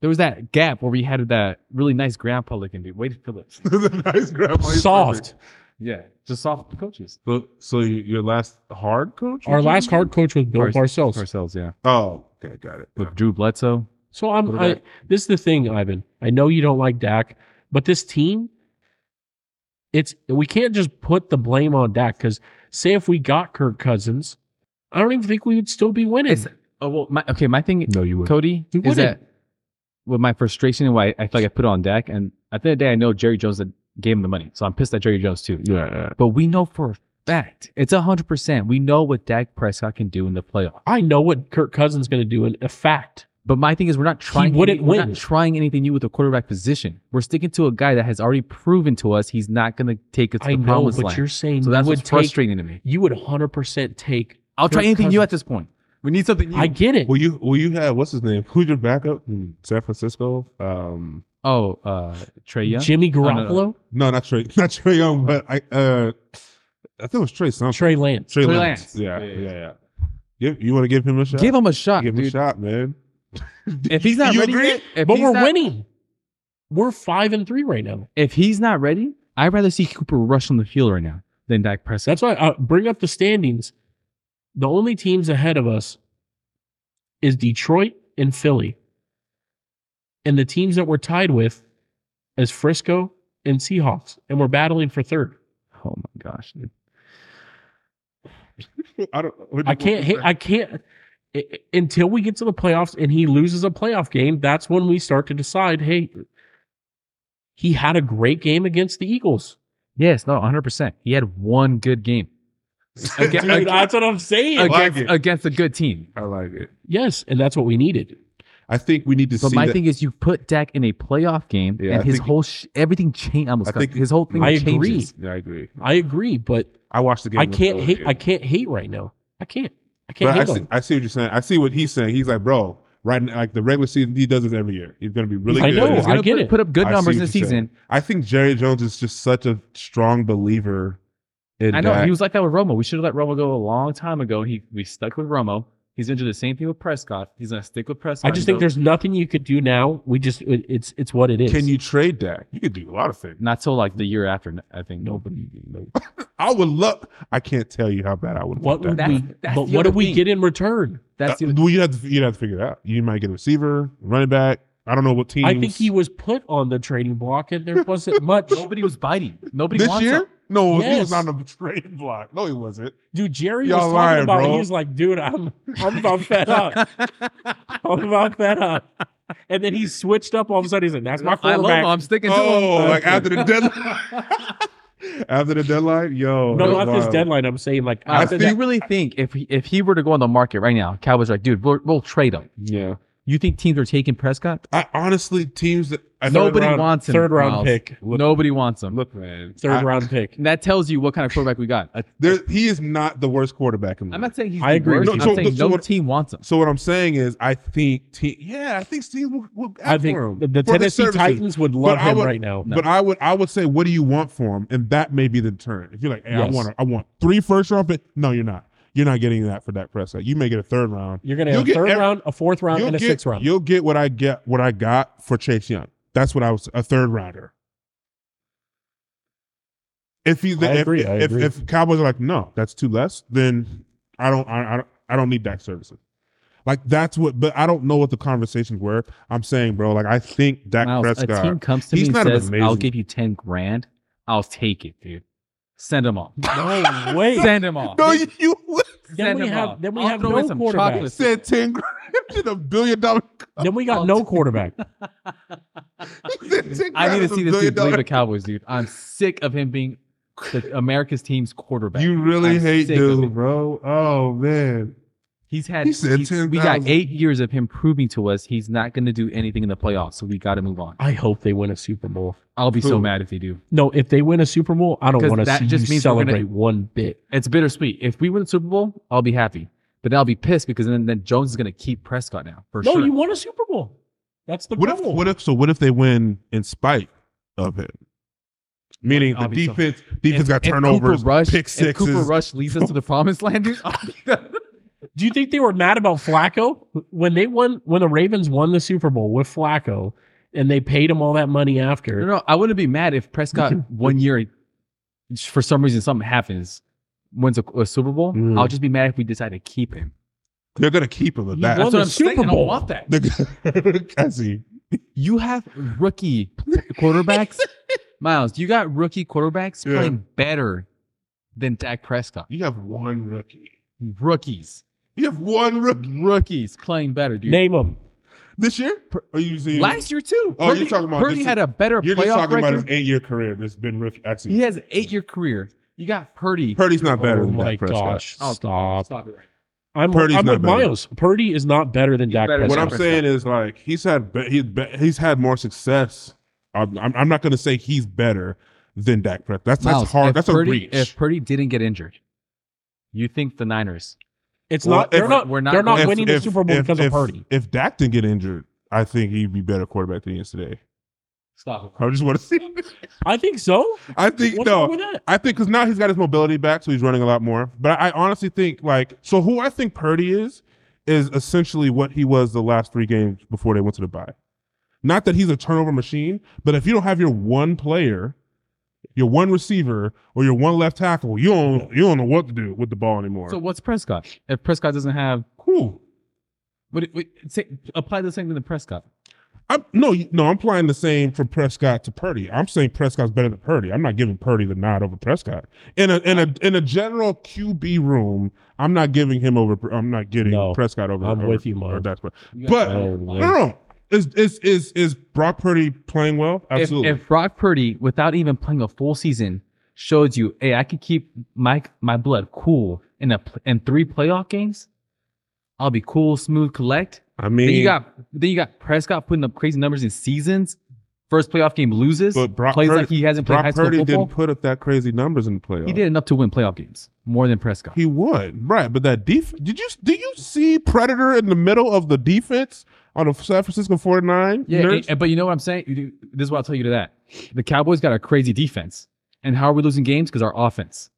There was that gap where we had that really nice grandpa looking dude, Wade Phillips.
the nice grandpa. He's
Soft.
yeah, just soft coaches.
perfect. So, so you- your last hard coach?
Our last hard coach was Bill
Parcells.
Parcells.
Parcells, yeah.
Oh, okay, got it.
With Drew Bledsoe.
So I'm.
What about-
I, this is the thing, Ivan. I know you don't like Dak, but this team, it's we can't just put the blame on Dak because say if we got Kirk Cousins, I don't even think we would still be winning.
It's- Oh well, my, okay. My thing,
No, you would.
Cody,
You
is that
wouldn't.
with my frustration and why I feel like I put it on Dak, and at the end of the day, I know Jerry Jones that gave him the money, so I'm pissed at Jerry Jones too.
Yeah, yeah.
But we know for a fact it's hundred percent. We know what Dak Prescott can do in the playoff.
I know what Kirk Cousins is going to do in a fact.
But my thing is, we're not trying.
wouldn't
we're
win.
not trying anything new with the quarterback position. We're sticking to a guy that has already proven to us he's not going to take us to
I
the
know,
promised
but
land.
you're saying
so
you
that's
would
what's
take.
frustrating to me.
You would 100 percent take.
I'll try
Kirk
anything new
Cousins.
at this point. We need something new.
I get it.
Will you? Will you have what's his name? Who's your backup in San Francisco? Um,
oh, uh, Trey Young.
Jimmy
No, no,
Garoppolo,
no.
no, not Trey. Not Trey Young, but I. Uh, I think it was Trey something.
Trey Lance.
Trey
Trey
Lance.
Lance.
Yeah,
Yeah,
yeah,
yeah.
yeah. You, you want to give him a shot?
Give him a shot,
Give him a
dude.
shot, man.
If he's not
You
ready,
agree?
yet- if
But
he's
we're
not-
winning. We're five and three right now.
If he's not ready, I'd rather see Cooper rush on the field right now than Dak Prescott.
That's why I bring up the standings. The only teams ahead of us is Detroit and Philly. And the teams that we're tied with is Frisco and Seahawks. And we're battling for third.
oh my gosh, dude.
I don't. what do
I
you-
can't hit I can't i- i- until we get to the playoffs and he loses a playoff game, that's when we start to decide, hey, he had a great game against the
*laughs*
Eagles.
Yes, no, 100. percent He had one good game
Dude, that's what I'm saying.
I like
against,
it.
against a good team.
I like it.
yes, and that's what we needed.
I think we need to
But
see
my
that.
thing is, you put Dak in a playoff game,
Yeah,
and
I
his
think-
whole sh- everything changed. Almost,
I
got-
think-
his whole thing
I
changes.
agree.
yeah, I agree.
I agree, but
I watched the game.
I can't
with
hate.
Philly.
I can't hate right now. I can't. I can't
But I
hate
see,
him.
I see what you're saying. I see what he's saying. He's like, bro, right? now, Like the regular season, he does this every year. He's gonna be really
I
good.
know.
He's gonna
I get
put,
it.
Put up good
I see
numbers in the
what you're saying.
season.
I think Jerry Jones is just such a strong believer. In
I know
that.
he was like that with Romo. We should have let Romo go a long time ago. He we stuck with Romo. He's gonna do the same thing with Prescott. He's gonna stick with Prescott.
I just think
until-
there's nothing you could do now. We just it, it's it's what it is.
Can you trade Dak? You could do a lot of things.
not till like the year after. I think
Nobody.
I would love. I can't tell you how bad I would.
What
want
would
that.
we?
That's- that's
but
the
what do
other
we
thing.
get in return?
*laughs* That's the
Uh, well, you have to. You have to figure it out. You might get a receiver, running back. I don't know what team.
I think he was put on the trading block, and there
*laughs*
wasn't much.
nobody was biting. Nobody
this
wants
year.
him.
No, he was
Yes.
on the *laughs* trade block. No, he wasn't.
Dude, Jerry was
Y'all
talking
lying,
about.
bro.
He was like, "Dude, I'm I'm about fed
*laughs*
up. I'm about fed up." And then he switched up all of a sudden. He's like, "That's my
I love him.
quarterback."
I'm sticking
Oh,
to him.
like after the deadline. *laughs* after the deadline, yo.
No,
that's
not this
wild.
deadline. I'm saying like
I
after
Uh, do
that,
you really think if he, if he were to go on the market right now, Cowboys are like, dude, we'll, we'll trade him.
Yeah.
You think teams are taking Prescott?
I honestly teams that I
Nobody
round-
wants him.
third round
Miles.
pick,
Nobody wants him.
Look, man.
third
I-
round pick.
And that tells you what kind of quarterback we got. A-
there he is not the worst quarterback in the
I'm
league.
not saying he's
I
the
agree
worst.
with you.
I'm
No, so-
saying
so
no
what-
team wants him.
So what I'm saying is I think team yeah, I think teams will, will
I
ask for him.
think the, the
For his
Tennessee
services.
Titans would love
I
him
would-
right now.
But I would I would say what do you want for him? And that may be the turn. If you're like, hey, I
Yes.
want a, I want three first round pick. No, you're not. You're not getting that for Dak Prescott. You may get a third round.
You're going to
You'll
have a
get
third
every-
round, a fourth round,
you'll
and a
get,
sixth round.
You'll get what I get, what I got for Chase Young. That's what I was a third rounder. If he's
I
if,
agree, I
if,
agree.
if Cowboys are like, no, that's too less, then I don't I, I don't I don't need Dak services. Like that's what, but I don't know what the conversations were. I'm saying, bro, like I think Dak
Miles, a
Prescott.
team comes to
He's
me
not
and
an
says,
amazing-
"I'll give you ten grand. I'll take it, dude. Send them all.
No way.
Send them all.
no, you, you
Then
Send
we
them
have-
all.
then we
I'll
have
throw
no
in some
quarterback.
chocolates.
said ten grand in a billion dollar.
then we got no
*laughs*
quarterback.
he said 10
I
grand
need to
is a
see
billion
this dude leave
dollar-
the Cowboys, dude. I'm sick of him being
*laughs*
the, America's team's quarterback.
You really
I'm
hate
sick of
dude,
it.
bro. Oh man.
He's had.
He said
he's- we got
10,000.
eight years of him proving to us he's not going to do anything in the playoffs. So we got to move on.
I hope they win a Super Bowl.
I'll be so
Who?
mad if they do.
No, if they win a Super Bowl, I don't
'Cause
want to
that
see
just
you
means we're gonna-
celebrate one bit.
It's bittersweet. If we win the Super Bowl, I'll be happy, but then I'll be pissed because then, then Jones is going to keep Prescott now for
no,
sure.
you won a Super Bowl. That's the
What if
problem.
what if so what if they win in spite of it? Meaning the
I'll be so-
defense defense got
If Cooper
turnovers,
Rush,
pick
If Cooper
sixes.
Rush leads us to the promised land, dude, I'll be done.
Do you think they were mad about Flacco when they won when the Ravens won the Super Bowl with Flacco and they paid him all that money
No,
after?
no, I wouldn't be mad if Prescott one year, for some reason, something happens, wins a, a Super Bowl.
Mm.
I'll just be mad if we decide to keep him.
They're gonna keep him at
He
that.
won
That's what
the
I'm
Super
saying. I
Bowl.
don't want that.
*laughs* They're
*laughs*
gonna- I see.
You have rookie quarterbacks, Miles. You got rookie quarterbacks
Yeah.
playing better than Dak Prescott.
You have one rookie.
Rookies,
You have one rookie
rookies playing better, dude.
Name him.
this year? Are you seeing?
Last year too.
Oh, you're talking about
Purdy
this-
had a better
You're
playoff
just talking about his
record.
eight year career. There's been rookie. I see.
He has an eight-year career. You got Purdy.
Purdy's not better
oh
than
my
Dak Prescott.
gosh.
Oh,
Stop.
Stop it right
I'm,
Purdy's
I'm
not
with
better.
Miles. Purdy is not better than Dak
better than
What I'm
Prescott.
saying
Prescott.
is like he's had be- he's be- he's had more success. I'm, I'm, I'm not going to say he's better than Dak Prescott. That's
Miles,
that's hard.
if
That's
Purdy,
a reach.
If Purdy didn't get injured, you think the Niners?
It's
Well,
not. They're
if-
not.
we're not
they're not
going-
winning the Super Bowl because of Purdy.
If, Dak didn't get injured, I think he'd be better quarterback than he is today.
Stop
I just want to see.
I think so.
I think
What's wrong
no.
with that?
I think because now he's got his mobility back, so he's running a lot more. But I honestly think like so. Who I think Purdy is is essentially what he was the last three games before they went to the bye. Not that he's a turnover machine, but if you don't have your one player, your one receiver, or your one left tackle, you don't you don't know what to do with the ball anymore.
So what's Prescott? If Prescott doesn't have,
cool.
what, what, say, apply the same thing to Prescott.
I'm, no, you- no, I'm applying the same from Prescott to Purdy. I'm saying Prescott's better than Purdy. I'm not giving Purdy the nod over Prescott. In a in a in a general QB room, I'm not giving him over. I'm not getting
No,
Prescott over.
I'm
over-
with you,
or
Mark.
Dak Prescott.
You
But
got-
Oh,
no,
man.
no, no. is is is is Brock Purdy playing well?
if,
Absolutely.
if Brock Purdy, without even playing a full season, showed you, hey, I can keep my my blood cool in a pl- in three playoff games, I'll be cool, smooth, collect.
I mean,
then you got then you got Prescott putting up crazy numbers in seasons. First playoff game loses,
But Brock
plays
Purdy-
like he hasn't played high
Brock
school
Purdy
football.
didn't put up that crazy numbers in the playoffs.
He did enough to win playoff games more than Prescott.
He would, right? But that defense. Did you do you see Predator in the middle of the defense on the San Francisco 49?
Yeah,
Nerds?
and- and- but you know what I'm saying? You do- This is what I'll tell you to that. The Cowboys got a crazy defense. And how are we losing games? Because our offense.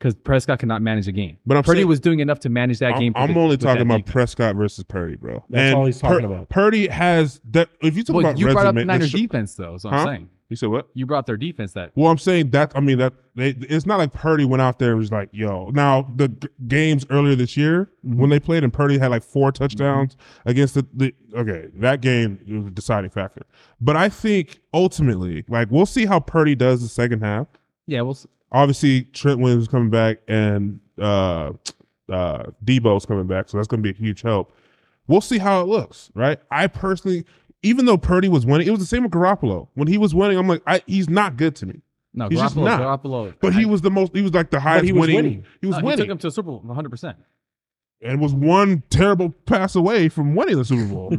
Because Prescott cannot manage a game.
But I'm
Purdy
saying-
was doing enough to manage that
I'm,
game. for
I'm
the-
only
with
talking
that
about
defense.
Prescott versus Purdy, bro.
That's all he's talking about.
Purdy has that. If you talk
Well,
about
you
resume,
brought up the
they
Niners
sh-
defense, though. So
Huh?
I'm saying
You said what?
you brought their defense that
Well, I'm saying that. I mean that they, it's not like Purdy went out there and was like, "Yo." Now the g- games earlier this year
Mm-hmm.
when they played and Purdy had like four touchdowns against the, the okay that game was a deciding factor. But I think ultimately, like we'll see how Purdy does the second half.
yeah, well, s-
Obviously, Trent Williams is coming back and uh, uh, Debo's coming back, so that's going to be a huge help. We'll see how it looks, right? I personally, even though Purdy was winning, it was the same with Garoppolo. When he was winning, I'm like, I, he's not good to me.
no,
He's just
Garoppolo,
not.
Garoppolo.
But he was the most. He was like the highest
he was
winning,
winning.
He was
no, Uh, He took
winning,
him to a Super Bowl
*laughs*
100. percent
and was one terrible pass away from winning the Super Bowl,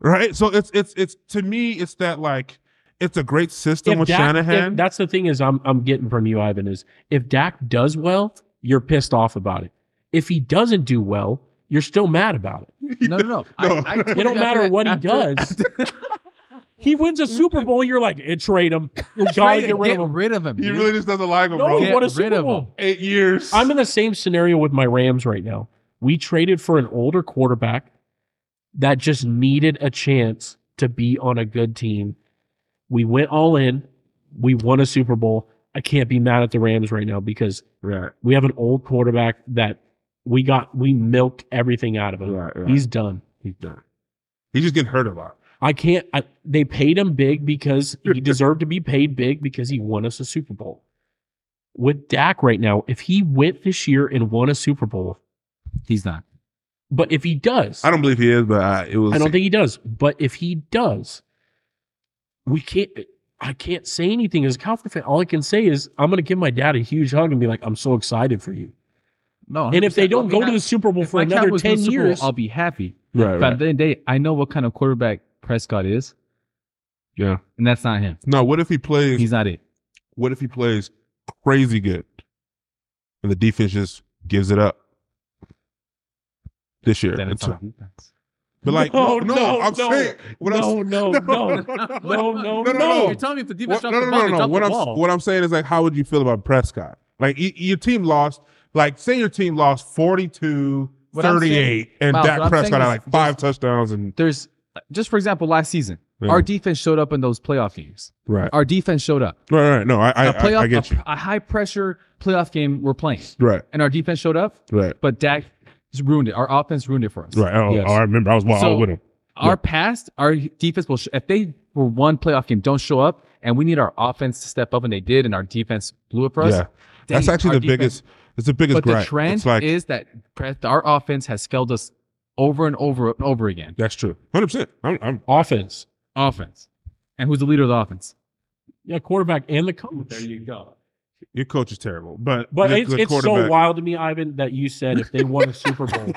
right? So it's it's it's to me, it's that like it's a great system
If
with
Dak-
Shanahan.
if- that's the thing is I'm I'm getting from you, Ivan, is if Dak does well, you're pissed off about it. If he doesn't do well, you're still mad about it.
No, no, no. I-
No.
I
*laughs*
*laughs*
It
tweeted
It don't matter
after-
what he
after-
does.
He wins a Super Bowl. You're like, eh, trade him. You gotta get rid of him.
him.
He
dude.
really just doesn't like him,
No,
bro.
he
Get
won a
rid
Super
of
Bowl.
*laughs*
him.
Eight years.
I'm in the same scenario with my Rams right now. We traded for an older quarterback that just needed a chance to be on a good team. We went all in. We won a Super Bowl. I can't be mad at the Rams right now because
right,
we have an old quarterback that we got, we milked everything out of him.
right, right.
He's done.
he's done. He's just getting hurt a lot.
I can't. I, they paid him big because *laughs* he deserved to be paid big because he won us a Super Bowl. With Dak right now, if he went this year and won a Super Bowl,
He's not.
but if he does,
I don't believe he is, but I, it was.
I don't think he does. But if he does, we can't. I can't say anything as a Cowboy fan. All I can say is I'm going to give my dad a huge hug and be like, "I'm so excited for you."
No.
And if they
100%.
don't
If
go
my-
to the Super Bowl
if
for
my
another
Cowboys win
ten
the Super Bowl,
years,
I'll be happy.
right,
But at the end of the day, I know what kind of quarterback Prescott is,
Yeah.
and that's not him.
No, what if he plays?
He's not it.
What if he plays crazy good, and the defense just gives it up this year?
Then it's
It's-
on defense.
but like, no,
No,
no,
no,
I'm
no.
saying what I'm
no, no, no, *laughs*
*laughs*
*laughs*
no, no, no,
no, no.
You're telling me if the defense
What-
dropped
no, no,
the ball,
no,
they
no, no.
dropped
What
the
I'm
ball.
what I'm saying is like, how would you feel about Prescott? Like, y- your team lost. Like, say your team lost 42,
What I'm
38, and
Miles, what
Dak
I'm
Prescott
saying
had
is
like five touchdowns and
There's just for example, last season,
Yeah.
our defense showed up in those playoff games.
right,
Our defense showed up.
right, right. No, I, I,
A playoff,
I, I get
a,
you.
a high pressure playoff game we're playing,
Right,
and our defense showed up,
right,
but Dak just ruined it. Our offense ruined it for us.
right. Oh,
Yes.
oh, I remember. I was wild
So-
with him.
Our past, our defense will. Sh- if they were one playoff game, don't show up, and we need our offense to step up, and they did, and our defense blew it for us.
Yeah, that's
dang, our
actually the
defense-
biggest. It's the biggest
But the
gripe.
trend
it's like
is that pre- our offense has failed us over and over and over again.
that's true. Hundred percent. I'm, I'm
offense.
Offense, and who's the leader of the offense?
Yeah, quarterback and the coach. There you go.
Your coach is terrible, but
But
the-
it's,
the
it's so
quarterback- *laughs*
wild to me, Ivan, that you said if they won a Super Bowl,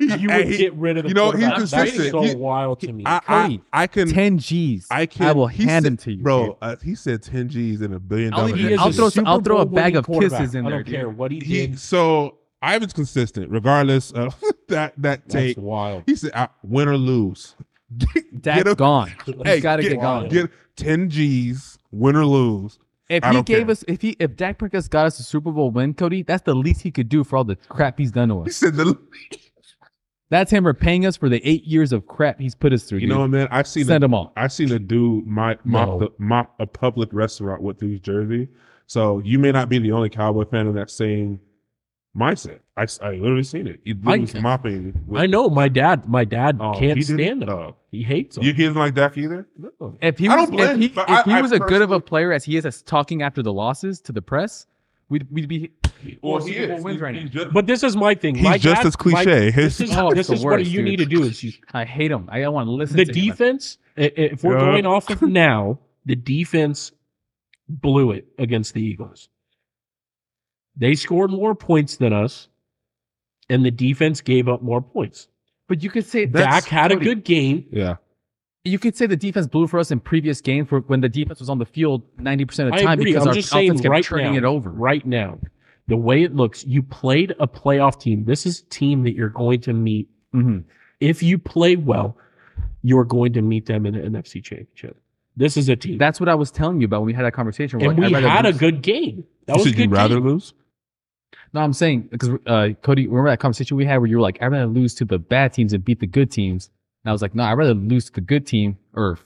you would
Hey, he-
get rid of the
you know, he's
quarterback.
consistent.
That's so
He-
wild to me.
I, I,
Cody,
I can.
Ten G's.
I can.
will
he
hand
said-
them to you,
bro.
dude.
Uh, he said ten G's in a billion
I'll
dollars.
even-
next
I'll
year.
throw- I'll throw a
Bowl
bag
winning
of kisses
quarterback.
in
I
there,
don't
dude.
care what he
He,
did.
so Ivan's consistent, regardless of *laughs* that that
That's
take.
wild.
He said, I, "Win or lose,
Dak's
Get him-
gone. He's got to get, gone.
Get ten G's, win or lose."
If
I
he
don't
gave
care.
us, if he, if Dak Prescott got us a Super Bowl win, Cody, that's the least he could do for all the crap he's done to
He
us.
said, the,
That's him repaying us for the eight years of crap he's put us through.
"You know, what, man, I've
dude.
seen a,
send him all.
I've seen a dude mop mop,
No.
the, mop a public restaurant with his jersey." So you may not be the only Cowboy fan in that same mindset. I, I literally seen it. He literally was mopping. With,
I know my dad. My dad
Oh,
can't
he did it?
stand him.
Uh,
Oh.
He hates him.
You he doesn't like Dak either.
No.
If he
I
was,
don't blame
if he,
him, but
if he
I- I
was a good of a player as he is, as talking after the losses to the press, we'd we'd be. Well, he is. wins right now.
But this is my thing.
He's
my
just
dad-
as cliche.
my-
His-
this is,
Oh,
this
it's
is
the
what
worst,
you
dude.
need to do.
*laughs*
Is you,
I hate him. I don't want to listen.
the
to him.
defense. i- i- If we're
Yeah.
going off of now, the defense blew it against the Eagles. They scored more points than us, and the defense gave up more points.
But you could say
Dak had a good game.
Yeah.
You could say the defense blew for us in previous games for when the defense was on the field ninety percent of the
I
time
agree.
because
I'm
our
just saying
offense kept
right
turning
now-
it over.
right now, the way it looks, you played a playoff team. This is a team that you're going to meet.
Mhm.
If you play well, you're going to meet them in the NFC Championship. This is a team.
That's what I was telling you about when we had that conversation. We're
and
like,
we
I'd rather
had a
lose.
good game. That was a
Should you
good
rather
game.
lose?
No, I'm saying because uh, Cody, remember that conversation we had where you were like, "I'd rather lose to the bad teams and beat the good teams," and I was like, "No, I'd rather lose to the good team." Or,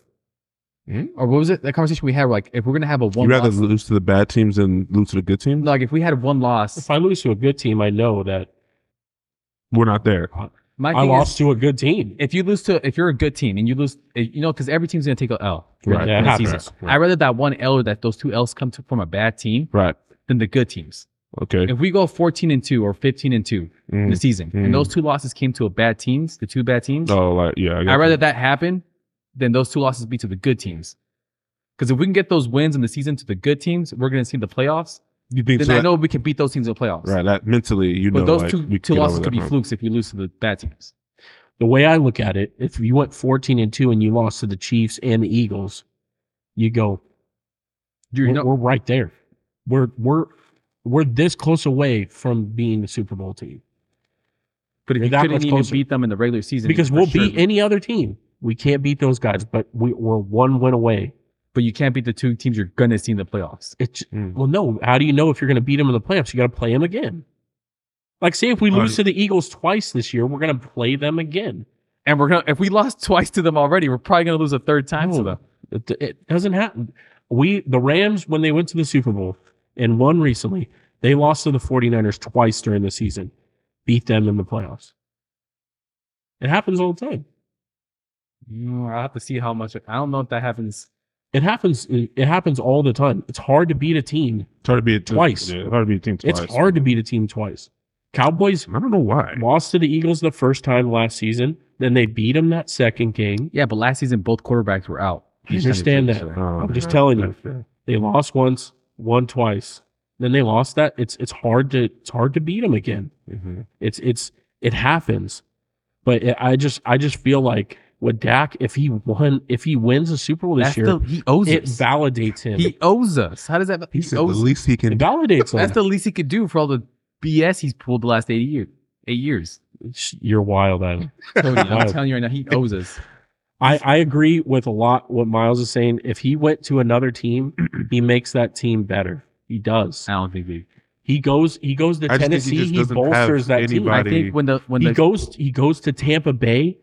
Hmm?
or what was it? That conversation we had, like, if we're gonna have a
You
one,
rather
loss,
lose to the bad teams than lose to the good teams?
like if we had one
If
loss,
I lose to a good team, I know that
We're not there.
my
I,
thing
lost
Is,
to a good team.
if you lose to, if you're a good team and you lose, you know, because every team's gonna take a L.
Right.
Yeah, it
in the
happens.
season. I'd rather that one L or that those two L's come to, from a bad team
Right.
than the good teams.
Okay.
If we go 14 and two or 15 and two in the
Mm.
season,
Mm.
and those two losses came to a bad teams, the two bad teams,
Oh, like yeah. I
I'd rather that happen than those two losses be to the good teams. Because if we can get those wins in the season to the good teams, we're going to see the playoffs.
you think
Then
so
I
that-
know we can beat those teams in the playoffs.
Right. That mentally, you
But
know,
those
like,
two,
we
two
get
losses
over
could
that
be
hump.
flukes if you lose to the bad teams.
The way I look at it, if you went 14 and 2 and you lost to the Chiefs and the Eagles, you go,
Dude,
we're,
you know,
we're right there. We're we're we're this close away from being the Super Bowl team.
but if
you're
you
that
couldn't
much
even
closer.
beat them in the regular season,
because
for
we'll
sure-
beat any other team. We can't beat those guys, but we, we're one win away.
But you can't beat the two teams you're gonna see in the playoffs.
It's
Mm.
well, no. How do you know if you're going to beat them in the playoffs? You got to play them again. Like, say if we lose
Um,
to the Eagles twice this year, we're going to play them again.
And we're gonna if we lost twice to them already, we're probably gonna lose a third time to
No.
them.
It, it doesn't happen. We the Rams when they went to the Super Bowl and won recently, they lost to the 49ers twice during the season, beat them in the playoffs. It happens all the time.
Mm, I'll have to see how much I don't know if that happens.
It happens. It happens all the time. It's hard to beat a team.
It's hard to be a team.
Twice.
Yeah, it's hard to be a team twice.
It's hard to beat a team twice. Cowboys
I don't know why.
lost to the Eagles the first time last season. Then they beat them that second game.
Yeah, but last season both quarterbacks were out.
I understand that.
Um,
I'm just telling you. They lost once, won twice. Then they lost that. It's it's hard to it's hard to beat them again.
hmm
It's it's it happens, but it, I just I just feel like with Dak, if he won, if he wins a Super Bowl this
That's
year,
the, he owes
it
us.
validates him.
He owes us. How does that?
He
He,
said the
owes.
least he
it
can.
validates him.
That's the least he could do for all the BS he's pulled the last eight years. Eight years.
It's- You're wild, Adam.
Cody,
Wow.
I'm telling you right now, he owes us.
I I agree with a lot what Miles is saying. If he went to another team, *clears throat* he makes that team better. He does.
I don't think he.
He goes. He goes to
I just think he
Tennessee.
just
He,
doesn't have
bolsters that team.
anybody-
I think when the when
he
the
goes. He goes to Tampa Bay.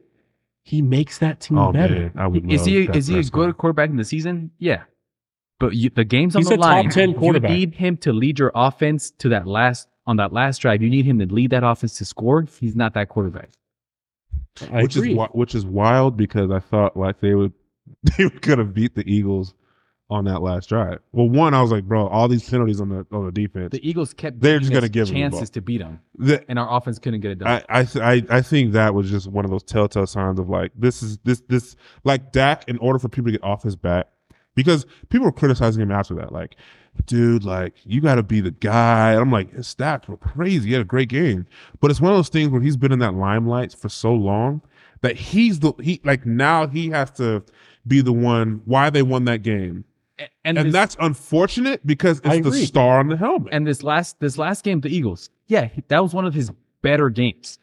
He makes that team
Oh
better.
man, I would.
is
love
he
Dak
is he a
Prescott.
good quarterback in the season? Yeah, but you, the game's on
He's
the
a top
line.
10 quarterback.
You need him to lead your offense to that last on that last drive. You need him to lead that offense to score. He's not that quarterback.
I
which
agree.
is wi- which is wild because I thought like they would *laughs* they were gonna beat the Eagles on that last drive. Well, one I was like, bro, all these penalties on the on the defense.
The Eagles kept
They're
giving
just gonna give
us
him the ball.
chances to beat him,
The-
and our offense couldn't get it done.
I I, th- I I think that was just one of those telltale signs of like this is this this like Dak in order for people to get off his back because people were criticizing him after that like dude like you got to be the guy and I'm like his stats were crazy he had a great game but it's one of those things where he's been in that limelight for so long that he's the he like now he has to be the one why they won that game
A-
and,
this-
that's unfortunate because
I
it's the
agree.
star on the helmet
And this last this last game, the Eagles, yeah, he- that was one of his better games.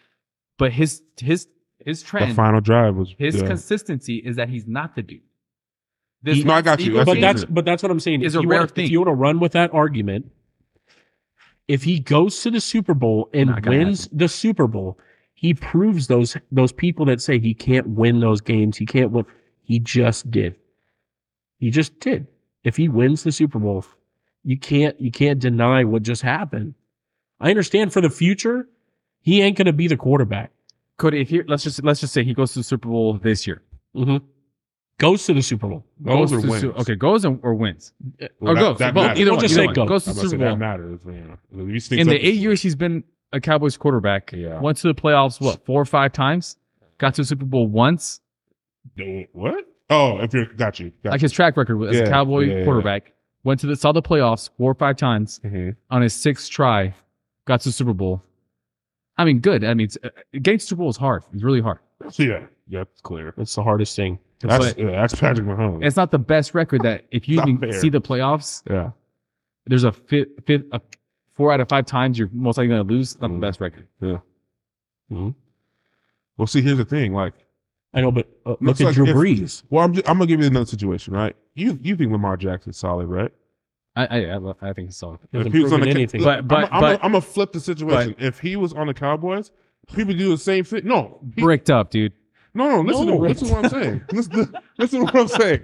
But his his his
the
trend,
final drive was
his
yeah.
consistency is that he's not the dude. This
No, I got you. That's
Eagles
but
it.
game-
that's but that's what I'm saying.
It's
if
a
you
rare
want,
thing.
If you want to run with that argument, if he goes to the Super Bowl and
Not gonna
wins the Super Bowl, he proves those those people that say he can't win those games, he can't win. He just did. He just did. If he wins the Super Bowl, you can't you can't deny what just happened. I understand for the future, he ain't gonna be the quarterback.
Cody. If he let's just let's just say he goes to the Super Bowl this year,
Mm-hmm. Goes to the Super Bowl.
Goes
to
or
the Su-
wins.
Okay, goes and, or wins.
Well,
or
that-
goes.
that
both.
matters.
Either
We'll
one.
just
either
say
one.
goes.
Goes to
I'm
the
about to say
Super
that
Bowl.
matters. man. If you sneak
In the
something-
eight years he's been a Cowboys quarterback,
Yeah.
went to the playoffs what four or five times, got to the Super Bowl once.
Don't- What? Oh, if you're got you. Got
Like his track record as
Yeah,
a Cowboy
yeah, yeah.
quarterback, went to the saw the playoffs four or five times.
you. Mhm.
on his sixth try, got to the Super Bowl. I mean, good. I mean, it's, uh, getting to Super Bowl is hard. It's really hard.
So, yeah, that's clear.
That's the hardest thing.
That's
But-
yeah, that's Patrick Mahomes.
It's not the best record that if
*laughs*
you
Not
even
fair.
see the playoffs,
yeah,
there's a fifth, fifth a four out of five times you're most likely going to lose. Not
Mm.
the best record.
well, see, here's the thing. Like,
I know, but uh, look
Looks
at
like
Drew
if-
Brees.
well, I'm, just, I'm gonna give you another situation, right? You you think Lamar Jackson's solid, right?
I I, I, lo- I think it's solid.
He hasn't
he was on
proven
the ca-
anything.
But but
I'm,
but
I'm gonna flip the situation. if he was on the Cowboys, people do the same thing. No, he-
bricked up, dude.
no, no. Listen,
No.
to, listen to what I'm
*laughs*
saying. listen, listen to what I'm saying.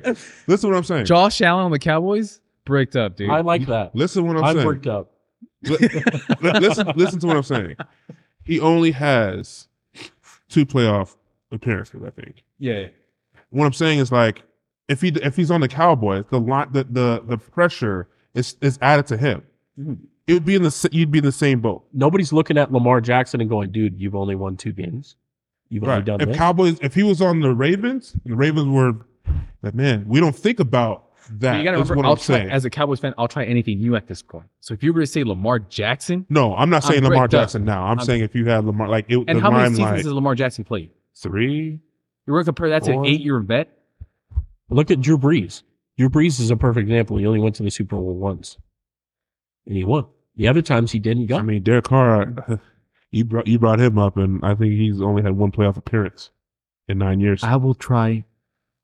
Listen to what I'm saying.
Josh Allen on the Cowboys bricked up, dude.
I like that.
Listen to what I'm
I'm
saying.
worked up.
Li- li- listen, listen to what I'm saying. He only has two playoff appearances, I think.
yeah.
What I'm saying is like, if he if he's on the Cowboys, the lot the the, the pressure is is added to him. It would be in the s- you'd be in the same boat,
Nobody's looking at Lamar Jackson and going, dude, you've only won two games. You've
right?
only done
If
this.
Cowboys, if he was on the Ravens, and the Ravens were like, man, we don't think about that.
But you got to
is what
remember,
I'm
I'll try,
saying.
as a Cowboys fan, I'll try anything new at this point. So if you were to say Lamar Jackson,
no, I'm not
I'm
saying Lamar
bricked up.
Jackson now. I'm,
I'm-
saying if you had Lamar, like it,
and
the
how many seasons
limelight,
has Lamar Jackson played?
three.
You were going to compare that to
Four.
an eight-year vet?
Look at Drew Brees. Drew Brees is a perfect example. He only went to the Super Bowl once. And he won. The other times he didn't, he
I
got.
mean, *laughs* Derek Carr, you brought you brought him up, and I think he's only had one playoff appearance. in nine years.
I will try.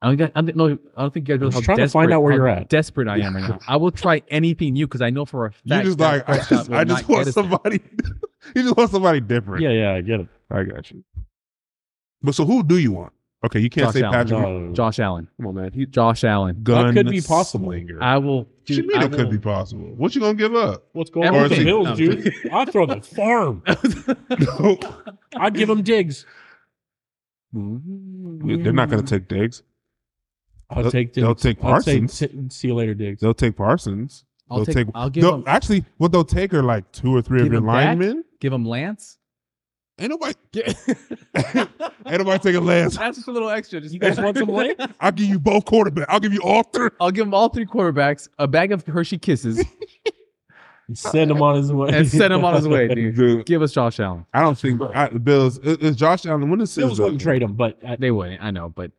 I don't, got, I don't know. I don't think you guys know
I'm
how
just trying to
desperate,
find out where
how
you're at.
Desperate I am right *laughs* now. I will try anything new because I know for a fact.
you just like
that
I
first shot
just,
will
I just
not
want
get
*laughs*
us there.
somebody. you just want somebody different.
Yeah, yeah, I get it.
I got you. But so who do you want? Okay, you can't
Josh
say
Allen.
Patrick.
No.
Josh Allen.
Come on, man. He,
Josh Allen.
gun
could be possible?
slinger.
I will.
What you
dude,
mean
I
it could
will-
be possible? What you gonna give
*laughs*
up? *laughs*
What's going
Or
on with
is
the
he-
Bills,
no.
dude? I throw the farm. I'd give them digs.
They're not
Mm-hmm.
gonna take digs.
I'll
They'll-
take digs.
they'll take
I'll say,
Parsons.
"T- see you later, digs.
They'll take Parsons.
I'll
they'll
take.
take-
I'll give
They'll,
him.
actually, what they'll take are like two or three of
Give
your
him Dak?
linemen.
Give him Lance.
Ain't nobody, *laughs* ain't
That's
nobody taking Lance.
just a little extra. Just
You guys want some
*laughs*
Lance?
I'll give you both quarterbacks. I'll give you all three.
*laughs* I'll give him all three quarterbacks, a bag of Hershey *laughs* Kisses,
Send him on his way.
and send him on his way,
*laughs*
dude. *laughs* Give us Josh Allen.
I don't think I, the Bills. Is, is Josh Allen? When is his?
Bills wouldn't trade him, but I,
They wouldn't. I know, but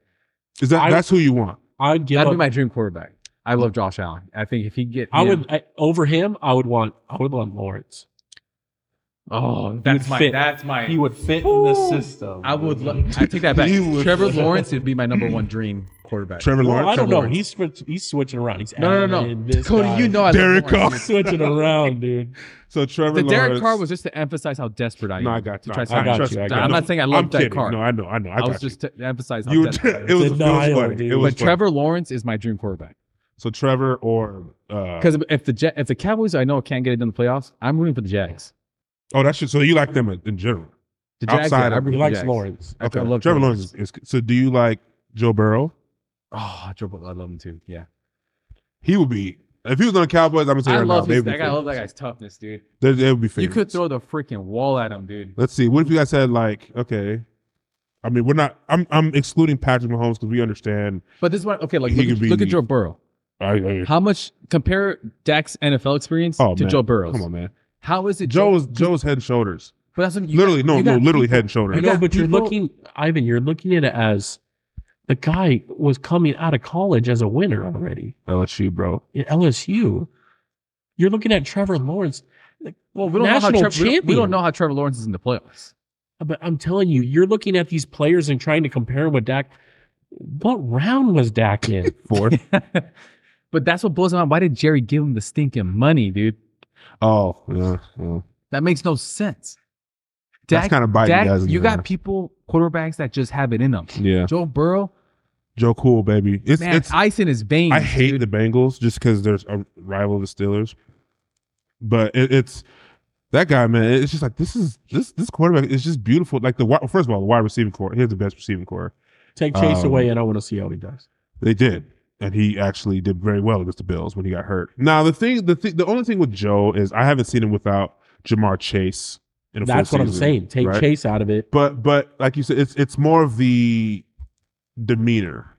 Is that
I-
that's who you want?
I'd give
that'd be
him.
my dream quarterback. I love Josh Allen. I think if he get,
I
him-
would I, over him. I would want. I would want Lawrence.
Oh,
would
that's my.
fit.
That's my.
He would fit in the system.
I would. Lo- I take that back.
He would-
Trevor Lawrence would be my number one dream quarterback.
Trevor
Well,
Lawrence.
I don't
Trevor
know.
Lawrence.
He's switch- he's switching around. He's
no, no, no,
Allen,
no.
this
Cody,
guy.
you know I love
Derek
Lawrence.
Carr.
switching around, dude.
so Trevor.
The Derek
Lawrence-
Carr was just to emphasize how desperate I am.
No, I got.
to
No,
try
I
something
got
new.
trust
you, I got
I'm
you.
not saying I
I'm
love
kidding.
Derek Carr.
No, I know. I know. I,
I
got
was just to emphasize how
You, you
desperate I
it
am.
was. *laughs* It was
Denial,
funny.
dude.
It was
But
funny.
Trevor Lawrence is my dream quarterback.
So Trevor or. Uh,
Because if the Jet, if the Cowboys, I know can't get it in the playoffs. I'm rooting for the Jags.
oh, that should. So you like them in, in general?
The Jags.
Outside
yeah, I
of-
root
He
for the
likes
Jags.
Lawrence.
I, I love
Trevor Lawrence. Is, is- so do you like Joe Burrow?
Oh, Joe Burrow, I love him too. Yeah,
He would be. If he was on the Cowboys, I'm gonna say
I
right
love
now,
his,
they'd be
that guy. I
favorites.
love that guy's toughness, dude.
They, they would be favorites.
You could throw the freaking wall at him, dude.
Let's see. What if you guys said like, okay, I mean, we're not. I'm I'm excluding Patrick Mahomes because we understand.
But this one, okay, like
He
look,
could
at-
be-
look at Joe Burrow.
I, I,
How much compare Dak's NFL experience
Oh,
to
man.
Joe Burrow's?
come on, man.
How is it
Joe was Joe was head and shoulders.
But that's what you
literally, no,
you
no,
got
literally head and shoulders.
I
You
know,
got
but you're
people-
looking, Ivan. You're looking at it as the guy was coming out of college as a winner already
LSU, bro.
at LSU. You're looking at Trevor Lawrence. like,
Well, we don't know how
national
Trevor, we don't- We
champion.
don't know how Trevor Lawrence is in the playoffs. *laughs*
But I'm telling you, you're looking at these players and trying to compare them with Dak. What round was Dak
*laughs*
in?
Fourth.
but that's what blows my mind. Why did Jerry give him the stinking money, dude?
oh, yeah, yeah.
That makes no sense.
that's kind of biting
Dak,
guys. in
you
the
got
ass.
people quarterbacks that just have it in them.
yeah,
Joe Burrow,
Joe Cool, baby. It's
man,
it's. I,
ice in his veins.
hate
dude.
the Bengals just because there's a rival of the Steelers, but it, it's. That guy, man, it's just like this is this this quarterback is just beautiful. Like the wi- first of all, the wide receiving core, he has the best receiving core.
Take Chase
Um,
away, and I want to see how he does.
They did, and he actually did very well against the Bills when he got hurt. Now the thing, the th- the only thing with Joe is I haven't seen him without Jamar Chase. In a full
That's what I'm
season,
saying. Take
right?
Chase out of it.
But but like you said, it's it's more of the demeanor.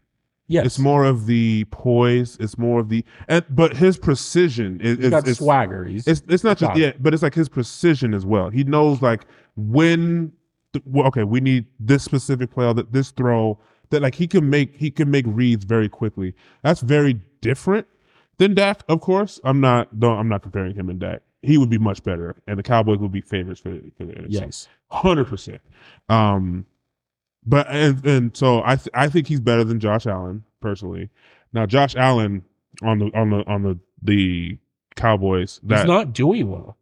Yes,
It's more of the poise. It's more of the and, but his precision is
he's
is-
got
is-
swagger. He's
it's it's not just
Got it.
yeah, but it's like his precision as well. He knows like when th- well, okay, we need this specific play or th- this throw that like he can make he can make reads very quickly. That's very different than Dak, of course. I'm not no, I'm not comparing him and Dak. He would be much better, and the Cowboys would be favorites for, for the NFC
yes.
hundred percent. Um, but and, and so I th- I think he's better than Josh Allen personally. Now Josh Allen on the on the on the the Cowboys
he's
that
not doing well.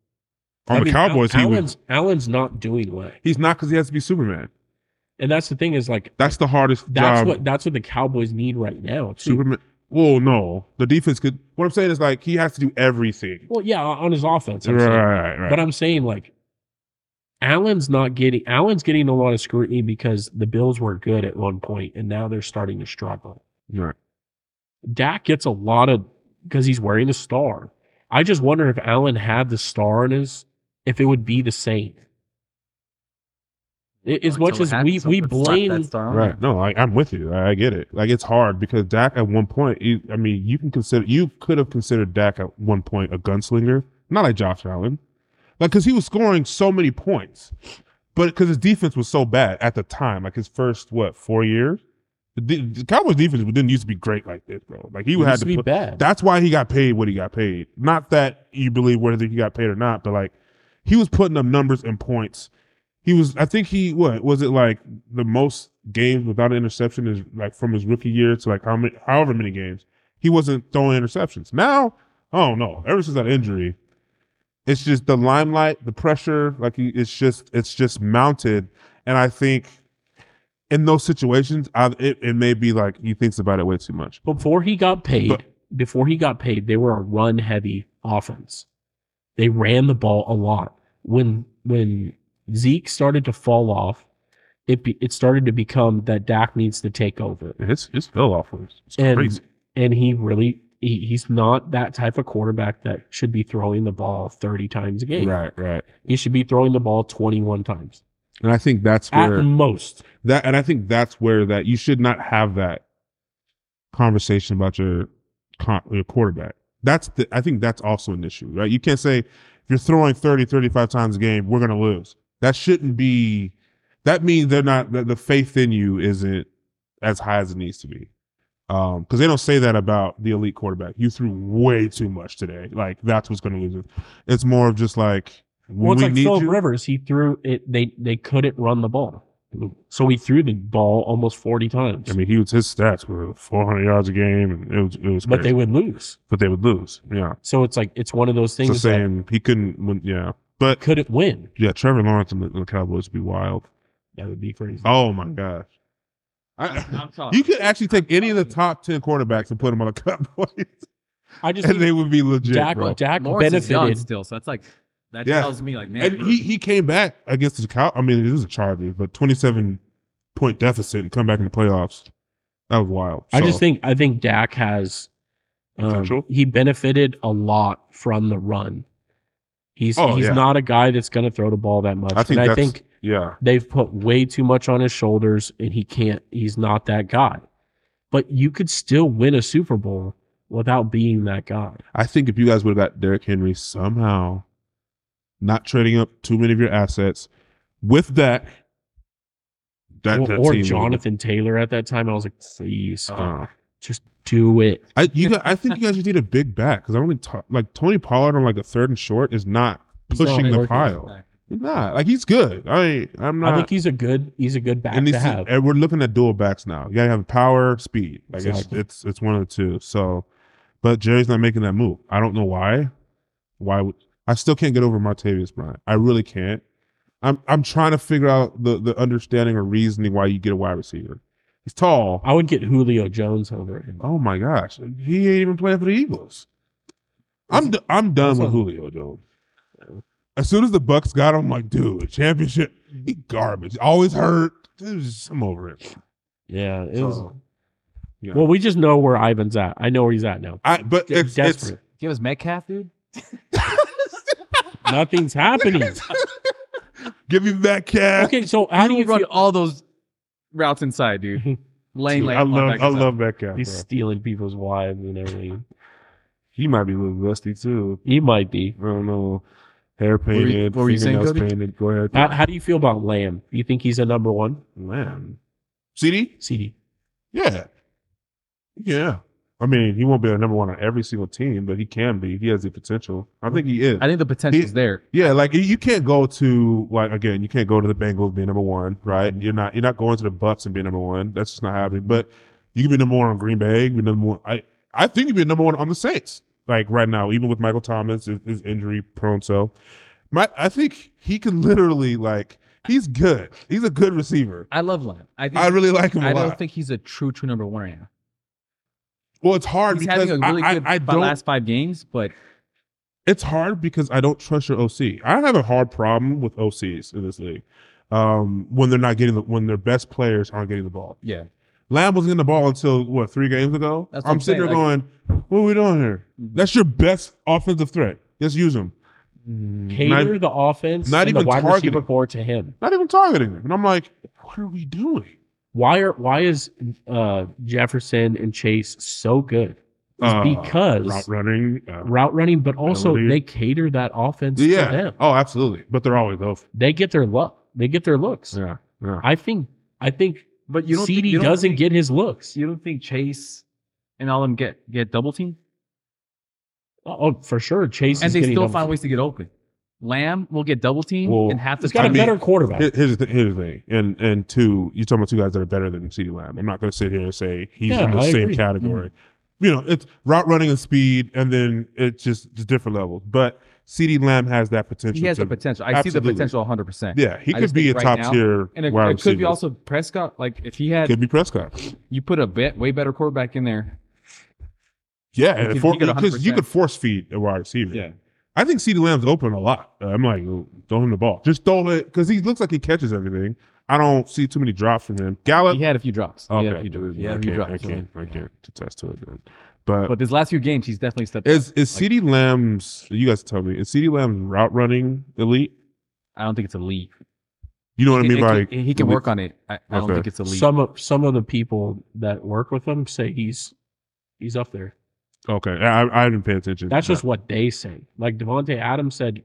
on
I
the
mean, Al-
Cowboys he
Allen's
was
Allen's not doing well,
he's not because he has to be Superman.
and that's the thing is like
That's the hardest
that's
job.
what that's what the Cowboys need right now. too.
Superman. Well, no, the defense could. What I'm saying is like he has to do everything.
Well, yeah, on on his offense, I'm
Right,
saying.
right, right.
but I'm saying like Allen's not getting Allen's getting a lot of scrutiny because the Bills were good at one point, and now they're starting to struggle.
Right.
Dak gets a lot of because he's wearing a star. I just wonder if Allen had the star in his, if it would be the same. I- As much as we we blame
Right. No, I, I'm with you. I, I get it. Like it's hard because Dak at one point, you, I mean, you can consider you could have considered Dak at one point a gunslinger, not like Josh Allen, like because he was scoring so many points, but because his defense was so bad at the time, like his first what four years, the, de- the Cowboys defense didn't used to be great like this, bro. Like he
you
had
had
to,
to be
put-
bad.
that's why he got paid what he got paid. Not that you believe whether he got paid or not, but like he was putting up numbers and points he was I think he what was it like the most games without an interception is like from his rookie year to like how many however many games he wasn't throwing interceptions. Now oh no, ever since that injury, it's just the limelight, the pressure, like he- it's just it's just mounted, and I think. In those situations, I, it, it may be like he thinks about it way too much.
Before he got paid,
But-
before he got paid, they were a run heavy offense. They ran the ball a lot. When when Zeke started to fall off, it be, it started to become that Dak needs to take over.
His his fell off was it's
And-
crazy.
and he really he, he's not that type of quarterback that should be throwing the ball 30 times a game.
Right, right.
He should be throwing the ball 21 times
And I think that's
at
where
most.
that and I think that's where that you should not have that conversation about your con- your quarterback. That's the I think that's also an issue, right? You can't say if you're throwing 30 35 times a game, we're going to lose. That shouldn't be that means they're not that the faith in you isn't as high as it needs to be. Um, because they don't say that about the elite quarterback. You threw way too much today. Like that's what's going to lose it. It's more of just like
Well, it's
we
like
need
Philip
you.
Rivers, he threw it they they couldn't run the ball. So he threw the ball almost 40 times.
I mean, he was his stats were 400 yards a game, and it was it was.
but
crazy.
they would lose.
but they would lose. Yeah,
So it's like it's one of those
it's the
things that
same. He couldn't. win- Yeah, but
couldn't win.
yeah, Trevor Lawrence and the, the Cowboys would be wild.
That would be crazy.
Oh my gosh, *laughs* I, you could actually take any of the top 10 quarterbacks and put them on the *laughs* Cowboys,
I just
and
think
they would be legit,
Dak,
bro.
Dak
Lawrence is young
benefited.
still, so that's like that
Yeah.
tells me like man,
And he he came back against the Cow. I mean, it was a Chargers, but 27 point deficit and come back in the playoffs. That was wild.
I just
So,
think I think Dak has um,
Potential?
he benefited a lot from the run. He's
Oh,
he's
yeah.
not a guy that's going to throw the ball that much,
I think
and I
that's-
think
yeah.
they've put way too much on his shoulders, and he can't. He's not that guy. But you could still win a Super Bowl without being that guy.
I think if you guys would have got Derrick Henry somehow, not trading up too many of your assets, with that, that,
Or, or
that team would've-
Jonathan Taylor at that time. I was like, please
Uh,
just do it.
I you guys, I think you guys just need a big back because I only ta- like Tony Pollard on like a third and short is not pushing the pile. He's not like he's good. I I'm
I
not.
think he's a good he's a good back
and,
to
he's,
have.
and Eh, we're looking at dual backs now. You gotta have power, speed. Like
Exactly.
it's it's it's one of the two. So, but Jerry's not making that move. I don't know why. Why would I still can't get over Martavius Bryant? I really can't. I'm I'm trying to figure out the the understanding or reasoning why you get a wide receiver. He's tall.
I would get Julio Jones over him.
Oh my gosh, he ain't even playing for the Eagles. I'm d- I'm done with
Also-
Julio Jones. As soon as the Bucks got him, I'm like, dude, championship, he garbage. Always hurt. Just- I'm over it.
Yeah, it was.
So, Oh, yeah.
Well, we just know where Ivan's at. I know where he's at now.
I but
Getting
it's, it's
desperate.
Give us Metcalf, dude.
*laughs*
Nothing's happening.
give me that
*laughs*
cat.
Okay, so how
How
do you
run
feel?
all those routes inside,
*laughs*
dude? Lane, lane.
I love
linebackers
I
up.
love that cat.
He's
Bro.
stealing people's wives and everything.
He might be a little rusty too.
He might be.
I don't know. Hair
you-
painted,
what were you saying,
fingernails
Cody?
painted. Go ahead,
How, how do you feel about Lamb? You think he's a number one?
man. CD?
CD.
Yeah, yeah. I mean, he won't be a number one on every single team, but he can be. He has the potential. I think he is.
I think the potential's there.
Yeah, like you can't go to like again, you can't go to the Bengals being number one, right? You're not you're not going to the Bucks and being number one. That's just not happening. But you can be number one on Green Bay. You can be number one. I I think you'd be number one on the Saints. Like right now, even with Michael Thomas is, is injury prone, so my I think he can literally like he's good. He's a good receiver.
I love Lamb. I think
I really like him a
I
lot.
don't think he's a true true number one right now.
well, it's hard
He's
because
having a really
I,
good
I, I
fi-
don't.
last five games, but
it's hard because I don't trust your OC. I have a hard problem with OCs in this league um, when they're not getting the, when their best players aren't getting the ball.
yeah,
Lamb was getting the ball until what three games ago.
That's what
I'm
I'm
sitting
saying,
there going, "What are we doing here? That's your best offensive threat. Just use him."
Mm-hmm. Cater the offense
not
not even
even
the wide receiver
targeting.
core to him.
Not even targeting him. And I'm like, "What are we doing?"
Why are why is uh, Jefferson and Chase so good? It's
Uh,
because route,
Route running. uh,
running, but also
Melody.
they cater that offense to
yeah.
them.
Oh, absolutely. But they're always open.
They get their look. They get their looks.
Yeah. Yeah.
I think I think
but you don't. think-
CD
you don't
doesn't
think-
get his looks.
You don't think Chase and all them get get double teamed,
Oh, for sure. Chase
and
is
they
getting
still
double-
find ways to get open.
Lamb will get double teamed
Well,
and half the
He's got a
time.
mean-
better quarterback.
Here- Here's the, here's the thing, and and two, you're talking about two guys that are better than CeeDee Lamb. I'm not going to sit here and say he's
Yeah,
in the
I
same
agree.
category.
Mm-hmm.
You know, it's route running and speed, and then it's just the different levels. But CeeDee Lamb has that potential.
he has the
to-
potential. I see
Absolutely.
the potential 100. percent
Yeah, he
I
could
just
be a
think right
top
now-
tier
And it,
wide
it could be
receiver.
also Prescott. Like if he had,
could be Prescott.
you put a bet, way better quarterback in there.
Yeah, and
could- he
for-
could
because you
100%.
could force feed a wide receiver. I think CeeDee Lamb's open a lot. Uh, I'm like, "Ooh, throw him the ball. Just throw it because he looks like he catches everything. I don't see too many drops from him. Gallup.
He had a few drops. He had a
Okay.
few drops. He
I
had a few
can't, I
drops.
can't, I can't attest to it. Then. But,
But his last few games, he's definitely stepped. up.
is is CeeDee Lamb's? You guys tell me. Is CeeDee Lamb's route running elite?
I don't think it's a leap.
You know what I mean
It- it
by
can- he can
elite.
work on it. I, I don't
Okay.
think it's a leap.
Some of some of the people that work with him say he's he's up there.
okay. I, I- I didn't pay attention.
That's just what they say. Like Devonte Adams said,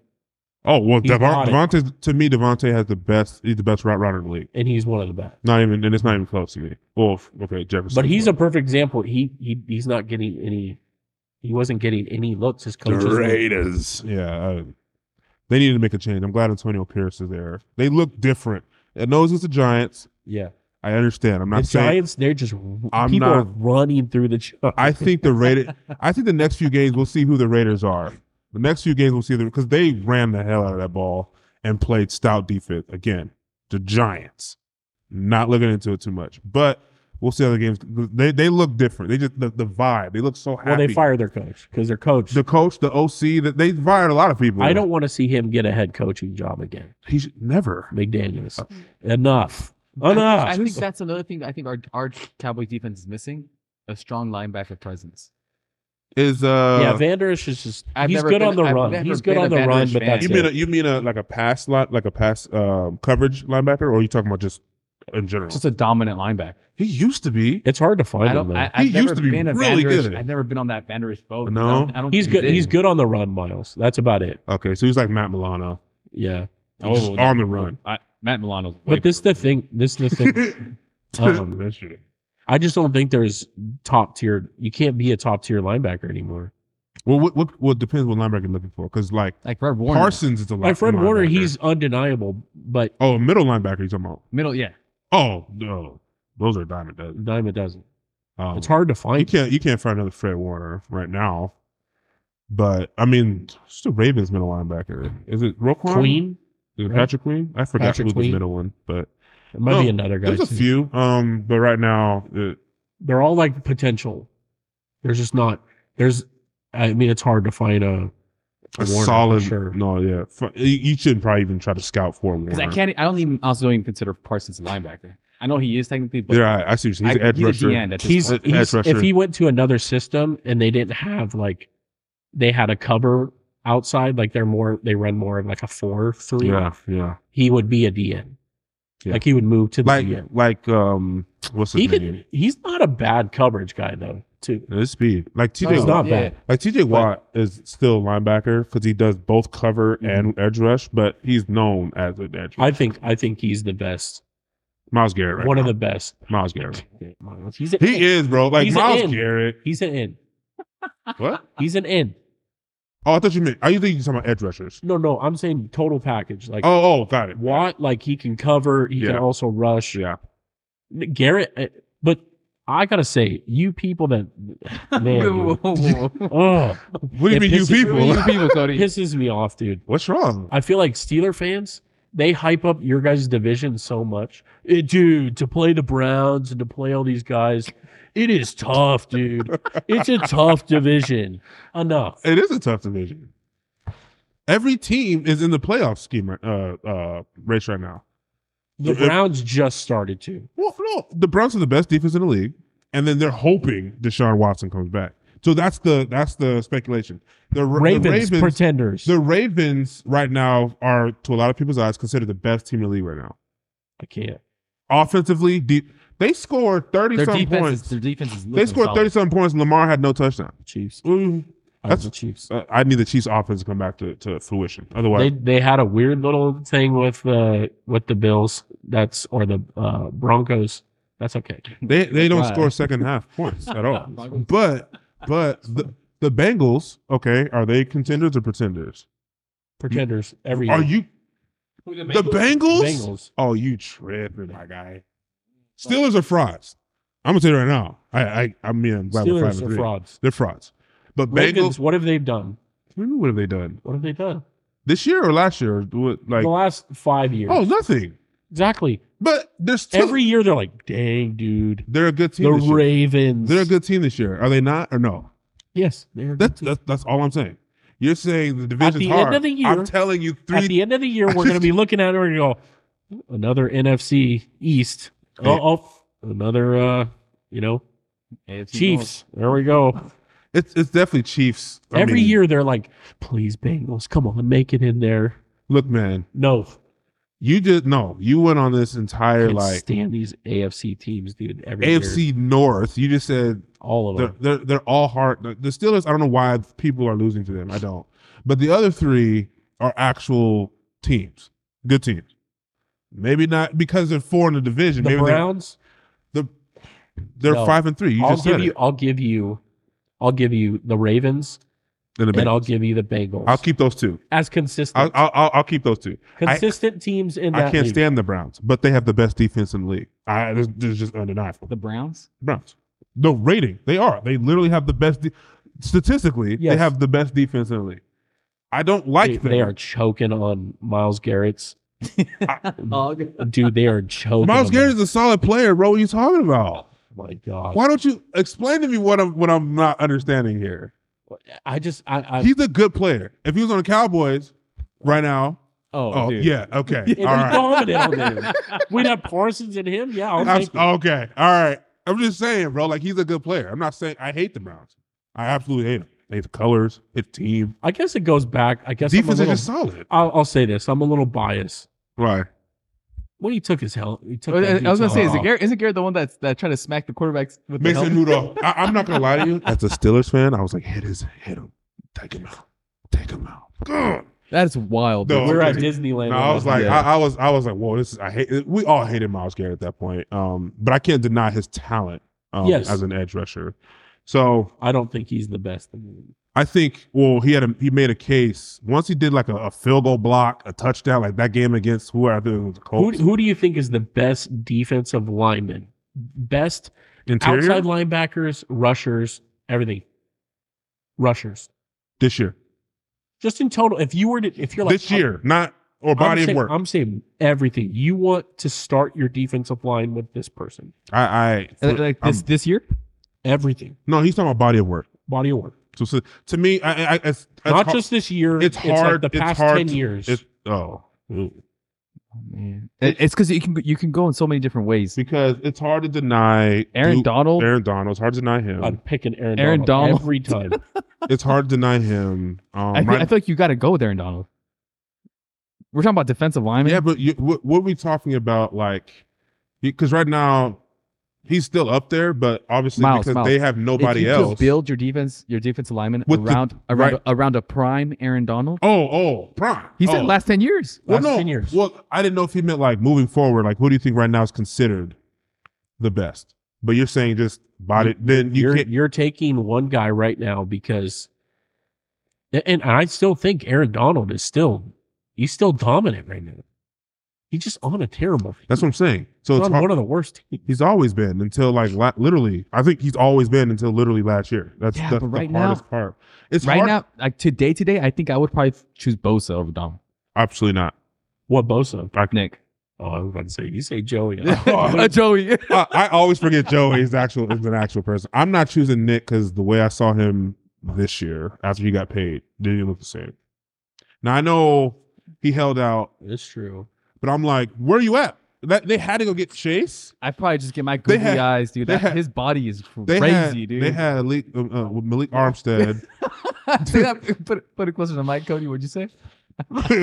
Oh well,
he's not it.
Devonte to me, Devonte has the best. He's the best route runner in the league.
and he's one of the best.
Not even, and it's not even close to me. Well, okay, Jefferson.
But he's a perfect example. He he he's not getting any. He wasn't getting any looks. His coaches. were-
Raiders. Yeah, I, they needed to make a change. I'm glad Antonio Pierce is there. They look different. It knows it's the Giants.
Yeah,
I understand. I'm
the
not saying.
Giants. They're just
I'm
people
not-
are running through the. Giants.
I think the Raiders. I think the next few games we'll see who the Raiders are. The next few games we'll see them because they ran the hell out of that ball and played stout defense again. The Giants. Not looking into it too much, but we'll see other games. They they look different. They just the, the vibe. They look so happy.
well, they fired their coach because their coach.
the coach, the OC. That they fired a lot of people.
I don't want to see him get a head coaching job again.
He should never.
McDaniels.
Uh,
Enough. Enough.
I think that's another thing I think our our Cowboys defense is missing: a strong linebacker presence.
Is uh.
yeah, Vanderish is just
I've
he's
never
good
been-
on the
I've
run.
never
He's good
been
on
a
the
Van
run,
Dersch
but
fan.
that's
You mean
it.
a, you mean a like a pass lot like a pass um, coverage linebacker, or are you talking about just in general?
Just a dominant linebacker.
he used to be.
It's hard to
I
find him.
don't.
Though.
I, I've
He
never
used to be
been a
really
Vanderish-
good.
I've never been on that Vanderbilt boat.
No.
I don't, I don't
he's
think
good.
it
He's
is.
good on the run, Miles. That's about it.
Okay, so he's like Matt Milano.
Yeah.
He's just on the *laughs* run.
I, Matt Milano's. way
But this the thing. This the thing. *laughs* Um,
That's true.
I just don't think there's top tier. You can't be a top tier linebacker anymore.
Well, what, what, well, it depends what linebacker you're looking for, because like
like Fred Warner.
Parsons is a
Like
linebacker.
Fred Warner, he's undeniable, but
oh middle linebacker. He's talking about.
middle. Yeah,
Oh no, those are diamond dozen.
dime a dozen.
Um,
It's hard to
You
find.
can't you can't find another Fred Warner right now. But I mean, it's the Ravens middle linebacker. Is it Roquan?
Queen.
Is it
right?
Patrick Queen? I forgot
Patrick
who
Queen.
the middle one, but
It might
No,
be another guy.
there's a
too.
few. Um, but right now, it,
They're all like potential. There's just not. There's. I mean, it's hard to find a.
a
Warner, for
solid.
sure.
No, yeah, F- you- you shouldn't probably even try to scout for him.
because I can't. e, I don't even. I also don't even consider Parsons a linebacker. I know he is technically, but
Yeah, I, I see. what you're saying. He's
I,
an edge
he's a
rusher.
D end at this
he's,
point.
point.
he's-
Pass rusher.
if he went to another system and they didn't have like they had a cover outside like they're more they run more of like a four three
Yeah, yeah.
he would be a DN
Yeah.
like he would move to the
like
DN
like um what's his
he
name?
could he's not a bad coverage guy though too
His speed, like TJ,
he's
Watt,
not
yeah.
bad
like TJ Watt is still a linebacker because he does both cover and edge rush, but he's known as an edge.
Mm-hmm. I think I think he's the best
Miles Garrett, right
one of
now.
the best
Miles
*laughs*
Garrett.
he's an in.
He is, bro. Like
He's an
Miles
in. *laughs*
Garrett.
he's an in
What?
he's an in
Oh, I thought you meant. I usually you were talking about edge rushers.
no no I'm saying total package like
Oh,
*laughs*
oh, got it.
Watt like he can cover he can
Yeah.
also rush
Yeah.
Garrett, uh, but I gotta say, you people
*laughs*
that
*laughs*
man,
Whoa, whoa, whoa.
dude, oh,
What do you
It
mean, you
pisses me
people?
You people, Cody.
pisses me off, dude.
*laughs* What's wrong?
I feel like Steeler fans they hype up your guys' division so much, Eh, dude. To play the Browns and to play all these guys, it is tough, dude. it's
*laughs*
a tough division. Enough.
It is a tough division. Every team is in the playoff scheme right- uh, uh, race right now.
The Browns just started to.
Well, no, the Browns are the best defense in the league, and then they're hoping Deshaun Watson comes back. So that's the that's the speculation. The Ra-
Ravens,
the Ravens,
pretenders.
the Ravens right now are to a lot of people's eyes considered the best team in the league right now.
I can't.
Offensively, deep, they scored thirty
Their
some
defense
points.
is their defense is.
they
looking
scored
solid. Mm-hmm.
thirty some points. and Lamar had no touchdown.
Chiefs.
Mm,
I
That's-
was the Chiefs.
uh, I need the Chiefs' offense to come back to, to fruition.
They
Otherwise,
they had a weird little thing with uh with the Bills. That's or the uh, Broncos. That's okay.
they they, don't
Why?
score second half points at all. But but the, the Bengals, okay, are they contenders or pretenders?
Pretenders every
Are
year.
you the Bengals?
Bengals.
Oh, you tripping, my guy. Steelers are frauds. I'm gonna tell you right now. I I, I mean, I'm glad we're
Steelers
five and
are
three.
frauds.
They're frauds. But
Bengals.
Bengals,
What have they done?
what have they done
What have they done?
this year or last year? What, like,
the last five years.
oh, nothing. *laughs*
exactly.
But there's still,
Every year they're like, dang, dude.
They're a good
The
team. This year.
Ravens.
They're a good team this year. Are they not or no?
Yes. They're a good
That's
team.
that's, that's all I'm saying. You're saying the division's
the
hard.
end of the year-
I'm telling you,
At
three.
the end of the year, we're going
*laughs*
to be looking at it and go, another NFC East.
Yeah.
Oh, oh, another, uh, you know, Chiefs. There we go.
It's it's definitely Chiefs. I
Every
mean,
year they're like, please, Bengals, come on, make it in there.
Look, man,
No,
you just no. You went on this entire
can't
like
stand these AFC teams, dude. Every
AFC
year,
North. You just said
all of
they're,
them.
they're they're all hard. The the Steelers. I don't know why people are losing to them. I don't. But the other three are actual teams, good teams. Maybe not because they're four in the division.
The
Maybe
Browns.
they're the, they're
No.
five and three. You
I'll
just said
give you.
it.
I'll give you. I'll give you the Ravens,
And the
and
Bengals.
I'll give you the Bengals
I'll keep those two.
as
I'll,
consistent,
I'll, I'll, I'll keep those two.
consistent teams in that.
I can't
league.
stand the Browns, but they have the best defense in the league. I, this, this is just undeniable.
The
*laughs*
Browns?
Browns. No rating. They are. They literally have the best. De- statistically, they
Yes.
have the best defense in the league. I don't like
They,
them.
they are choking on Miles Garrett's.
Oh,
Dude, they are choking.
Miles
on
Garrett
him.
is a solid player, bro. What are you talking about?
My God,
Why don't you explain to me what I'm what I'm not understanding here?
I just I, I
He's a good player. If he was on the Cowboys right now, oh,
dude.
yeah,
*laughs*
okay,
if
all right.
we dominant on
*laughs*
him. We'd have Parsons and him. Yeah, I'll
I'm-
take it.
okay, all right. I'm just saying, bro. Like he's a good player. I'm not saying I hate the Browns. I absolutely hate them. Hate the colors, his team.
I guess it goes back. I guess I'm a
Defense
little,
is just solid.
I'll, I'll say this. I'm a little biased.
Why?
When he took his helmet, he took.
I
that
I was gonna
dude's
say, is
helmet
it
off.
Garrett? Isn't Garrett the one that's that tried to smack the quarterbacks with the
Mason
helmet?
Rudolph. I, I'm not gonna lie to you. As a Steelers fan, I was like, hit his, hit him, take him out, take him out. Ugh.
That's wild.
No,
dude.
We're
Okay.
at Disneyland.
No, I was like,
Yeah.
I, I was, I was like, whoa, this is. I hate. We all hated Miles Garrett at that point. Um, but I can't deny his talent. Um,
Yes.
as an edge rusher. So
I don't think he's the best. in the league.
I think, well, he had a, he made a case once he did like a, a field goal block, a touchdown, like that game against who I think it was the
Who,
Colts.
who do you think is the best defensive lineman? Best
Interior
outside linebackers, rushers, everything. Rushers,
this year,
just in total. If you were to, if you're like oh.
this year, not or
I'm,
body
I'm saying, oh.
of work.
I'm saying everything. You want to start your defensive line with this person.
I, I
uh,
Like, like this this year?
Everything,
no, he's talking about body of work.
body of work.
So, so to me, I, I, I it's, it's
Not
har-
just this year.
it's
like
hard.
the past
it's hard
ten
to-
years.
It's, oh,
Oh, Man. It- it's because you can you can go in so many different ways.
because it's hard to deny
Aaron
Blue-
Donald,
Aaron Donald. It's hard to deny him.
I'm picking Aaron,
Aaron
Donald,
Donald.
every time.
it's hard to deny him. Um,
I, feel,
right-
I feel like you got to go with Aaron Donald. We're talking about defensive linemen.
yeah, but you, what, what are we talking about? Like, because right now he's still up there, but obviously
Miles,
because
Miles.
they have nobody
if you could
else.
build your defense, your defensive lineman
With the-
around around
right.
around a prime Aaron Donald.
oh, oh, prime.
He said
oh.
last ten years.
Well,
last
no.
10 years.
Well, I didn't know if he meant like moving forward. Like, who do you think right now is considered the best? But you're saying just body. then *laughs* you
you're
can't.
you're taking one guy right now because, and I still think Aaron Donald is still he's still dominant right now. He's just on a terrible.
That's what I'm saying. So
he's
it's
on
hard.
one of the worst teams.
He's always been until like la- literally. I think he's always been until literally last year. That's,
Yeah,
that's
but right
the
now-
hardest part. It's
right
hard.
now, like today, today, I think I would probably choose Bosa over Donald.
Absolutely not.
What Bosa?
*laughs* Nick,
Oh, I was about to say you say
*laughs*
Joey. Oh,
Uh, *laughs* Joey.
I, I always forget Joey is actual is an actual person. I'm not choosing Nick because the way I saw him this year after he got paid didn't even look the same. Now I know he held out,
it's true.
but I'm like, where you at? That they had to go get Chase.
I probably just get my
They
googly
had-
eyes, dude.
they
That,
had-
his body is
They
crazy,
had,
dude.
They had Malik, uh, uh, Malik Armstead.
*laughs* Say that- put, it- put it closer to the mic, Cody. What'd you say?
What'd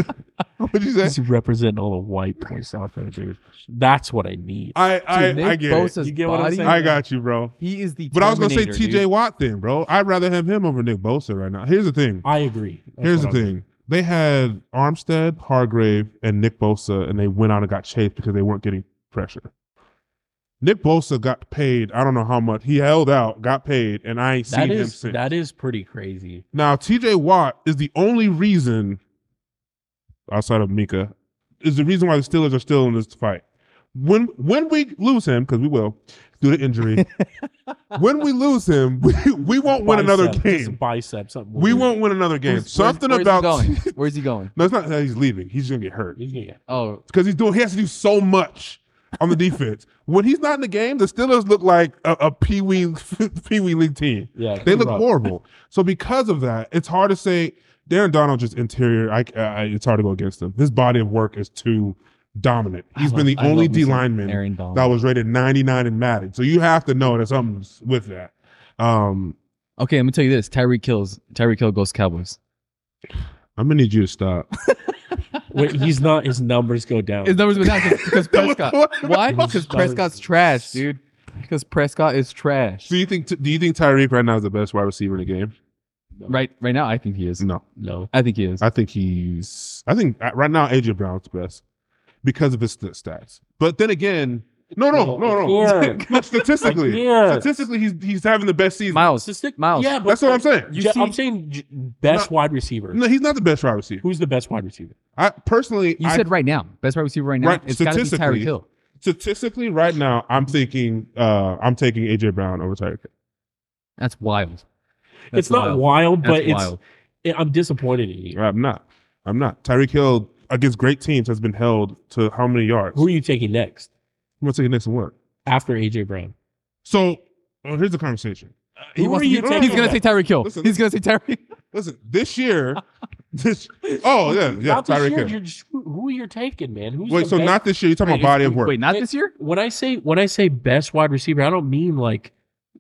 you
He's
say?
representing all the white boys out there, dude. That's what I need.
I I,
Dude, Nick
I get it.
Bosa's
You get what I'm
body,
saying?
I got you, bro.
He is the.
But I was gonna say
Terminator,
TJ
dude.
Watt then, bro. I'd rather have him over Nick Bosa right now. Here's the thing.
I agree. That's
Here's the
what I'm-
thing. They had Armstead, Hargrave, and Nick Bosa, and they went out and got chased because they weren't getting pressure. Nick Bosa got paid. I don't know how much he held out, got paid, and I ain't
That
seen him
is
since.
that is pretty crazy.
now TJ Watt is the only reason outside of Mika is the reason why the Steelers are still in this fight. When when we lose him, because we will, due
*laughs*
to injury, when we lose him, we, we won't win another
Bicep, just
game.
Bicep, something.
We
weird.
won't win another game.
Where's-
Something
where's,
about
Where's he going? Where's he
*laughs*
going?
no, it's not that he's leaving. He's gonna get hurt
He's gonna get-
Oh,
because he's doing. He has to do so much on the *laughs* defense. When he's not in the game, the Steelers look like a, a pee wee *laughs* pee wee league team.
Yeah,
They look
rough.
horrible. So because of that, it's hard to say Darren Donald just interior. I, I it's hard to go against him. His body of work is too dominant.
I
He's
love-
been the
I
only
love me
D
some
lineman
Aaron Donald.
that was rated 99 in Madden. So you have to know that something's with that. Um,
Okay, let me tell you this: Tyreek kills. Tyreek Hill goes Cowboys.
I'm gonna need you to stop.
Wait, he's not. His numbers go down.
his numbers went down
*laughs*
because Prescott. Why? Because Prescott's trash, dude. Because Prescott is trash.
So you think? Do you think Tyreek right now is the best wide receiver in the game?
Right, right now, I think he is.
No,
no.
I think he is.
Mm. I think he's. I think uh, right now AJ Brown's best because of his st- stats. But then again, no, no, no, no.
Yeah.
*laughs* No, statistically,
Yeah.
statistically, he's he's having the best season.
Miles,
Statistic-
Miles.
Yeah, but
That's what I'm saying.
You
Yeah,
see,
I'm
I'm saying j- best wide receiver.
No, he's not the best wide receiver.
Who's the best wide receiver?
I personally,
you
I,
said right now, best wide receiver right now.
Right,
it's got to be
statistically,
Tyreek Hill.
statistically, right now, I'm thinking, uh, I'm taking AJ Brown over Tyreek. Hill.
That's wild.
it's not wild,
That's
but it's.
wild.
it- I'm disappointed in you.
I'm not. I'm not. Tyreek Hill against great teams has been held to how many yards?
Who are you taking next
I'm gonna take the next one.
after AJ Brown?
So well, here's the conversation.
Who
wants
are
to
you
be-
taking?
He's
He's gonna say Tyreek Hill.
Listen,
He's gonna say
*laughs*
Tyreek.
Listen, this year, *laughs* this oh yeah, yeah,
Not this
Tyreek
year,
Hill.
you're just- who you're taking, man? Who's
Wait,
the
so
best-
not this year? You're talking about body of work
Wait, not
It-
this year?
when I say when I say best wide receiver, I don't mean like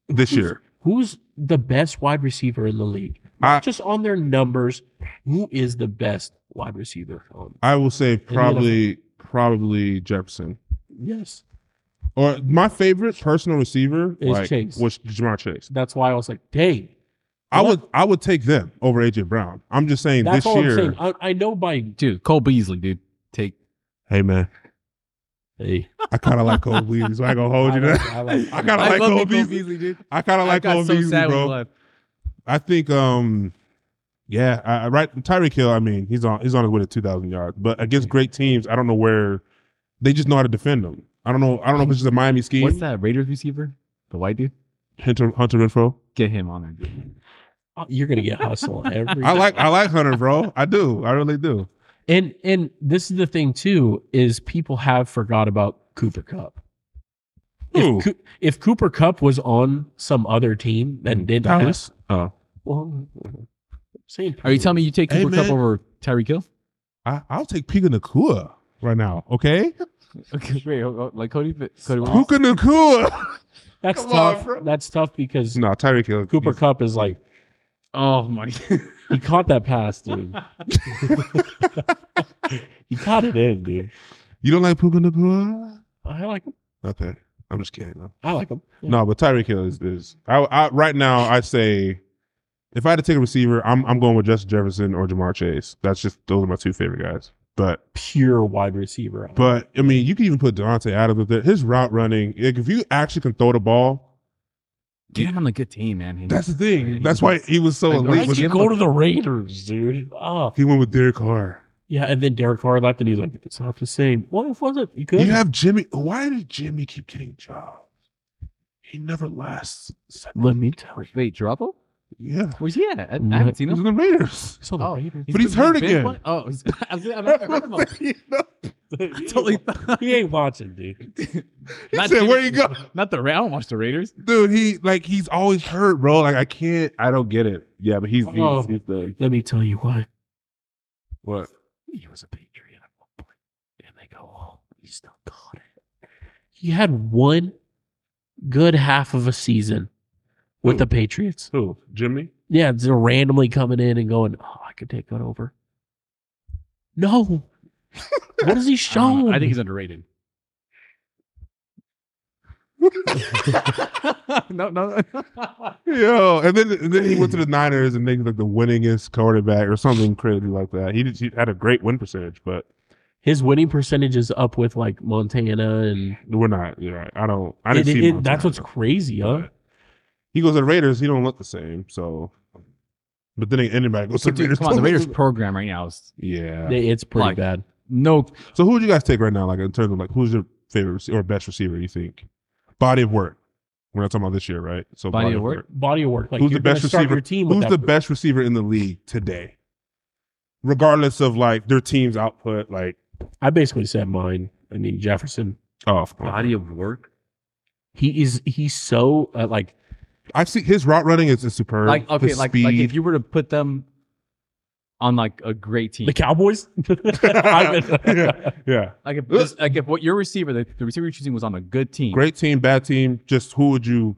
this year.
who's the best wide receiver in the league.
I
Just on their numbers, who is the best wide receiver? Um,
I will say probably probably Jefferson.
yes,
Or my favorite personal receiver
Is
like,
Chase.
was Jamar Chase.
that's why I was like, dang,
I would I would take them over AJ Brown. I'm just saying
that's
this
all I'm
year.
saying. I, I know by
Dude, Cole Beasley, dude. Take
Hey man,
hey,
I kind
*laughs*
of like Cole Beasley. So I gonna hold you
I
down.
like- I like-
I kind of like Cole Beasley.
dude.
I kind of like Cole Beasley, bro. I think um yeah, I, I- right Tyreek Hill, I mean, he's on he's on his way to 2000 yards, but against great teams, I don't know where they just know how to defend them. I don't know I don't know if it's just a Miami scheme.
What's that Raiders receiver? The white dude?
Hunter, Hunter Renfro.
Get him on there, dude.
you're gonna get
*laughs*
hustled every.
I like I like Hunter, bro. I do. I really do.
and and this is the thing too is people have forgot about Cooper Cup.
Who?
If, Coo- if Cooper Cup was on some other team that didn't have, uh,
Dallas? Oh.
well, same.
Are you telling me you take
Hey,
Cooper Cup
man.
over Tyreek Hill?
I, I'll take Puka Nakua right now, okay?
Okay, wait, oh, oh, like Cody, Cody.
Puka Nakua.
That's
Come on,
tough.
bro.
That's tough because
*laughs* no, Tyreek Hill.
Cooper Cup is like
Oh my!
he caught that pass, dude. he caught it in, dude.
You don't like Puka Nakua?
I like him.
Okay. I'm just kidding. though.
I like him. Yeah.
No, but Tyreek Hill is, is I, I right now I say if I had to take a receiver, I'm I'm going with Justin Jefferson or Jamar Chase. That's just those are my two favorite guys. But
Pure wide receiver.
but I mean you can even put Devontae Adams with it. His route running, like, if you actually can throw the ball,
Get him on a good team, man. He-
that's the thing. That's why he was so
Like,
elite.
Why'd
with-
you go to the Raiders, dude? Oh,
He went with Derek Carr.
yeah. And then Derek Carr left, and he's like, "It's not the same." What was it? You could.
You have Jimmy. Why did Jimmy keep getting jobs? He never lasts.
Let me tell you.
Wait, Garoppolo?
Yeah,
Where's he at? I, I haven't seen
he's in
him.
the Raiders.
It's on Oh,
Oh,
the Raiders.
But he's hurt
been
again.
one- Oh, he's- *laughs* I was- I heard
*laughs*
him.
*laughs*
totally.
he ain't watching, dude.
he
Not
said,
Jimmy-
"Where you go?"
Not the Ra- I don't watch the
*laughs*
Raiders.
dude. He like he's always hurt, bro. Like I can't, I don't get it. Yeah, but he's, he's,
Oh.
he's the
Let me tell you why.
what?
He was a Patriot at one point, and they go, "Oh, he still got it." He had one good half of a season with
Who?
the Patriots.
Who? Jimmy?
Yeah, they're randomly coming in and going, "Oh, I could take that over." No, *laughs* what has he shown?
Um, I think he's underrated. *laughs* no, no.
Yo, and then and then he went to the Niners and they like the winningest quarterback or something crazy like that. He did, he had a great win percentage, but
his winning percentage is up with like Montana and.
we're not. You're right. I don't. I
It-
didn't
it-
see.
it-
him on
that's
time.
what's crazy, huh?
He goes to the Raiders. He don't look the same. So But then anybody goes to
But
the
dude,
Raiders.
come on,
*laughs*
the Raiders program right now is
Yeah.
They- It's pretty
Like-
bad.
no.
So who would you guys take right now? Like in terms of like who's your favorite rece- or best receiver? You think body of work. We're not talking about this year, right? So
Body of work?
Body of work. Like
Who's the
you're gonna
best
start
receiver?
Your team with
Who's
that
the best receiver in the league today? Regardless of like their team's output, like
I basically said mine. I mean Jefferson.
oh,
Body of work.
He is he's so uh, like
I see his route running is, is superb.
Like okay,
His
like like
speed.
if you were to put them on like a great team,
the Cowboys. *laughs* I've been-
*laughs* yeah, yeah.
like if this, like if what your receiver, the, the receiver you're choosing was on a good team,
Great team, bad team. Just who would you?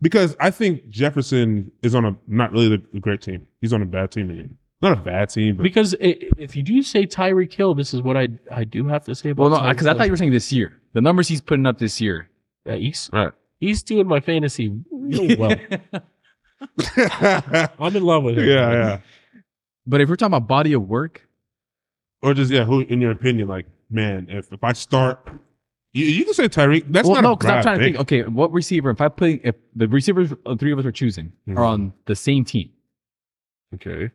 Because I think Jefferson is on a not really the, the great team. He's on a bad team. again. Not a bad team, but
because i if you do say Tyree Kill, this is what I I do have to say about.
Well, no,
Tyreek
because I
Hill.
thought you were saying this year. The numbers he's putting up this year.
Yeah, he's
Right.
he's doing my fantasy real
*laughs*
well.
yeah,
I'm in love with him.
yeah.
*laughs* But if we're talking about body of work,
Or just yeah, who in your opinion, like man, if if I start, you, you can say Tyreek. That's
well,
not
no,
a
because I'm
bad
trying to
thing.
think. Okay, what receiver? If I play, if the receivers, uh, three of us are choosing,
Hmm.
are on the same team.
Okay.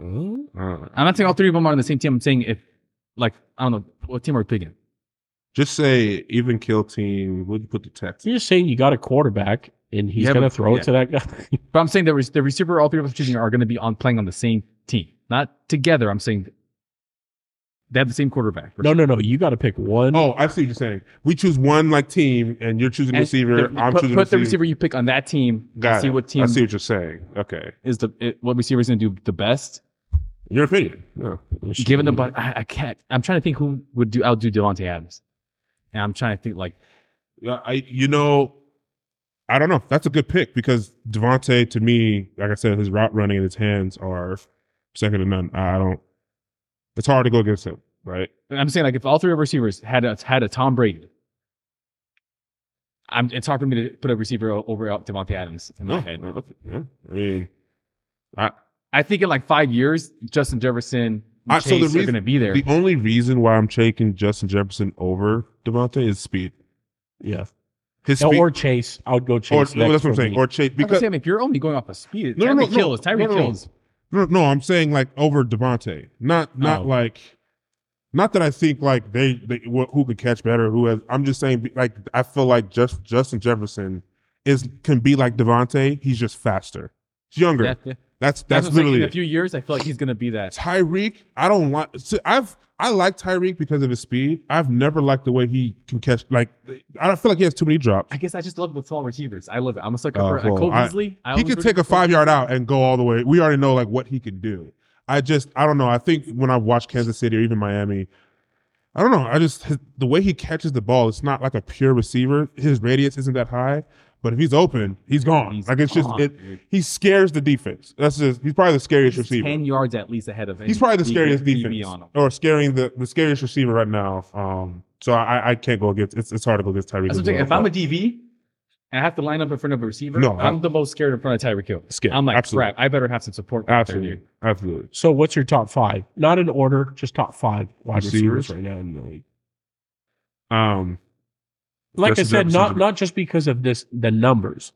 Oh.
I'm not saying all three of them are on the same team. I'm saying if, like, I don't know, what team are we picking?
Just say even kill team. Would you put the Texans?
You're just saying you got a quarterback and he's
Yeah,
gonna
but-
throw
yeah.
it to that guy.
But I'm saying the, re- the receiver, all three of us are choosing, are going to be on playing on the same team, not together. I'm saying they have the same quarterback.
no, no, no. You got to pick one.
Oh, I see what you're saying. We choose one like team, and you're choosing
And
receiver.
the-
I'm
put,
choosing
put the
receiver.
receiver you pick on that team. and
Got
see
it.
what team
I see what you're saying. Okay,
is the it, what receiver is going to do the best.
in your opinion. No.
Given the but I, I can't. I'm trying to think who would do outdo Devontae Adams, and I'm trying to think like
Yeah, I you know, I don't know. That's a good pick because Devontae, to me, like I said, his route running and his hands are second to none. I I don't. It's hard to go against him, right?
I'm saying like if all three of receivers had a, had a Tom Brady, I'm it's hard for me to put a receiver o- over out Devontae Adams in my
No,
head.
no, yeah. I mean,
I think in like five years, Justin Jefferson, and
I- so the
Chase are
reason-
going to be there.
the only reason why I'm taking Justin Jefferson over Devontae is speed.
yeah.
His
No,
speed,
or Chase. I would go
or-
Chase.
well,
next
that's what I'm
for
saying,
me.
or Chase.
I'm
Because
saying if you're only going off of speed,
No,
no,
no,
Tyreek
no, no.
Hill is Tyreek
No, no, no.
Hill is-
no, no, I'm saying like over Devontae, not not
Oh.
like. Not that I think like they, they wh- who could catch better, who has. I'm just saying like I feel like just Justin Jefferson is can be like Devontae. He's just faster. He's younger.
that- that-
that's that's,
that's what I'm saying.
literally
in a
it.
few years. I feel like he's going to be that.
Tyreek. I don't like. so I've I like Tyreek because of his speed. I've never liked the way he can catch. Like I don't feel like he has too many drops.
I guess I just love the tall receivers. I love it. I'm a sucker
Uh,
for
well,
Cole
I-
Beasley. I
he
always
could
rooted
take a
for-
five yard out and go all the way. We already know like what he could do. I just I don't know. I think when I watch Kansas City or even Miami, I don't know. I just his, the way he catches the ball, it's not like a pure receiver. His radius isn't that high, but if he's open, he's gone. like it's just it. He scares the defense. That's just he's probably the scariest
He's
receiver.
ten yards at least ahead of. any
He's probably the
DB
scariest defense,
on him.
or scaring the, the scariest receiver right now. Um, so I, I can't go against. It's, it's hard to go against Tyreek.
That's what I'm saying. If I'm a DB and I have to line up in front of a receiver,
No,
I'm the most scared in front of Tyreek Hill.
Scared,
I'm like,
absolutely.
crap, I better have some support. out there,
absolutely,
dude.
absolutely.
So what's your top five? Not in order, just top five wide
Receivers?
receivers, right now in the league.
Um,
Like
Justin
I said, not
Jefferson's-
not just because of this the numbers.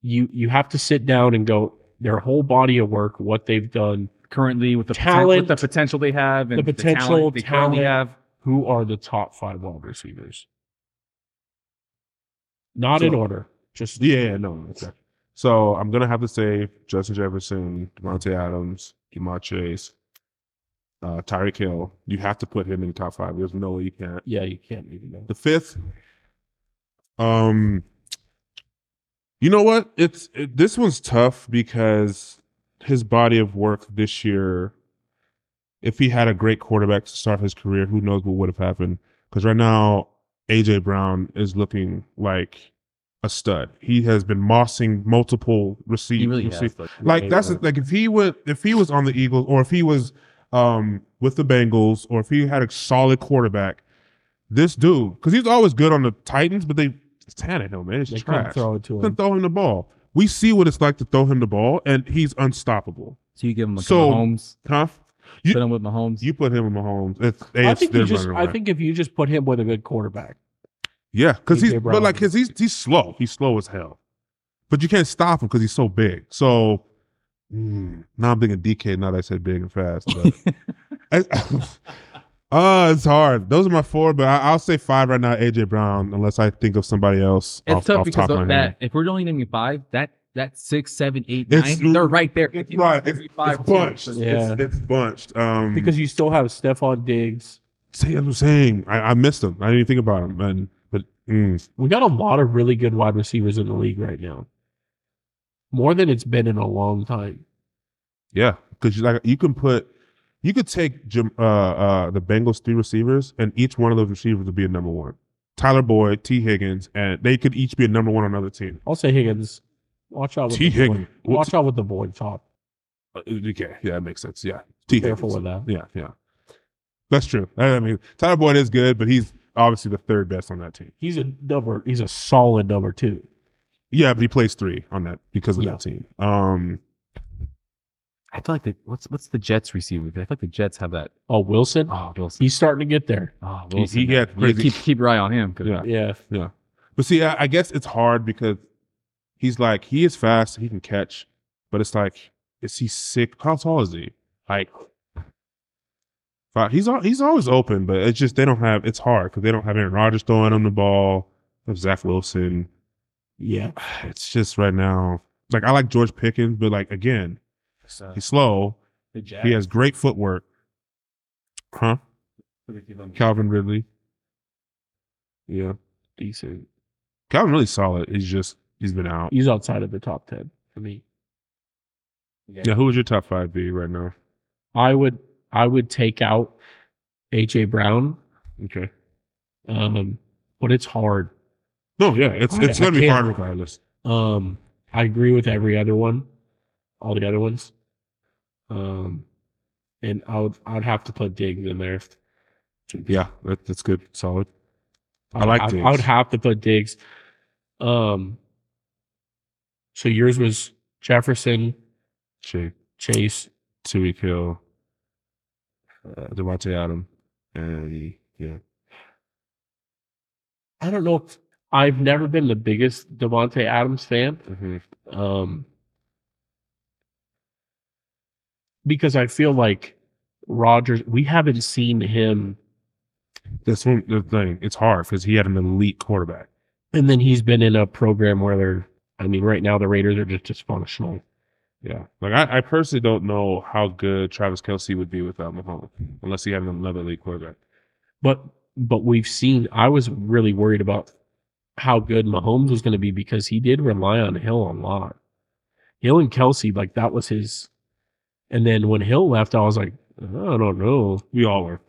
You you have to sit down and go their whole body of work, what they've done,
Currently, with the, talent,
Talent.
with the potential they have and
The
the
potential,
talent they currently have,
who are the top five wide receivers. Not in
So-
order. Just
yeah, yeah, no, okay. So I'm gonna have to say Justin Jefferson, Devontae Adams, Jamar Chase, uh, Tyreek Hill. You have to put him in the top five. There's no way you can't.
yeah, you can't even know.
The fifth, um, you know what? It's it, this one's tough because his body of work this year. If he had a great quarterback to start his career, who knows what would have happened? Because right now, AJ Brown is looking like a stud. He has been mossing multiple receivers.
he really has. Like,
Like that's the- like if he would if he was on the Eagles or if he was um with the Bengals or if he had a solid quarterback, this dude because he's always good on the Titans, but they it's Tannehill man, it's
They couldn't
trash.
throw it to
Couldn't
him.
throw him the ball. We see what it's like to throw him the ball, and he's unstoppable.
so you give him like
So-
Mahomes,
Huh? You-
put him with Mahomes.
You put him in Mahomes. It's,
I
it's
think
they're
you just
running
I
away.
think if you just put him with a good quarterback.
yeah, because
A.J.
he's but
Brown.
like 'cause he's he's slow. He's slow as hell. but you can't stop him because he's so big. So mm, now I'm thinking DK. Now that I said big and fast, but I- *laughs* uh, it's hard. Those are my four, but I, I'll say five right now. AJ Brown, unless I think of somebody else.
It's
off,
tough
off
because
top of
of
my
that.
head.
If we're only naming five, that that six, seven, eight,
It's-
nine, they're right there.
It's
You know,
right. It's,
every
it's bunched.
Yeah.
It's, it's bunched. Um,
because you still have Stephon Diggs.
See, that's what I'm saying. I, I missed him. I didn't even think about him. And but mm,
We got a lot of really good wide receivers in the league right now. More than it's been in a long time.
yeah, because you like you can put, you could take Jam- uh, uh, the Bengals three receivers, and each one of those receivers would be a number one. Tyler Boyd, T. Higgins, and they could each be a number one on another team.
I'll say Higgins. Watch out with
T.
the boy.
Higgins.
Watch out with the boy talk.
Uh, Okay, yeah, that makes sense. Yeah, T.
Careful with
Higgins.
that.
Yeah, yeah, that's true. I I mean, Tyler Boyd is good, but he's obviously the third best on that team.
He's a number. He's a solid number two.
Yeah, but he plays three on that because of
Yeah.
that team. Um,
I feel like the what's what's the Jets receiver? 'Cause I feel like the Jets have that.
Oh, Wilson.
Oh, Wilson.
He's starting to get there.
Oh,
he,
Wilson.
he had
Yeah, keep keep your eye on him. 'cause-
Yeah.
Yeah.
But see, I, I guess it's hard because he's like he is fast, he can catch, but it's like is he sick? How tall is he? Like, fi- he's al- he's always open, but it's just they don't have. It's hard because they don't have Aaron Rodgers throwing him the ball, they have Zach Wilson.
Yeah.
It's just right now. Like I like George Pickens, but like again,
uh,
So,
he's slow.
the
He has great footwork. Huh? Calvin Ridley. Yeah,
Decent.
Calvin really solid. He's just he's been out.
He's outside of the top ten for me.
Yeah, who would your top five be right now?
I would. I would take out AJ Brown.
Okay.
Um, but it's hard.
No, yeah, it's
I-
it's
I
gonna be
can't.
hard regardless.
Um, I agree with every other one, all the other ones. Um, and I would I would have to put Diggs in there.
Yeah, that, that's good, solid. I
I'd
like
have- I
Diggs.
would have to put Diggs. Um. So yours was Jefferson,
Shake,
Chase,
Tyreek Hill, uh, Devontae Adam, and yeah,
I don't know. If, I've never been the biggest Devonte Adams fan,
mm-hmm.
um, because I feel like Rogers. We haven't seen him,
that's one the thing. It's hard because he had an elite quarterback.
and then he's been in a program where they're. I mean, right now the Raiders are just dysfunctional.
Yeah, like I, I personally don't know how good Travis Kelsey would be without Mahomes unless he had another elite quarterback.
But but we've seen. I was really worried about how good Mahomes was going to be because he did rely on Hill a lot. Hill and Kelsey, like that was his. And then when Hill left, I was like, I don't know.
We all were.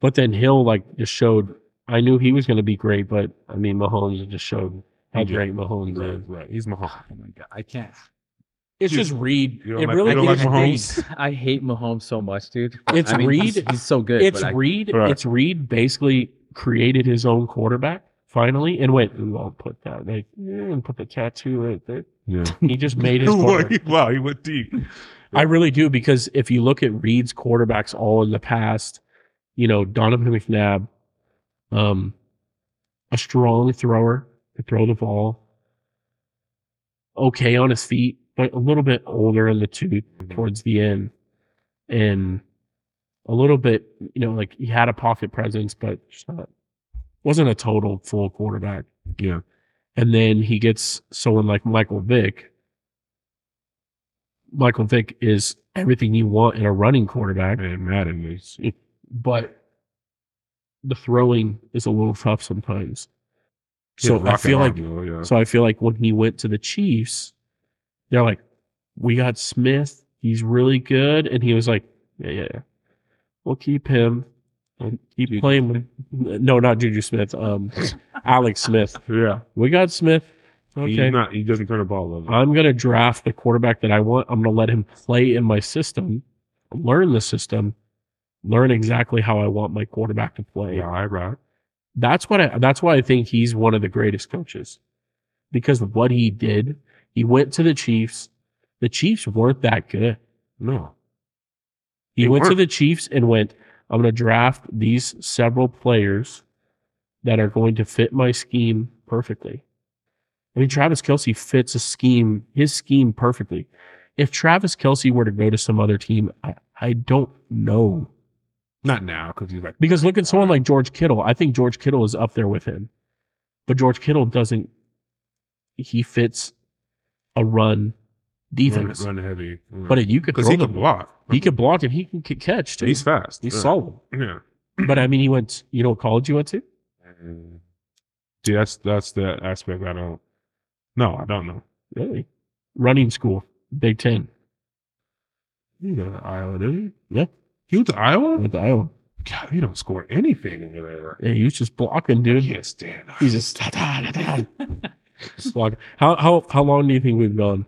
But then Hill like just showed. I knew he was going to be great, but I mean Mahomes just showed how
He did.
great Mahomes
Right,
is.
right. He's Mahomes.
Oh my god, I can't.
It's
You-
just Reed.
you don't
It
like-
really
you don't
is
like Mahomes?
Reed.
I hate Mahomes so much, dude.
It's
I mean,
Reed.
He's, he's so good.
It's
but I-
Reed.
Right.
It's Reed. Basically created his own quarterback finally, and went. Ooh, I'll put that. Like, "Ooh, and put the tattoo right there.
Yeah.
He just made
*laughs*
his. quarterback.
wow, he went deep.
I really do because if you look at Reed's quarterbacks all in the past, you know Donovan McNabb, um, a strong thrower to throw the ball, okay on his feet, but a little bit older in the tooth towards the end, and a little bit, you know, like he had a pocket presence, but just not, wasn't a total full quarterback.
Yeah.
And then he gets someone like Michael Vick. Michael Vick is everything you want in a running quarterback,
Man, Madden is
but the throwing is a little tough sometimes.
he
So
had a
I
rocket
feel like
arm, though, yeah.
so I feel like when he went to the Chiefs, they're like, "We got Smith. He's really good," and he was like, "Yeah, yeah, yeah. we'll keep him. We'll keep
Juju
playing with no, not Juju Smith.
*laughs*
Um, Alex Smith.
yeah.
We got Smith.
He's
Okay,
not. He doesn't turn the ball over.
I'm gonna draft the quarterback that I want. I'm gonna let him play in my system, learn the system, learn exactly how I want my quarterback to play."
yeah, I rock.
that's what I, that's why I think he's one of the greatest coaches because of what he did. He went to the Chiefs. The Chiefs weren't that good.
No.
He
They
went to
weren't.
the Chiefs and went, I'm going to draft these several players that are going to fit my scheme perfectly. I mean, Travis Kelsey fits a scheme, his scheme perfectly. If Travis Kelsey were to go to some other team, I, I don't know.
Not now because he's like
Because look at someone like George Kittle. I think George Kittle is up there with him. But George Kittle doesn't, he fits a run
run,
defense.
run heavy. Yeah.
But if you could
because
throw
he
the
can block,
he could block and he can c- catch too.
he's
He's,
fast. yeah.
solid.
Yeah,
But I mean, he went, you know what college he went to?
see that's that's the aspect I don't. No, I don't know.
Really? Running school, Big Ten.
He didn't go to Iowa, did he?
Yeah. Mm-hmm.
He went to Iowa.
Went to Iowa.
God, he don't score anything over there.
Yeah, he was just blocking, dude.
He can't stand. up.
He's just, *laughs* da, da, da, da. Just blocking. How, how, how long do you think we've gone?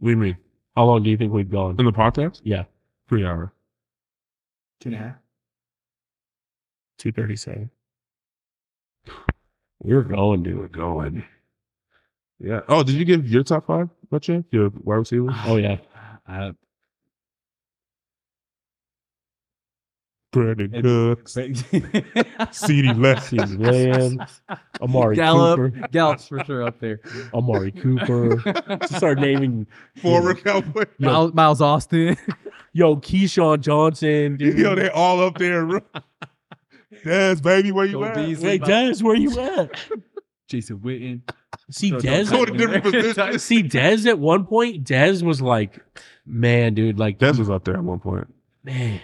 What do you mean?
How long do you think we've gone?
In the podcast?
Yeah.
Three hour.
Two and a half.
237. We're going,
We were
dude.
going. Yeah. Oh, did you give your top five by chance? Your wide receivers?
Oh, yeah.
Uh,
Brandon *laughs*
*laughs*
Cooks, CD
He's
Lamb.
Lamb, Amari
Gallup.
Cooper,
Gallup's for sure up there.
Amari Cooper. Just start naming
former Cowboy.
Miles-
Miles Austin.
yo Keyshawn Johnson, dude.
*laughs* Yo, they all up there. *laughs* Yes, baby, where you
Cole
at?
Beasley.
Wait, Dez, where you at?
Jason Witten.
See
So
Dez.
Go to
*laughs*
different positions.
See Dez at one point. Dez was like, man, dude, like
Des was up there at one point.
man.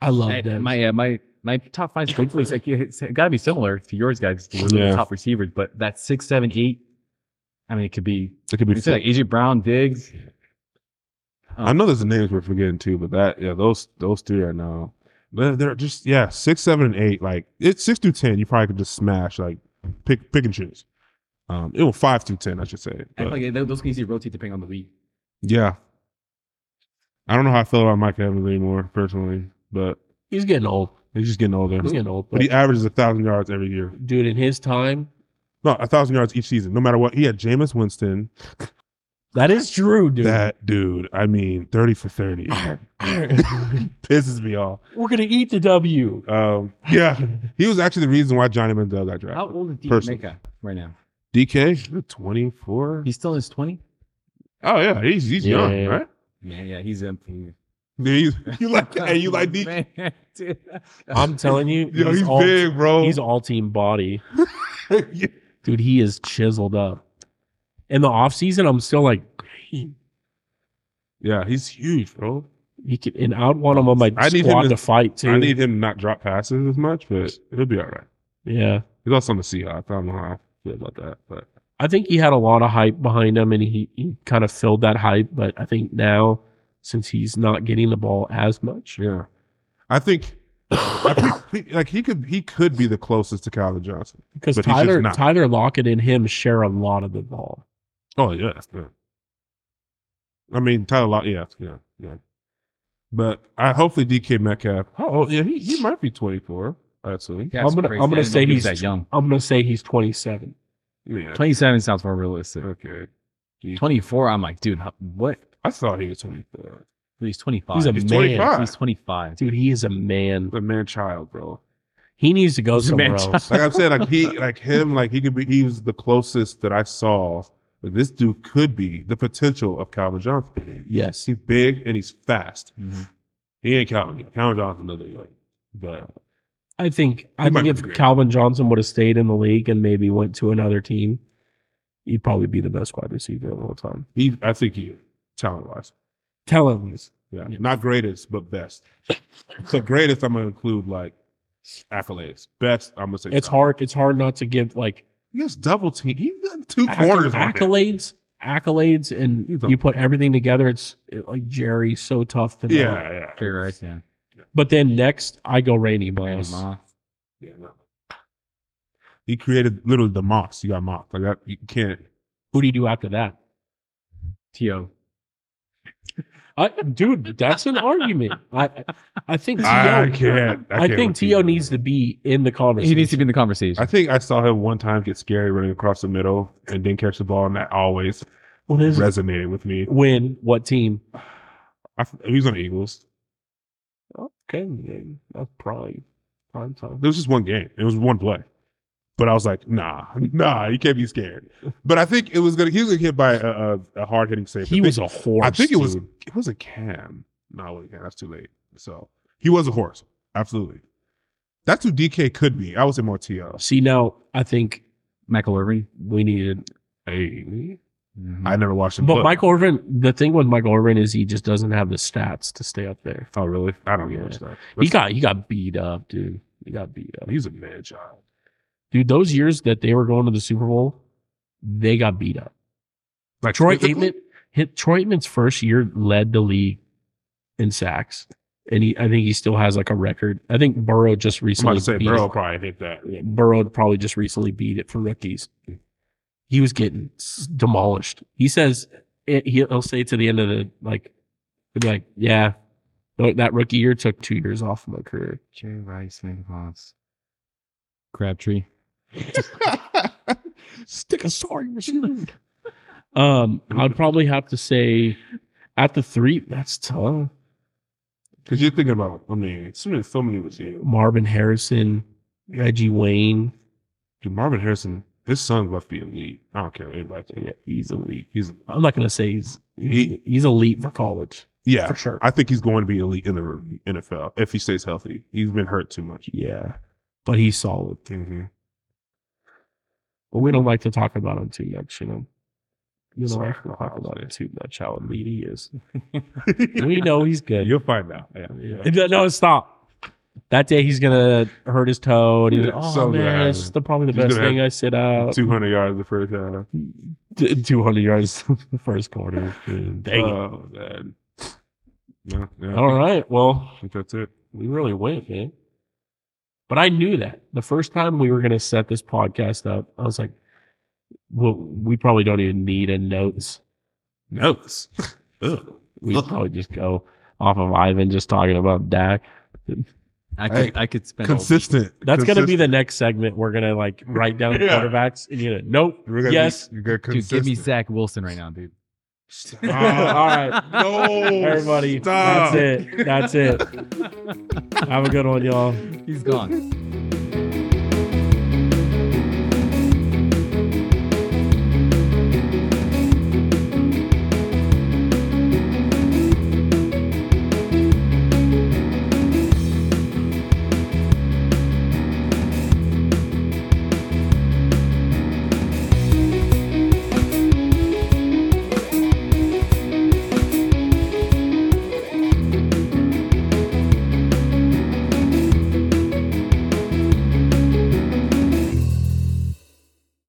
I love
I-
Dez.
my yeah, my my top five thankfully it's like it's gotta be similar to yours guys. 'cause We're
Yeah.
the top receivers, but that six, seven, eight. I mean, it could be.
It could
You
be.
could say like AJ Brown, Diggs.
I know there's the names we're forgetting too, but that yeah, those those three I know. They're, they're just yeah, six, seven, and eight. Like it's six through ten, you probably could just smash like pick pick and choose. Um, it was five through ten, I should say.
I feel
but-
like those can easily rotate depending on the week.
Yeah. I don't know how I feel about Mike Evans anymore, personally, but
He's getting old.
he's just getting older.
He's getting old.
But
But
he averages a thousand yards every year.
dude, in his time,
No, a thousand yards each season, no matter what. He had Jameis Winston.
that is true, dude.
That dude, I mean, thirty for thirty, *laughs* pisses me off.
We're gonna eat the W.
Um, yeah, he was actually the reason why Johnny Manziel got drafted.
How old is DK
Person.
Metcalf right now?
DK, twenty four.
He's still in his 20?
Oh yeah, he's he's
Yeah,
young,
yeah, yeah.
right?
Man, yeah, he's empty.
Dude, he's, *laughs* you like hey, you like DK?
Man, *laughs* dude.
*laughs*
I'm telling you,
Yo, he's,
all,
big, bro. *laughs*
He's all team body.
Yeah.
dude he is chiseled up in the off season i'm still like he,
yeah, he's huge, bro.
he can and i would want him on my
I need
squad
him
to,
to-
fight too
I need him to not drop passes as much, but he'll be all right.
yeah
He's also on the Seahawks. I don't know how I feel about that, but
i think he had a lot of hype behind him and he, he kind of filled that hype but i think now since he's not getting the ball as much
yeah, I think I think- like he could he could be the closest to Kyler Johnson.
because
But he's just
tyler
not.
tyler lockett and him share a lot of the ball
Oh yeah, that's good. I mean Tyler Lock, yeah, yeah, yeah. But I hopefully DK Metcalf. Oh oh, yeah, he, he might be twenty four actually.
That's
I'm gonna-
crazy.
I'm gonna
I didn't
say
know he
he's-
was that young.
i'm gonna say he's 27
Yeah.
27 sounds more realistic.
Okay.
24, I'm like, dude, how- what?
I thought he was twenty four.
He's 25.
he's a
He's
man
twenty five.
He's 25.
dude he is a man
The man child, bro.
he needs to go
He's a
somewhere
man-child.
else
*laughs* Like I'm saying, like he, like him, like he could be. He was the closest that I saw. But this dude could be the potential of Calvin Johnson.
yes
He's big and he's fast. He ain't Calvin. Calvin Johnson doesn't like, but
I think I think
might be
if
great.
Calvin Johnson would have stayed in the league and maybe went to another team, he'd probably be the best wide receiver of all time.
he, I think he, talent wise,
Tell him this.
yeah,
Yeah.
not greatest, but best. so greatest, I'm gonna include like accolades. Best, I'm gonna say
It's
talent.
hard. It's hard not to give like
He has double team. He got two
acc-
corners. on him.
accolades, accolades, and
He's a-
you put everything together. It's it, like Jerry's so tough to know.
Yeah, yeah,
You're right, yeah.
But then next, I go Rainy Miles.
yeah. No. He created literally the moss. You got moss. Like that, you can't.
Who do you do after that?
T.O.
I, dude, that's an argument. I I think T.O.
I, I can't. I,
I
can't
think
with
T.O. needs to be in the conversation.
He needs to be in the conversation.
I think I saw him one time get scary running across the middle and didn't catch the ball, and that always
What is it?
resonated with me.
When? What team?
I, he was on the Eagles.
Okay, then. that's prime prime time.
There was just one game. It was one play. But I was like, nah, *laughs* nah, you can't be scared. But I think it was gonna he was gonna get hit by a, a, a hard hitting save.
He
I think-
was a horse.
I think it was
dude.
it was a Cam. No, it wasn't Cam. That's too late. So he was a horse. Absolutely. That's who DK could be. I was in more TL.
See now, I think
Michael Irving.
we needed a.
Mm-hmm.
I never watched him.
But
play.
Michael Irvin, the thing with Michael Irvin is he just doesn't have the stats to stay up there.
Oh really? I don't give
Yeah.
a stuff.
He got he got beat up, dude. He got beat up,
He's a man child.
dude. Those years that they were going to the Super Bowl, they got beat up.
Like
Troy
physically?
Aikman hit Troy Aikman's first year led the league in sacks, and he I think he still has like a record. I think Burrow just
I'm about
recently
to say
beat
Burrow probably hit that.
It. Burrow probably just recently beat it for rookies. He was getting s- demolished. He says it, he'll say to the end of the like, he'll be like, yeah, tho- that rookie year took two years off of my career.
Jay Rice, Nick Moss.
Crabtree.
Stick a sorry *laughs* Um, I'd probably have to say at the three. That's tough.
Because you're thinking about I mean, so many so many was you.
Marvin Harrison, Reggie Wayne.
Dude, Marvin Harrison, his son must be elite. I don't care what anybody thinks.
Yeah, he's elite.
He's
I'm not gonna say he's
He-
he's elite for college
yeah.
for sure.
I think he's going to be elite in the NFL if he stays healthy. He's been hurt too much.
yeah, but he's solid.
Mm-hmm.
But we don't like to talk about him too much, you know. You don't
Sorry.
like to talk about him too much. How elite he
*laughs*
is. we know he's good.
You'll find out. Yeah.
*laughs* No, No, stop. That day he's gonna hurt his toe, and he's like,
Yeah,
"Oh
so
man,
bad.
it's the, probably the
He's
best
gonna
thing I sit out."
200 yards the first time.
Two hundred yards, *laughs* the first quarter. Dang Oh. it.
oh, man. No, yeah,
uh, All right, well,
I think that's it.
We really went, man. But I knew that the first time we were going to set this podcast up, I was like, well, we probably don't even need a notes.
Notes. *laughs* Ugh.
We probably just go off of Ivan just talking about Dak.
I
Hey,
could, I could spend. all week.
Consistent.
That's going to be the next segment. We're going to like write down
*laughs* Yeah.
quarterbacks and you know, nope. Yes.
Dude, give me Zach Wilson right now, dude.
*laughs*
All
*laughs*
All right.
Ah, No.
Everybody,
Stop. *laughs*
that's it. That's it. Have a good one, y'all.
He's gone.